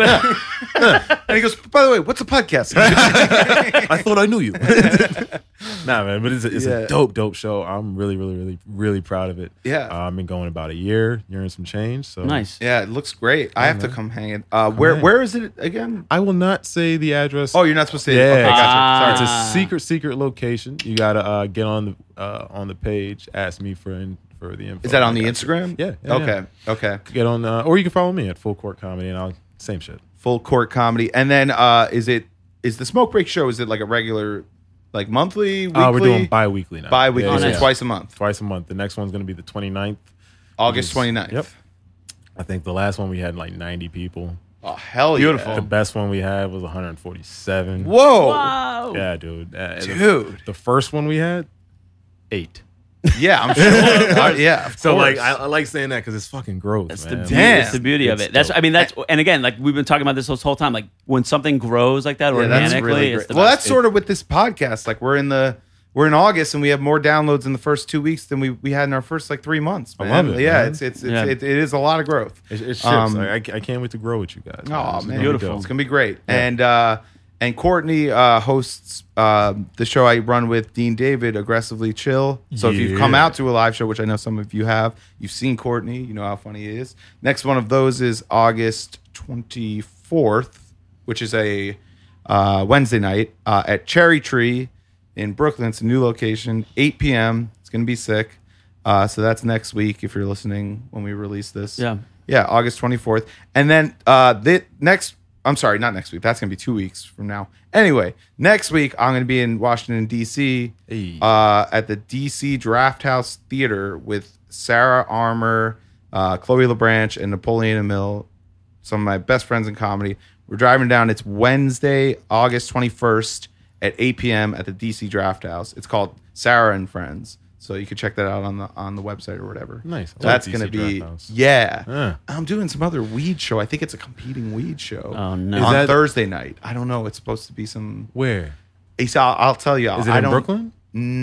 [SPEAKER 8] And he goes, by the way, what's a podcast?
[SPEAKER 9] I thought I knew you. nah, man, but it's, a, it's
[SPEAKER 8] Yeah.
[SPEAKER 9] a dope, dope show. I'm really, really, really, really proud of it.
[SPEAKER 8] Yeah.
[SPEAKER 9] Uh, I've been going about a year, year and some change. So
[SPEAKER 7] nice.
[SPEAKER 8] yeah, it looks great. I have to come hang it. Uh, where
[SPEAKER 9] hang.
[SPEAKER 8] where is it again?
[SPEAKER 9] I will not say the address.
[SPEAKER 8] Oh, you're not supposed to.
[SPEAKER 9] Yeah.
[SPEAKER 8] Okay, gotcha.
[SPEAKER 9] it's
[SPEAKER 8] Sorry.
[SPEAKER 9] a secret, secret location. You gotta uh, get on the uh, on the page. Ask me for in, for the info.
[SPEAKER 8] Is that on
[SPEAKER 9] I
[SPEAKER 8] the
[SPEAKER 9] got
[SPEAKER 8] Instagram?
[SPEAKER 9] you. Yeah. yeah,
[SPEAKER 8] okay. Okay.
[SPEAKER 9] yeah. Get on, uh, or you can follow me at Full Court Comedy, and I'll same shit.
[SPEAKER 8] Full court comedy, and then uh, is it is the smoke break show? Is it like a regular, like monthly? Weekly?
[SPEAKER 9] Uh, we're doing bi-weekly now.
[SPEAKER 8] bi-weekly,
[SPEAKER 9] Yeah,
[SPEAKER 8] so
[SPEAKER 9] yeah,
[SPEAKER 7] nice.
[SPEAKER 9] yeah.
[SPEAKER 8] twice a month,
[SPEAKER 9] Twice a month. The next one's gonna be the 29th.
[SPEAKER 8] August 29th.
[SPEAKER 9] Yep. I think the last one we had like 90 people.
[SPEAKER 8] Oh hell, yeah.
[SPEAKER 9] The best one we had was 147.
[SPEAKER 8] Whoa,
[SPEAKER 7] Wow.
[SPEAKER 9] Yeah, dude. Uh, the-
[SPEAKER 8] dude.
[SPEAKER 9] The, first one we had, eight.
[SPEAKER 8] Yeah, I'm sure. Uh, yeah. of
[SPEAKER 9] So like,
[SPEAKER 8] course.
[SPEAKER 9] I, I like saying that because it's fucking growth.
[SPEAKER 7] That's the
[SPEAKER 9] man.
[SPEAKER 7] beauty.
[SPEAKER 8] Damn.
[SPEAKER 7] That's the beauty of
[SPEAKER 9] It's
[SPEAKER 7] it. That's
[SPEAKER 9] dope.
[SPEAKER 7] I mean that's and again like we've been talking about this this whole time. Like when something grows like that
[SPEAKER 8] Yeah,
[SPEAKER 7] organically,
[SPEAKER 8] that's really
[SPEAKER 7] it's
[SPEAKER 8] great.
[SPEAKER 7] the
[SPEAKER 8] Well,
[SPEAKER 7] best.
[SPEAKER 8] that's sort of with this podcast. Like we're in the we're in August and we have more downloads in the first two weeks than we, we had in our first like three months.
[SPEAKER 9] I
[SPEAKER 8] Man.
[SPEAKER 9] love it,
[SPEAKER 8] Yeah,
[SPEAKER 9] man.
[SPEAKER 8] it's it's, it's
[SPEAKER 7] Yeah.
[SPEAKER 8] It, it is a lot of growth.
[SPEAKER 9] It, it ships.
[SPEAKER 8] Um,
[SPEAKER 9] I, I can't wait to grow with you guys.
[SPEAKER 8] Oh
[SPEAKER 9] This is gonna be
[SPEAKER 8] man,
[SPEAKER 7] Beautiful.
[SPEAKER 9] dope.
[SPEAKER 8] It's gonna be great. And uh, and Courtney uh, hosts uh, the show I run with Dean David, aggressively chill. So if you've come
[SPEAKER 9] Yeah.
[SPEAKER 8] out to a live show, which I know some of you have, you've seen Courtney. You know how funny he is. Next one of those is August twenty fourth, which is a uh, Wednesday night uh, at Cherry Tree in Brooklyn. It's a new location, eight p.m. It's gonna be sick. Uh, so that's next week if you're listening when we release this.
[SPEAKER 7] Yeah.
[SPEAKER 8] Yeah, August 24th. And then uh the next I'm sorry, not next week. That's going to be 2 weeks from now. Anyway, next week I'm going to be in Washington D.C.
[SPEAKER 9] Hey.
[SPEAKER 8] uh at the D.C. Draft House Theater with Sarah Armour, uh Chloe LeBranche and Napoleon Emil, some of my best friends in comedy. We're driving down. It's Wednesday, August 21st at 8 p.m. at the DC Draft House. It's called Sarah and Friends. So you can check that out on the on the website or whatever.
[SPEAKER 9] Nice. I
[SPEAKER 8] That's
[SPEAKER 9] like
[SPEAKER 8] gonna
[SPEAKER 9] DC
[SPEAKER 8] be
[SPEAKER 9] Draft House.
[SPEAKER 8] yeah.
[SPEAKER 9] Yeah.
[SPEAKER 8] I'm doing some other weed show. I think it's a competing weed show.
[SPEAKER 7] Oh, no. Is
[SPEAKER 8] On
[SPEAKER 9] that-
[SPEAKER 8] Thursday night. I don't know. It's supposed to be some.
[SPEAKER 9] Where
[SPEAKER 8] It's, I'll, I'll tell you.
[SPEAKER 9] is it
[SPEAKER 8] I
[SPEAKER 9] in
[SPEAKER 8] don't-
[SPEAKER 9] Brooklyn?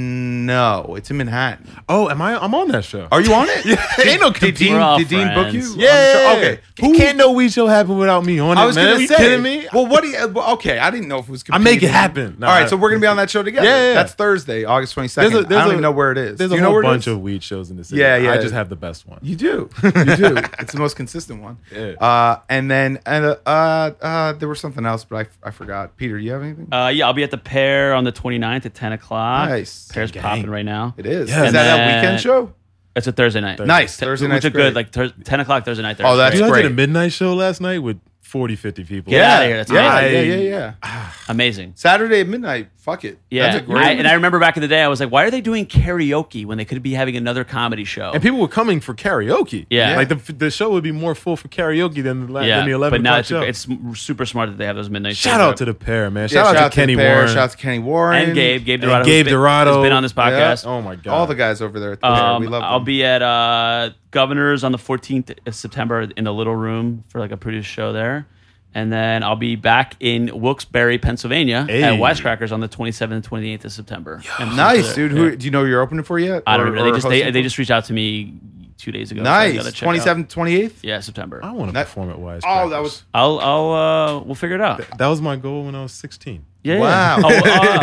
[SPEAKER 8] No, it's in Manhattan.
[SPEAKER 9] Oh, am I? I'm on that show.
[SPEAKER 8] Are you on it? Ain't no did
[SPEAKER 7] We're all
[SPEAKER 8] Dean, did Dean book you?
[SPEAKER 7] friends.
[SPEAKER 8] on the show? Okay. Who-
[SPEAKER 9] Can't no weed show happen without me on it.
[SPEAKER 8] I was
[SPEAKER 9] man.
[SPEAKER 8] gonna
[SPEAKER 9] Are you
[SPEAKER 8] say.
[SPEAKER 9] kidding me?
[SPEAKER 8] Well, what do you? well, Okay, I didn't know if it was.
[SPEAKER 9] I make it
[SPEAKER 8] competing.
[SPEAKER 9] happen. No,
[SPEAKER 8] All right,
[SPEAKER 9] I-
[SPEAKER 8] so we're gonna be on that show together.
[SPEAKER 9] Yeah, yeah, yeah.
[SPEAKER 8] That's Thursday, August twenty second. I don't even know where it is.
[SPEAKER 9] There's
[SPEAKER 8] Do
[SPEAKER 9] a
[SPEAKER 8] you know
[SPEAKER 9] whole
[SPEAKER 8] where it
[SPEAKER 9] bunch
[SPEAKER 8] is?
[SPEAKER 9] of weed shows in the city.
[SPEAKER 8] Yeah, yeah.
[SPEAKER 9] I just have the best one.
[SPEAKER 8] You do, you do. It's the most consistent one.
[SPEAKER 9] Yeah.
[SPEAKER 8] Uh, and then and uh, uh, uh, there was something else, but I, I forgot. Peter, you have anything?
[SPEAKER 7] Uh, yeah, I'll be at the pair on the 29th at 10 o'clock.
[SPEAKER 8] Nice.
[SPEAKER 7] Pair's popping right now.
[SPEAKER 8] it is.
[SPEAKER 9] Yeah.
[SPEAKER 8] Is that
[SPEAKER 7] And
[SPEAKER 8] that weekend
[SPEAKER 7] then-
[SPEAKER 8] show?
[SPEAKER 7] It's a Thursday night.
[SPEAKER 8] Nice.
[SPEAKER 7] T-
[SPEAKER 8] Thursday
[SPEAKER 7] Which
[SPEAKER 8] night's
[SPEAKER 7] are
[SPEAKER 8] great.
[SPEAKER 7] good. Like thir- 10 o'clock Thursday night.
[SPEAKER 8] Oh, that's
[SPEAKER 7] great.
[SPEAKER 9] Dude, I
[SPEAKER 8] great.
[SPEAKER 9] did a midnight show last night with 40, 50 people.
[SPEAKER 7] Get outta here. That's
[SPEAKER 8] yeah,
[SPEAKER 7] amazing.
[SPEAKER 8] yeah, yeah, yeah.
[SPEAKER 7] amazing.
[SPEAKER 8] Saturday at midnight. Fuck it.
[SPEAKER 7] Yeah,
[SPEAKER 8] That's a great.
[SPEAKER 7] I- and I remember back in the day, I was like, "Why are they doing karaoke when they could be having another comedy show?"
[SPEAKER 9] And people were coming for karaoke.
[SPEAKER 7] Yeah.
[SPEAKER 9] Like the, the show would be more full for karaoke than the, la-
[SPEAKER 7] yeah,
[SPEAKER 9] than the 11
[SPEAKER 7] but now
[SPEAKER 9] o'clock
[SPEAKER 7] it's,
[SPEAKER 9] show.
[SPEAKER 7] it's super smart that they have those midnight.
[SPEAKER 9] shout
[SPEAKER 7] shows.
[SPEAKER 9] out to the pair, man.
[SPEAKER 8] Yeah,
[SPEAKER 9] Shout, out to Kenny
[SPEAKER 8] Bear,
[SPEAKER 9] Warren.
[SPEAKER 8] Shout out to Kenny Warren
[SPEAKER 7] and Gabe, Gabe
[SPEAKER 9] And
[SPEAKER 7] Dorado,
[SPEAKER 9] Gabe
[SPEAKER 7] who's been,
[SPEAKER 9] Dorado.
[SPEAKER 7] has been on this podcast.
[SPEAKER 9] Oh, my God.
[SPEAKER 8] all the guys over there. At the Bear.
[SPEAKER 7] Um,
[SPEAKER 8] we love.
[SPEAKER 7] I'll
[SPEAKER 8] them.
[SPEAKER 7] be at uh, Governor's on the 14th of September in the Little Room for like a produce show there. And then I'll be back in Wilkes-Barre, Pennsylvania
[SPEAKER 9] Hey.
[SPEAKER 7] at Wisecrackers on the 27th and 28th of September. And
[SPEAKER 8] Nice, dude. Who do you know? You're opening for yet?
[SPEAKER 7] I don't
[SPEAKER 8] Or-
[SPEAKER 7] remember. They
[SPEAKER 8] or
[SPEAKER 7] just they,
[SPEAKER 8] hosting
[SPEAKER 7] they
[SPEAKER 8] for?
[SPEAKER 7] just reached out to me two days ago. so I gotta
[SPEAKER 8] nice.
[SPEAKER 7] check it out.
[SPEAKER 8] Twenty seventh, twenty eighth.
[SPEAKER 7] Yeah, September.
[SPEAKER 9] I want to
[SPEAKER 8] That-
[SPEAKER 9] perform at Wise.
[SPEAKER 8] Oh, that
[SPEAKER 9] Crackers.
[SPEAKER 8] was
[SPEAKER 7] I'll, I'll, uh, we'll figure it out.
[SPEAKER 9] That was my goal when I was 16.
[SPEAKER 7] Yeah.
[SPEAKER 8] wow.
[SPEAKER 7] yeah. Oh,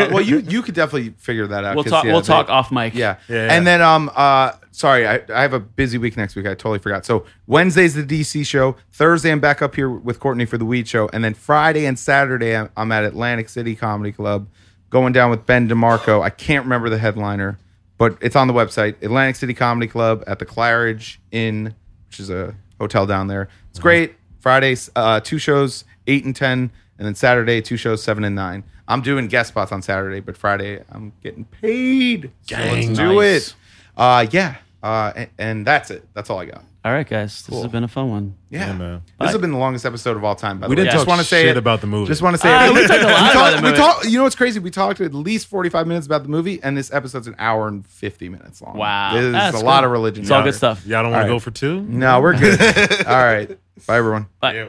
[SPEAKER 7] uh,
[SPEAKER 8] well, you you could definitely figure that out.
[SPEAKER 7] we'll
[SPEAKER 8] 'cause,
[SPEAKER 7] talk.
[SPEAKER 8] yeah,
[SPEAKER 7] we'll
[SPEAKER 8] they-
[SPEAKER 7] talk off mic.
[SPEAKER 8] Yeah.
[SPEAKER 9] Yeah, yeah.
[SPEAKER 8] And then um uh sorry, I, I have a busy week next week. I totally forgot. So Wednesday's the DC show. Thursday I'm back up here with Courtney for the weed show. And then Friday and Saturday I'm, I'm at Atlantic City Comedy Club going down with Ben DeMarco. I can't remember the headliner, but it's on the website. Atlantic City Comedy Club at the Claridge Inn, which is a hotel down there. It's great. Friday, uh, two shows, eight and ten, and then Saturday, two shows, seven and nine. I'm doing guest spots on Saturday, but Friday I'm getting paid. So let's do
[SPEAKER 7] Nice.
[SPEAKER 8] it. Uh, yeah. Uh, and, and that's it. That's all I got.
[SPEAKER 7] All right, guys. This has been a fun one.
[SPEAKER 8] Yeah.
[SPEAKER 9] Yeah, man.
[SPEAKER 8] this has
[SPEAKER 7] Bye.
[SPEAKER 8] been the longest episode of all time. By the
[SPEAKER 9] We
[SPEAKER 8] way,
[SPEAKER 9] didn't
[SPEAKER 8] just
[SPEAKER 9] talk
[SPEAKER 8] want to say
[SPEAKER 9] shit
[SPEAKER 8] it.
[SPEAKER 9] about the movie.
[SPEAKER 8] Just want to say
[SPEAKER 7] Ah,
[SPEAKER 8] it.
[SPEAKER 7] we talked a lot about
[SPEAKER 8] talked-
[SPEAKER 7] the
[SPEAKER 8] we
[SPEAKER 7] movie.
[SPEAKER 8] talked- You know what's crazy? We talked at least forty-five minutes about the movie, and this episode's an hour and fifty minutes long.
[SPEAKER 7] Wow.
[SPEAKER 8] this is
[SPEAKER 7] That's
[SPEAKER 8] a
[SPEAKER 7] cool.
[SPEAKER 8] lot of religion.
[SPEAKER 7] It's all
[SPEAKER 8] out
[SPEAKER 7] good
[SPEAKER 8] there.
[SPEAKER 7] stuff.
[SPEAKER 9] Y'all don't want
[SPEAKER 8] All
[SPEAKER 9] to
[SPEAKER 8] right.
[SPEAKER 9] go for two?
[SPEAKER 8] No, we're good. all right. Bye, everyone.
[SPEAKER 7] Bye.
[SPEAKER 9] Yeah.